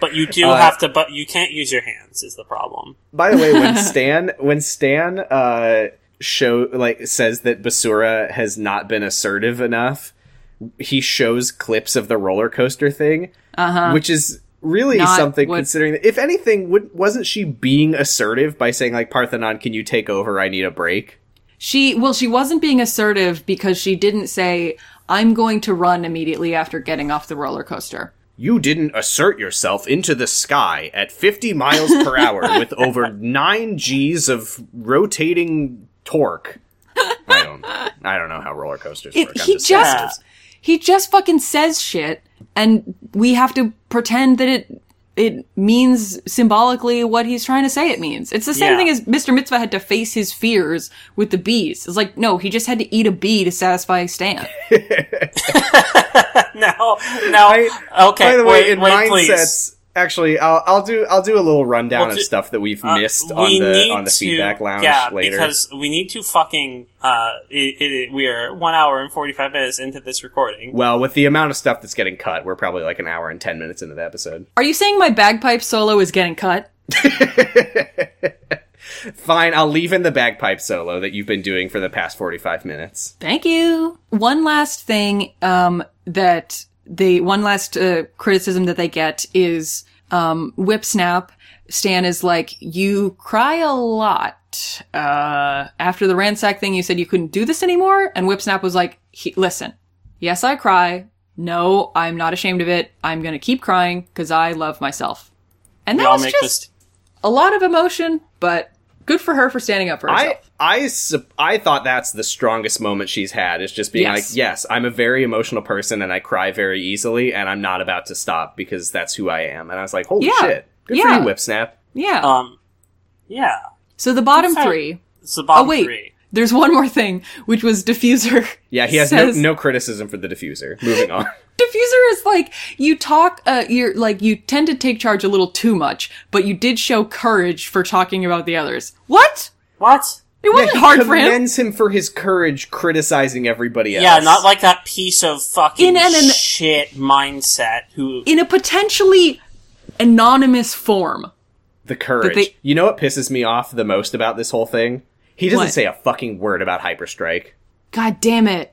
B: But you
A: Uh,
B: do have to, but you can't use your hands is the problem.
A: By the way, when Stan when Stan uh show like says that Basura has not been assertive enough, he shows clips of the roller coaster thing, uh-huh. which is really
C: Not
A: something
C: what-
A: considering that if anything would, wasn't she being assertive by saying like Parthenon can you take over I need a break
C: she well, she wasn't being assertive because she didn't say, "I'm going to run immediately after getting off the roller coaster."
A: you didn't assert yourself into the sky at 50 miles per hour with over 9 g's of rotating torque I don't I don't know how roller coasters
C: It,
A: work I'm
C: he
A: just saying
C: just
A: this.
C: he just fucking says shit, and we have to pretend that it it means symbolically what he's trying to say it means. It's the same
B: Yeah.
C: thing as Mr. Mitzvah had to face his fears with the bees. It's like, no, he just had to eat a bee to satisfy Stan.
B: No, no. okay.
A: By the way,
B: wait,
A: in
B: wait, please.
A: mindsets, actually, I'll, I'll do I'll do a little rundown
B: Well,
A: of
B: ju-
A: stuff that we've
B: Uh,
A: missed
B: we
A: on the
B: need
A: on the
B: to-
A: feedback lounge
B: yeah,
A: later.
B: because we need to fucking. Uh, it, it, we are one hour and forty five minutes into this recording.
A: well, with the amount of stuff that's getting cut, we're probably like an hour and ten minutes into the episode.
C: Are you saying my bagpipe solo is getting cut?
A: Fine, I'll leave in the bagpipe solo that you've been doing for the past forty-five minutes.
C: Thank you. One last thing um, that they one last uh, criticism that they get is um, whip snap. Stan is like, you cry a lot. Uh, after the ransack thing, you said you couldn't do this anymore, and whip snap was like, he, listen, yes, I cry. No, I'm not ashamed of it. I'm gonna keep crying because I love myself. And that
B: Y'all
C: was
B: make
C: just
B: this.
C: a lot of emotion, but good for her for standing up for herself.
A: I I sup- I thought that's the strongest moment she's had is just being
C: Yes.
A: like, yes, I'm a very emotional person and I cry very easily, and I'm not about to stop because that's who I am. And I was like, holy
C: Yeah.
A: shit, good
C: Yeah.
A: for you, Whipsnap.
C: yeah.
B: Um, yeah,
C: so the bottom
B: sorry.
C: three.
B: it's the bottom
C: Oh, wait.
B: three.
C: There's one more thing, which was diffuser.
A: Yeah, he has
C: says-
A: no, no criticism for the diffuser. Moving on.
C: diffuser is like you talk uh you're like you tend to take charge a little too much but you did show courage for talking about the others what
B: What?
C: it
A: Yeah,
C: wasn't
A: he
C: hard for him
A: commends him for his courage criticizing everybody else.
B: Yeah, not like that piece of fucking
C: In an-
B: shit mindset who
C: in a potentially anonymous form
A: the courage.
C: they-
A: you know what pisses me off the most about this whole thing? He doesn't
C: What?
A: say a fucking word about Hyperstrike.
C: god damn it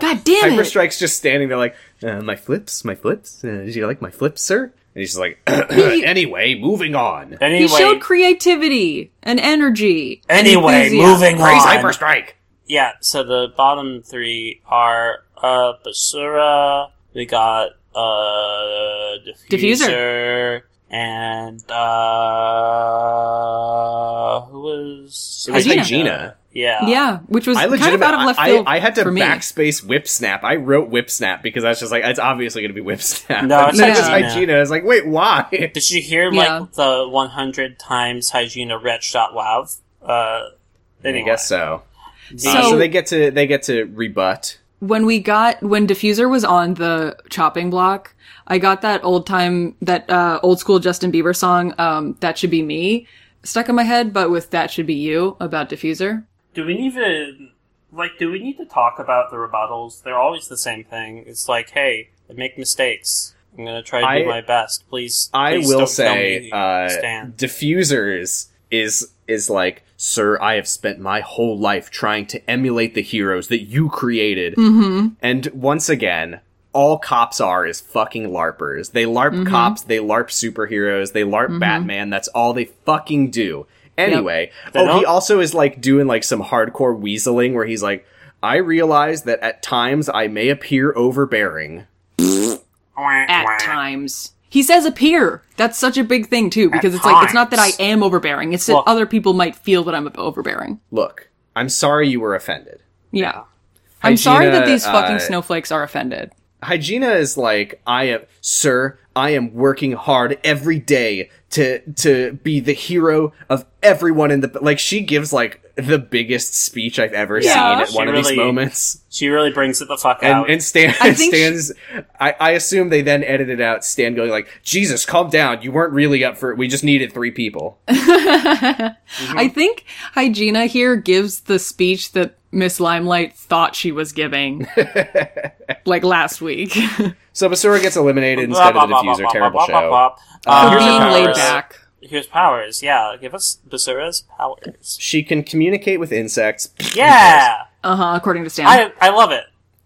C: god damn it
A: Hyperstrike's just standing there like, uh, my flips, my flips. Uh, did you like my flips, sir? And he's just like, anyway, moving on.
B: anyway
C: he showed creativity and energy and
B: anyway
C: enthusiasm.
B: moving
A: Praise
B: on.
A: Hyperstrike.
B: Yeah, so the bottom three are uh Basura, we got uh Diffuser, and uh who was
A: It was
C: Hygiena.
A: Hygiena.
B: Yeah.
C: yeah which was
A: I
C: kind of
A: legitimately,
C: out of left
A: I-
C: field
A: I, I had to
C: for me
A: backspace whip snap. I wrote whip snap because I was just like, it's obviously going to be whip snap.
B: No,
A: And
B: it's
A: then just
B: Hygiena.
A: Hygiena. I was like, wait, why?
B: Did you hear
C: Yeah.
B: like the one hundred times Hygiena Wretch dot Wav? Uh
A: I
B: anyway.
A: guess so.
B: The-
A: So,
C: So-
A: so they get to they get to rebut.
C: when we got when diffuser was on the chopping block i got that old time that uh old school justin bieber song um that should be me stuck in my head but with that should be you about diffuser
B: Do we need to like? Do we need to talk about the rebuttals? They're always the same thing. It's like, hey, I make mistakes. I'm gonna try to
A: I-
B: do my best. Please,
A: I
B: please
A: will
B: don't tell
A: say,
B: me
A: uh,
B: Stan.
A: diffusers is is like, sir, I have spent my whole life trying to emulate the heroes that you created,
C: mm-hmm
A: and once again. All cops are is fucking LARPers. They LARP cops, they LARP superheroes, they LARP Batman. That's all they fucking do. Anyway,
B: They
A: oh, he
B: don't-
A: also is like doing like some hardcore weaseling where he's like, I realize that at times I may appear overbearing.
C: at times he says appear that's such a big thing too because it's like it's not that i
B: times.
C: am overbearing it's that
B: Well-
C: other people might feel that i'm overbearing
A: Look, I'm sorry you were offended.
C: yeah, i'm sorry that
A: Hygiena,
C: these fucking
A: uh,
C: snowflakes are offended
A: Hygiena is like, I am, sir, I am working hard every day to to be the hero of everyone in the like. She gives like the biggest speech I've ever
C: Yeah.
A: seen at
B: She
A: one of these
B: really-
A: moments,
B: she really brings it the fuck
A: and
B: out.
A: and Stan
C: I think
A: Stan's. I, I assume they then edited out Stan going like, Jesus, calm down. You weren't really up for it. We just needed three people.
C: I think Hygiena here gives the speech that Miss Limelight thought she was giving, like last week.
A: So Basura gets eliminated
B: Blah,
A: instead
B: blah,
A: of the
B: blah,
A: diffuser.
B: blah,
A: Terrible
B: blah, blah,
A: show.
B: blah, blah. Uh,
A: For
B: here's
C: Being
B: her
C: laid
B: powers.
C: back.
B: Here's powers. Yeah, give us Basura's powers.
A: She can communicate with insects.
B: Yeah,
C: Uh huh. According to Stan.
B: I I love it.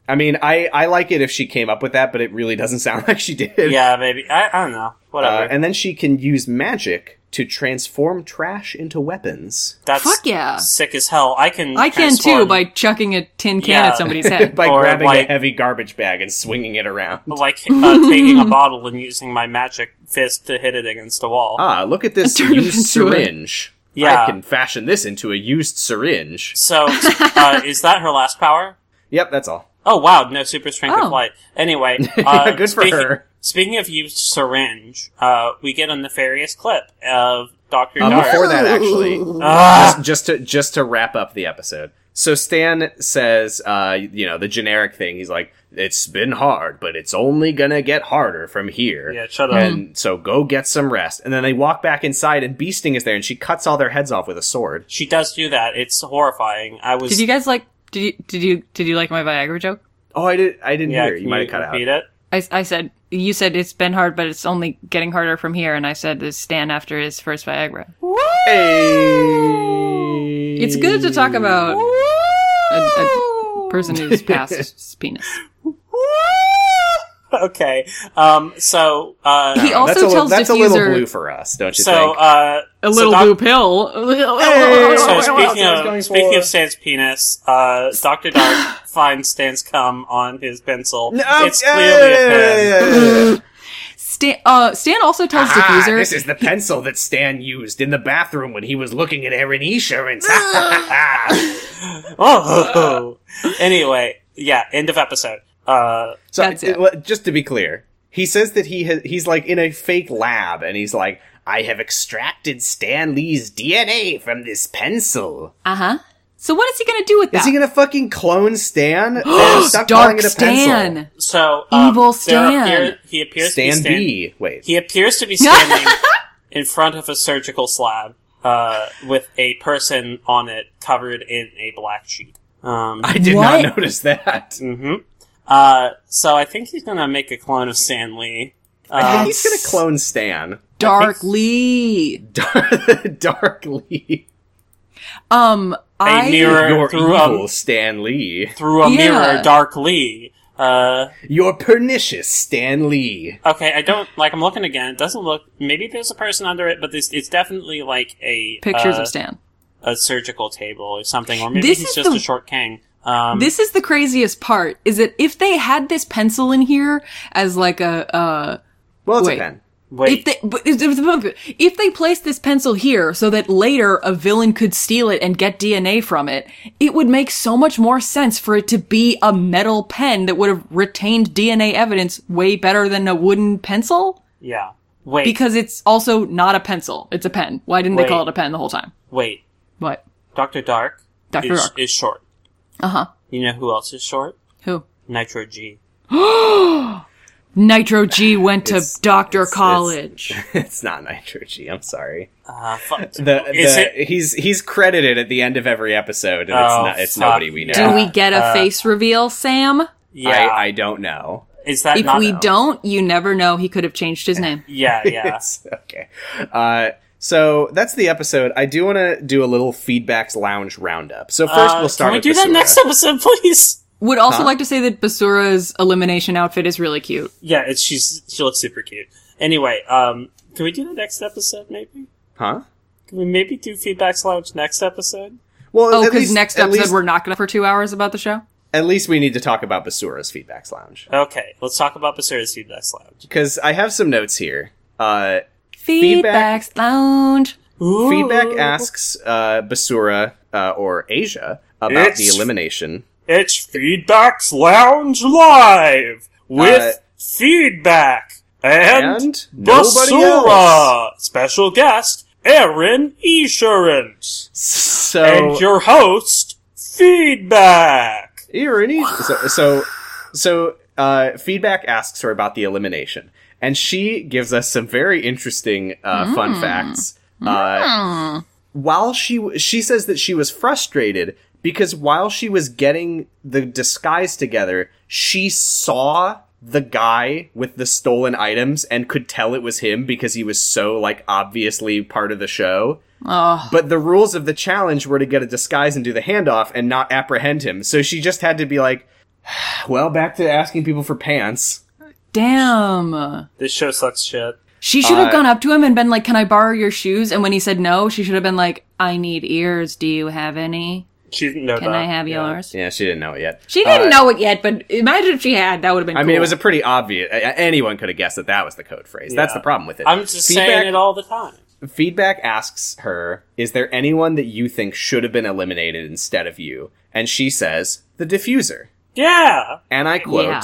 A: I mean, I, I like it if she came up with that, but it really doesn't sound like she did.
B: Yeah, maybe I, I don't know. Whatever.
A: Uh, and then she can use magic to transform trash into weapons
B: That's
C: Fuck yeah.
B: sick as hell. I can.
C: I can too
B: transform-
C: by chucking a tin can
B: Yeah.
C: at somebody's head.
A: by
B: Or,
A: grabbing
B: like-
A: a heavy garbage bag and swinging it around.
B: like uh, taking a bottle and using my magic fist to hit it against a wall.
A: Ah, look at this
C: Turn it
A: used
C: into a-
A: syringe.
B: Yeah.
A: I can fashion this into a used syringe.
B: So, uh, is that her last power?
A: Yep, that's all.
B: Oh wow, no super strength
C: Oh.
B: applied. Anyway, uh,
A: Good for
B: speaking,
A: her.
B: Speaking of used syringe, uh, we get a nefarious clip of Doctor
A: Uh,
B: Dark.
A: before that, actually,
B: Ah,
A: just, just to just to wrap up the episode. So Stan says, uh, you know, the generic thing. He's like, "It's been hard, but it's only gonna get harder from here."
B: yeah, shut up.
A: And so go get some rest. And then they walk back inside, and Bee Sting is there, and she cuts all their heads off with a sword.
B: She does do that. It's horrifying. I was.
C: Did you guys like? Did you did you did you like my Viagra joke?
A: Oh, I did. I didn't
B: yeah,
A: hear. You
B: can
A: might have cut out.
B: repeat it.
C: I, I said you said it's been hard, but it's only getting harder from here. And I said this Stan after his first Viagra.
A: Hey.
C: It's good to talk about a, a person who's passed his penis.
B: Okay. Um. So. Uh,
C: He also
A: that's a, li-
C: tells
A: that's a
C: diffuser
A: little blue for us, don't you
B: so.
A: think?
B: Uh,
C: a
B: so
C: little
B: Doc-
C: blue pill.
A: Hey!
B: So
A: That's what I was
B: speaking
A: going
B: of speaking
A: for.
B: of Stan's penis, uh, Doctor Dark finds Stan's cum on his pencil.
A: Oh,
B: uh, it's
A: yeah,
B: clearly a pen.
A: yeah, yeah, yeah.
C: Stan, uh, Stan also tells
A: Ah,
C: Diffuser.
A: this is the pencil that Stan used in the bathroom when he was looking at Erin Insurance. so
B: Oh. anyway, yeah. End of episode. Uh,
C: That's it.
A: uh, just to be clear, he says that he has, he's like in a fake lab, and he's like, "I have extracted Stan Lee's DNA from this pencil."
C: uh huh. So what is he gonna do with that?
A: Is he gonna fucking clone Stan? Man, Stop calling
C: Dark
A: it a
C: Stan.
A: pencil.
B: So um,
C: Evil
B: there
C: Stan.
B: appear- he appears to
A: Stan
B: be stand-
A: B. Wait.
B: He appears to be standing in front of a surgical slab uh, with a person on it covered in a black sheet. Um,
A: I did
C: What?
A: not notice that.
B: mhm. uh, so I think he's gonna make a clone of Stan Lee.
A: I
B: Um,
A: think he's gonna clone Stan.
C: Dark Lee.
A: Dark, dark Lee.
C: Um, I
B: a mirror
A: You're
B: through
A: evil,
B: a,
A: Stan Lee.
B: through a
C: Yeah.
B: mirror, Dark Lee. Uh,
A: You're pernicious, Stan Lee.
B: okay, I don't like. I'm looking again. It doesn't look. Maybe there's a person under it, but this it's definitely like a
C: pictures
B: uh,
C: of Stan.
B: a surgical table or something, or maybe
C: This
B: he's
C: is
B: just
C: the-
B: a short king. Um,
C: This is the craziest part is that if they had this pencil in here as like a uh
A: Well, it's
C: Wait.
A: a pen.
B: wait,
C: if they but- if they placed this pencil here so that later a villain could steal it and get DNA from it, it would make so much more sense for it to be a metal pen that would have retained DNA evidence way better than a wooden pencil
B: yeah, wait,
C: because it's also not a pencil, it's a pen. Why didn't
B: Wait.
C: they call it a pen the whole time?
B: wait.
C: What?
B: Doctor Dark,
C: Dr.
B: Is,
C: Dark.
B: is short.
C: Uh-huh.
B: You know who else is short?
C: Who?
B: Nitro G.
C: Nitro G went to
A: It's-
C: doctor
A: it's- it's-
C: college.
A: It's not Nitro G. I'm sorry.
B: Uh, fuck.
A: The,
B: is
A: the-
B: it?
A: he's he's credited at the end of every episode, and it's
B: Oh,
A: not it's
B: fuck.
A: nobody we know.
B: Do
C: Do we get a
B: uh,
C: face reveal, Sam?
B: Yeah,
A: I, I don't know.
B: is that
C: If
B: not?
C: we don't, you never know. He could have changed his name.
B: yeah, yeah.
A: It's- okay. Uh, so that's the episode. I do want to do a little feedbacks lounge roundup. So first,
B: Uh,
A: we'll start.
B: Can we
A: with
B: do that
A: Basura.
B: next episode, please?
C: Would also
A: Huh?
C: like to say that Basura's elimination outfit is really cute.
B: Yeah, it's, she's she looks super cute. Anyway, um, can we do the next episode? Maybe.
A: Huh?
B: Can we maybe do feedbacks lounge next episode?
A: Well,
C: Oh,
A: at
C: because
A: least-
C: next
A: at
C: episode
A: least-
C: we're not going to for two hours about the show.
A: At least we need to talk about Basura's feedbacks lounge
B: Okay, let's talk about Basura's feedbacks lounge.
A: because I have some notes here. Uh, Feedback-
C: Feedback's lounge.
B: Ooh.
A: feedback asks uh, Basura uh, or Asia about the
B: It's-
A: elimination.
B: It's Feedback's Lounge Live with
A: Uh,
B: Feedback and,
A: and nobody
B: Basura. Special guest, Aaron Esurance.
A: So
B: and your host, Feedback.
A: Irony. So, so, so uh, feedback asks her about the elimination, and she gives us some very interesting, uh, fun facts. Uh, While she w- she says that she was frustrated because while she was getting the disguise together, she saw the guy with the stolen items and could tell it was him because he was so like obviously part of the show. But the rules of the challenge were to get a disguise and do the handoff and not apprehend him. So she just had to be like, well, back to asking people for pants.
C: Damn.
B: This show sucks shit.
C: She should
A: Uh,
C: have gone up to him and been like, "Can I borrow your shoes?" And when he said no, she should have been like, "I need ears. Do you have any?
B: She didn't know
C: Can
B: that.
C: I have
B: Yeah.
C: yours?"
A: Uh, Yeah, she didn't know it yet.
C: She didn't know it yet, but imagine if she had, that would have been.
A: I mean, it was a pretty obvious. a- a- Anyone could have guessed that that was the code phrase. That's
B: Yeah.
A: the problem with it.
B: I'm just saying it all the time.
A: Feedback asks her, "Is there anyone that you think should have been eliminated instead of you?" And she says, "The diffuser."
B: Yeah.
A: And I quote,
C: Yeah.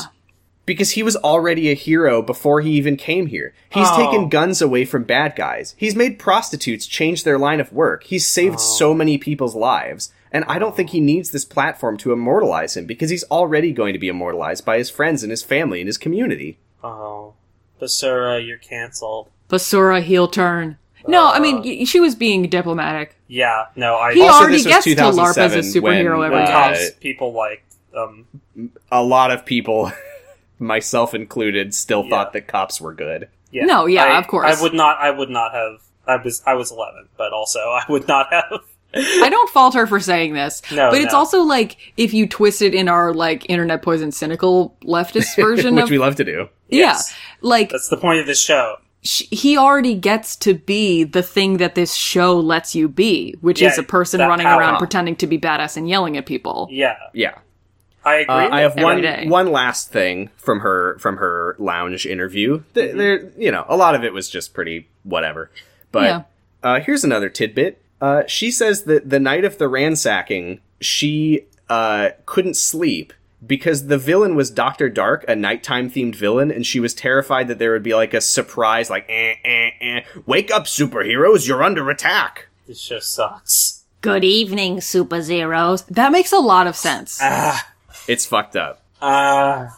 A: because he was already a hero before he even came here. He's
B: Oh.
A: taken guns away from bad guys. He's made prostitutes change their line of work. He's saved
C: Oh.
A: so many people's lives. And I don't think he needs this platform to immortalize him because he's already going to be immortalized by his friends and his family and his community.
B: Oh. Basura, you're canceled.
C: Basura heel turn. No, I
A: Uh,
C: mean y- she was being diplomatic.
B: Yeah, no, I.
C: He
A: Also,
C: already
A: this was
C: gets to LARP as a
A: 2007 when,
C: superhero every
A: uh,
C: time.
B: Because people like um
A: A lot of people, myself included, still
B: Yeah.
A: thought that cops were good.
B: Yeah.
C: No, yeah,
B: I-
C: of course.
B: I would not. I would not have. I was. I was eleven, but also I would not have.
C: I don't fault her for saying this,
B: No,
C: but it's
B: no.
C: also like if you twist it in our like internet poison cynical leftist version
A: Which
C: of
A: we love to do.
C: yeah,
B: Yes.
C: like
B: That's the point of this show.
C: sh- he already gets to be the thing that this show lets you be, which
B: Yeah,
C: is a person
B: that
C: running
B: power.
C: around pretending to be badass and yelling at people.
B: Yeah,
A: Yeah.
B: I agree.
A: Uh, I
B: with-
A: have one
C: day.
A: one last thing from her from her lounge interview. Th-
C: Mm-hmm.
A: There, you know, a lot of it was just pretty whatever. But
C: Yeah.
A: uh, here's another tidbit. Uh, she says that the night of the ransacking, she uh, couldn't sleep because the villain was Doctor Dark, a nighttime themed villain, and she was terrified that there would be like a surprise, like eh, eh, eh, "Wake up, superheroes! You're under attack."
B: this show sucks.
F: Good evening, Super Zeros.
C: That makes a lot of sense.
A: It's fucked up.
B: Uh,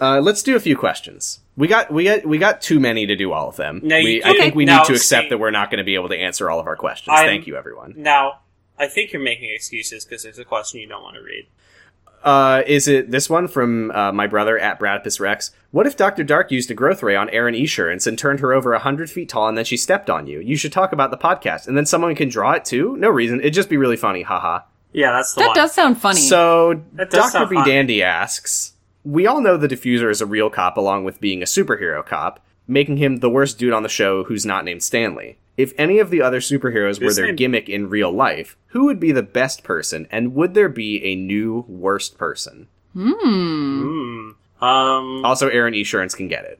A: Uh, let's do a few questions. We got we got we got too many to do all of them.
B: No, you
A: we, I
B: didn't.
A: think we
B: No,
A: need to accept
B: see-
A: that we're not going to be able to answer all of our questions.
B: I'm-
A: Thank you, everyone.
B: now, I think you're making excuses because there's a question you don't want to read.
A: Uh, is it this one from uh, my brother at Bradpus Rex? What if Doctor Dark used a growth ray on Erin Esurance and turned her over hundred feet tall, and then she stepped on you? You should talk about the podcast, and then someone can draw it too. No reason. It'd just be really funny. Haha.
B: Yeah, that's the
C: that
B: one.
C: does sound funny.
A: So
B: That does
A: Doctor
B: sound
A: B
B: fun.
A: Dandy asks, we all know the diffuser is a real cop along with being a superhero cop, making him the worst dude on the show who's not named Stanley. If any of the other superheroes were
B: His
A: their
B: name-
A: gimmick in real life, who would be the best person and would there be a new worst person?
B: Hmm. Um.
A: Also Aaron Esurance can get it.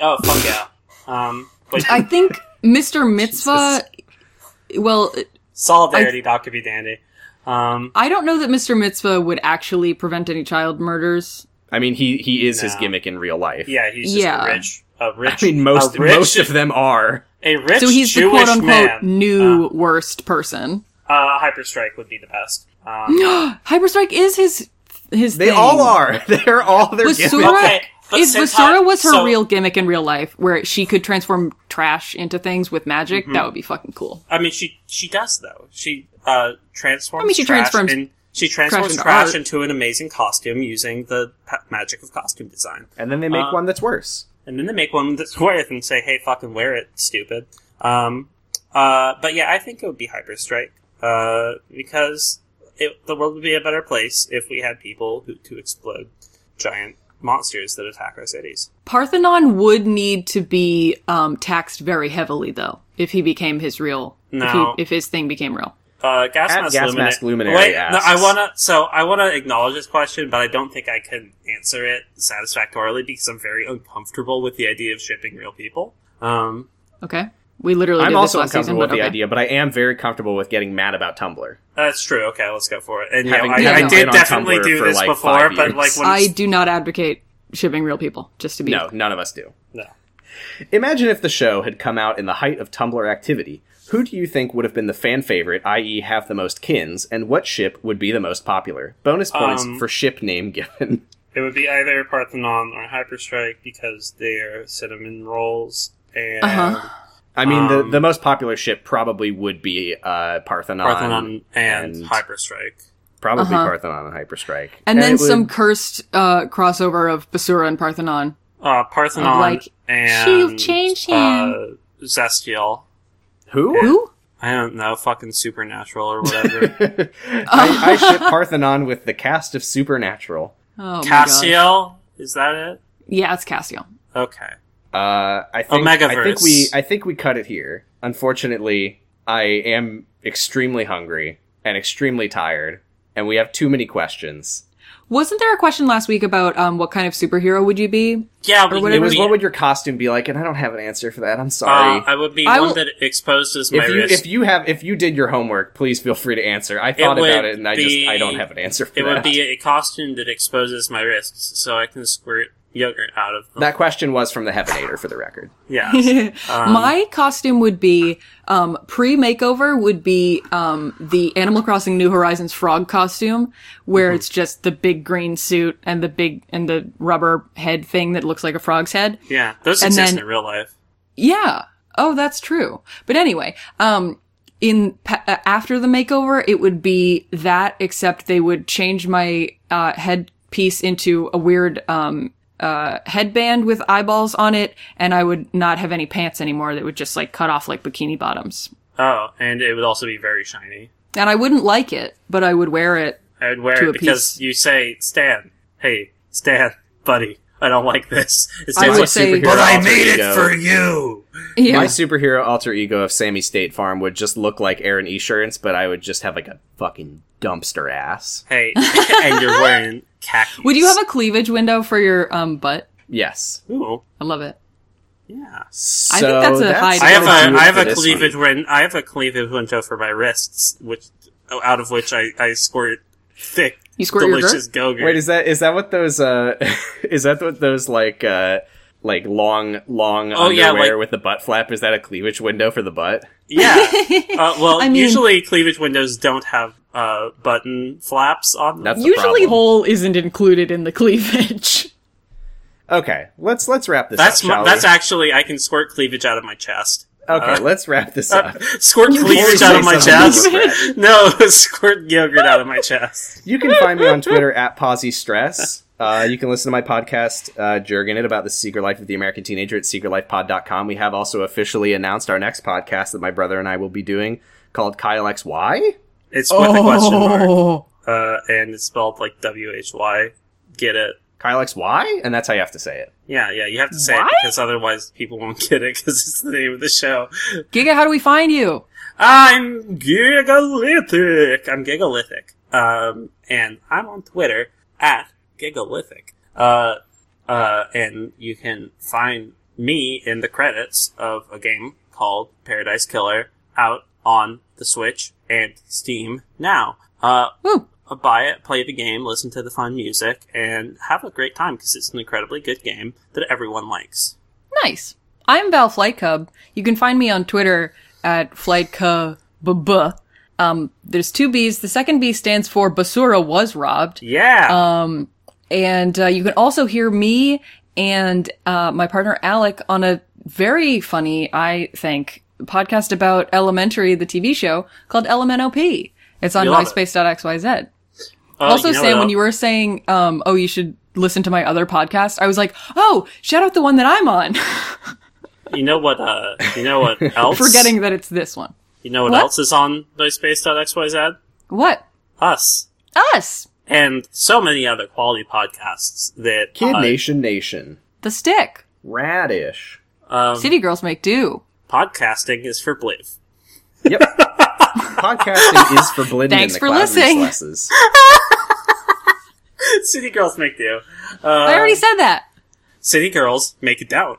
B: Oh fuck yeah. Um. But
C: I think Mr. Mitzvah. Well,
B: solidarity, Doctor B Dandy. Um.
C: I don't know that Mr. Mitzvah would actually prevent any child murders.
A: I mean he he is his
B: No.
A: gimmick in real life.
B: Yeah, he's just
C: Yeah.
B: a rich. A rich.
A: I mean most
B: a rich,
A: most of them are.
B: A rich
C: So he's the
B: Jewish
C: quote unquote
B: man. Oh.
C: new worst person.
B: Uh, uh, Hyperstrike would be the best. Um,
C: Hyperstrike is his his.
A: They
C: thing.
A: all are. They're all their
C: Basura
A: gimmick.
B: Okay, but
C: is
B: since
C: Basura
B: I-
C: was her
B: so-
C: real gimmick in real life, where she could transform trash into things with magic.
B: Mm-hmm.
C: That would be fucking cool.
B: I mean, she she does though. She uh transforms.
C: I mean, she
B: trash
C: transforms
B: in- she transforms
C: trash into
B: trash,
C: art.
B: into an amazing costume using the pa- magic of costume design,
A: And then they
B: Uh,
A: make one that's worse.
B: and then they make one that's worth and say, "Hey, fucking wear it, stupid." Um, uh, but yeah, I think it would be Hyperstrike uh, because it, the world would be a better place if we had people who to explode giant monsters that attack our cities.
C: Parthenon would need to be um, taxed very heavily, though, if he became his real. If,
B: No.
C: he, if his thing became real.
B: Uh, gas
A: At
B: mask,
A: Gas
B: luminary.
A: Mask Luminary
B: Wait,
A: asks-
B: no, I wanna. So I wanna acknowledge this question, but I don't think I can answer it satisfactorily because I'm very uncomfortable with the idea of shipping real people. Um,
C: Okay, we literally.
A: I'm
C: did
A: also
C: this last season,
A: uncomfortable with
C: but
A: the
C: okay.
A: idea, but I am very comfortable with getting mad about Tumblr.
B: that's true. Okay, let's go for it. And yeah,
A: Having
B: I,
C: been
B: I
C: on-
B: did
A: been on
B: definitely
A: Tumblr
B: do
A: for,
B: this
A: like,
B: before,
A: five
B: but
A: years.
B: like when
C: I
B: it's-
C: do not advocate shipping real people. Just to be
A: No, none of us do.
B: no.
A: Imagine if the show had come out in the height of Tumblr activity. Who do you think would have been the fan favorite, i.e., have the most kins, and what ship would be the most popular? Bonus points
B: Um,
A: for ship name given.
B: it would be either Parthenon or Hyperstrike because they're cinnamon rolls and
C: Uh-huh.
A: I mean, the,
B: um,
A: the most popular ship probably would be uh, Parthenon.
B: Parthenon and,
A: and-
B: Hyperstrike.
A: Probably
C: Uh-huh.
A: Parthenon and Hyperstrike.
C: and, then
A: it would-
C: some cursed uh, crossover of Basura and Parthenon.
B: Uh, Parthenon
C: like,
B: and
F: "She'll change him."
B: Uh, Zestial.
A: Who?
C: Who?
B: I don't know, fucking supernatural or whatever.
A: I, I ship Parthenon with the cast of Supernatural.
C: Oh my god.
B: Cassiel? Is that it?
C: Yeah, it's Cassio.
B: Okay.
A: Uh, I think I think
B: Omegaverse.
A: we I think we cut it here. Unfortunately, I am extremely hungry and extremely tired, and we have too many questions.
C: Wasn't there a question last week about um, what kind of superhero would you be?
B: Yeah, we,
A: It
C: whatever.
A: was
B: we-
A: what would your costume be like, and I don't have an answer for that. I'm sorry.
B: uh, I would be
C: I
B: one
C: will-
B: that exposes my
A: if you
B: wrist.
A: if you have if you did your homework, please feel free to answer. I thought
B: would
A: about it, and I
B: be-
A: just I don't have an answer for
B: it
A: that.
B: would be a costume that exposes my wrists so I can squirt yogurt out of them.
A: that question was from the Heavenator, for the record.
B: yeah.
C: My costume would be um, pre makeover would be um, the Animal Crossing New Horizons frog costume, where it's just the big green suit and the big and the rubber head thing that looks like a frog's head.
B: yeah. Those
C: And
B: exist
C: then-
B: in real life.
C: Yeah. Oh, that's true. But anyway, um, in pa- uh, after the makeover, it would be that, except they would change my uh, headpiece into a weird um, uh, headband with eyeballs on it, and I would not have any pants anymore. That would just like cut off like bikini bottoms,
B: Oh, and it would also be very shiny.
C: and I wouldn't like it, but I would wear it.
B: I would wear
C: To
B: it
C: a
B: because
C: piece.
B: you say, Stan, hey, Stan, buddy, I don't like this. It's
C: I
A: My
C: would say-
A: superhero
C: But
A: alter ego-
B: you!
A: My
C: Yeah.
A: superhero alter ego of Sammy State Farm would just look like Aaron Esurance, but I would just have like a fucking dumpster ass.
B: Hey, and you're wearing khakis.
C: Would you have a cleavage window for your um, butt?
A: Yes.
B: a... Ooh,
C: I love it.
B: yeah.
A: So
C: think that's a high-
B: I have
A: gonna do
B: a
A: it
B: I have
A: for
B: a
A: this
B: cleavage
A: one.
B: win- I have a cleavage window for my wrists, which out of which I, I squirt thick,
C: You squirt your
B: delicious yogurt.
A: Wait, is that is that what those uh is that what those like uh like long long
B: Oh,
A: underwear
B: yeah, like-
A: with the butt flap? Is that a cleavage window for the butt?
B: Yeah. Uh, well,
C: I mean-
B: usually cleavage windows don't have uh, button flaps on them.
A: That's the
C: Usually,
A: problem.
C: hole isn't included in the cleavage.
A: Okay, let's let's wrap this.
B: That's
A: up, shall
B: my, that's
A: we?
B: actually I can squirt cleavage out of my chest.
A: okay. let's wrap
B: Uh,
A: this up.
B: Squirt
A: always
B: cleavage out of
A: say
B: my chest.
A: something
B: no, squirt yogurt out of my chest.
A: You can find me on Twitter at Posy Stress. Uh, you can listen to my podcast, uh, Jergin It, about the secret life of the American teenager at secretlifepod.com. We have also officially announced our next podcast that my brother and I will be doing called Kyle XY.
B: It's with a question
C: Oh.
B: mark, uh, and it's spelled like W H Y. Get it?
A: Kyle XY? And that's how you have to say it.
B: Yeah, yeah. You have to say it
C: What?
B: because otherwise people won't get it because it's the name of the show.
C: Giga, how do we find you?
B: I'm gigalithic. I'm gigalithic. Um, and I'm on Twitter at gigalithic. Uh, uh, and you can find me in the credits of a game called Paradise Killer out on the Switch and Steam now. Uh,
C: Woo.
B: uh, buy it, play the game, listen to the fun music, and have a great time because it's an incredibly good game that everyone likes.
C: Nice. I'm Val Flight Cub. You can find me on Twitter at FlightCub. Um, there's two B's. The second B stands for Basura was robbed.
B: Yeah.
C: Uh, And uh, you can also hear me and uh, my partner Alec on a very funny, I think, podcast about Elementary, the TV show called LMNOP. It's on
B: We love it.
C: myspace.xyz.
B: Uh,
C: also,
B: you know
C: Sam,
B: what
C: when
B: else?
C: you were saying, um, oh, you should listen to my other podcast, I was like, oh, shout out the one that I'm on,
B: You know what? Uh, you know what else?
C: forgetting that it's this one.
B: You know what,
C: What?
B: else is on myspace.xyz?
C: What?
B: Us
C: Us!
B: and so many other quality podcasts that
A: Kid
B: uh,
A: Nation Nation.
C: The stick.
A: Radish.
B: um,
C: City girls make do.
B: podcasting is for Bliv.
A: Yep. Podcasting is for blending
C: Thanks
A: in the
C: for
A: cloud
C: listening.
A: recesses.
B: City girls make do.
C: I already said that.
B: City girls make it down.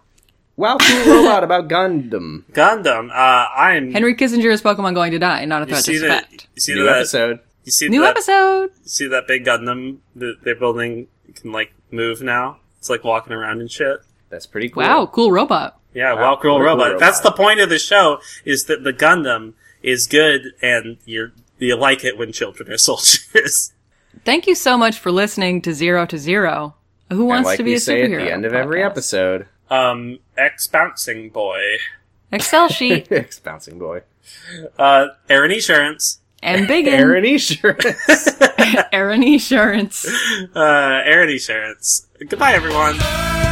A: Wow, cool robot about Gundam.
B: Gundam. Uh, I'm.
C: Henry Kissinger is Pokemon going to die, not a
B: you
C: threat
B: see
C: to
B: that?
C: fact.
B: You see
A: New
B: that?
A: episode.
B: You see
C: New
B: that?
C: episode.
B: You see that big Gundam that they're building can like move now. It's like walking around and shit.
A: That's pretty cool.
C: Wow, cool robot.
B: Yeah,
A: Wow,
B: wow, cool
A: cool
B: robot.
A: robot.
B: That's the point of the show is that the Gundam is good and you're you like it when children are soldiers.
C: Thank you so much for listening to Zero to Zero. Who
A: And
C: wants
A: like
C: to be
A: we
C: a
A: say at
C: superhero?
A: the end of every
C: podcast.
A: episode,
B: Um, ex bouncing boy,
C: Excel sheet
A: it's Bouncing Boy.
B: uh, Aaron Insurance,
C: and big
A: Aaron Insurance.
C: Aaron Insurance.
B: uh, Aaron Insurance. Goodbye, everyone.
G: Thank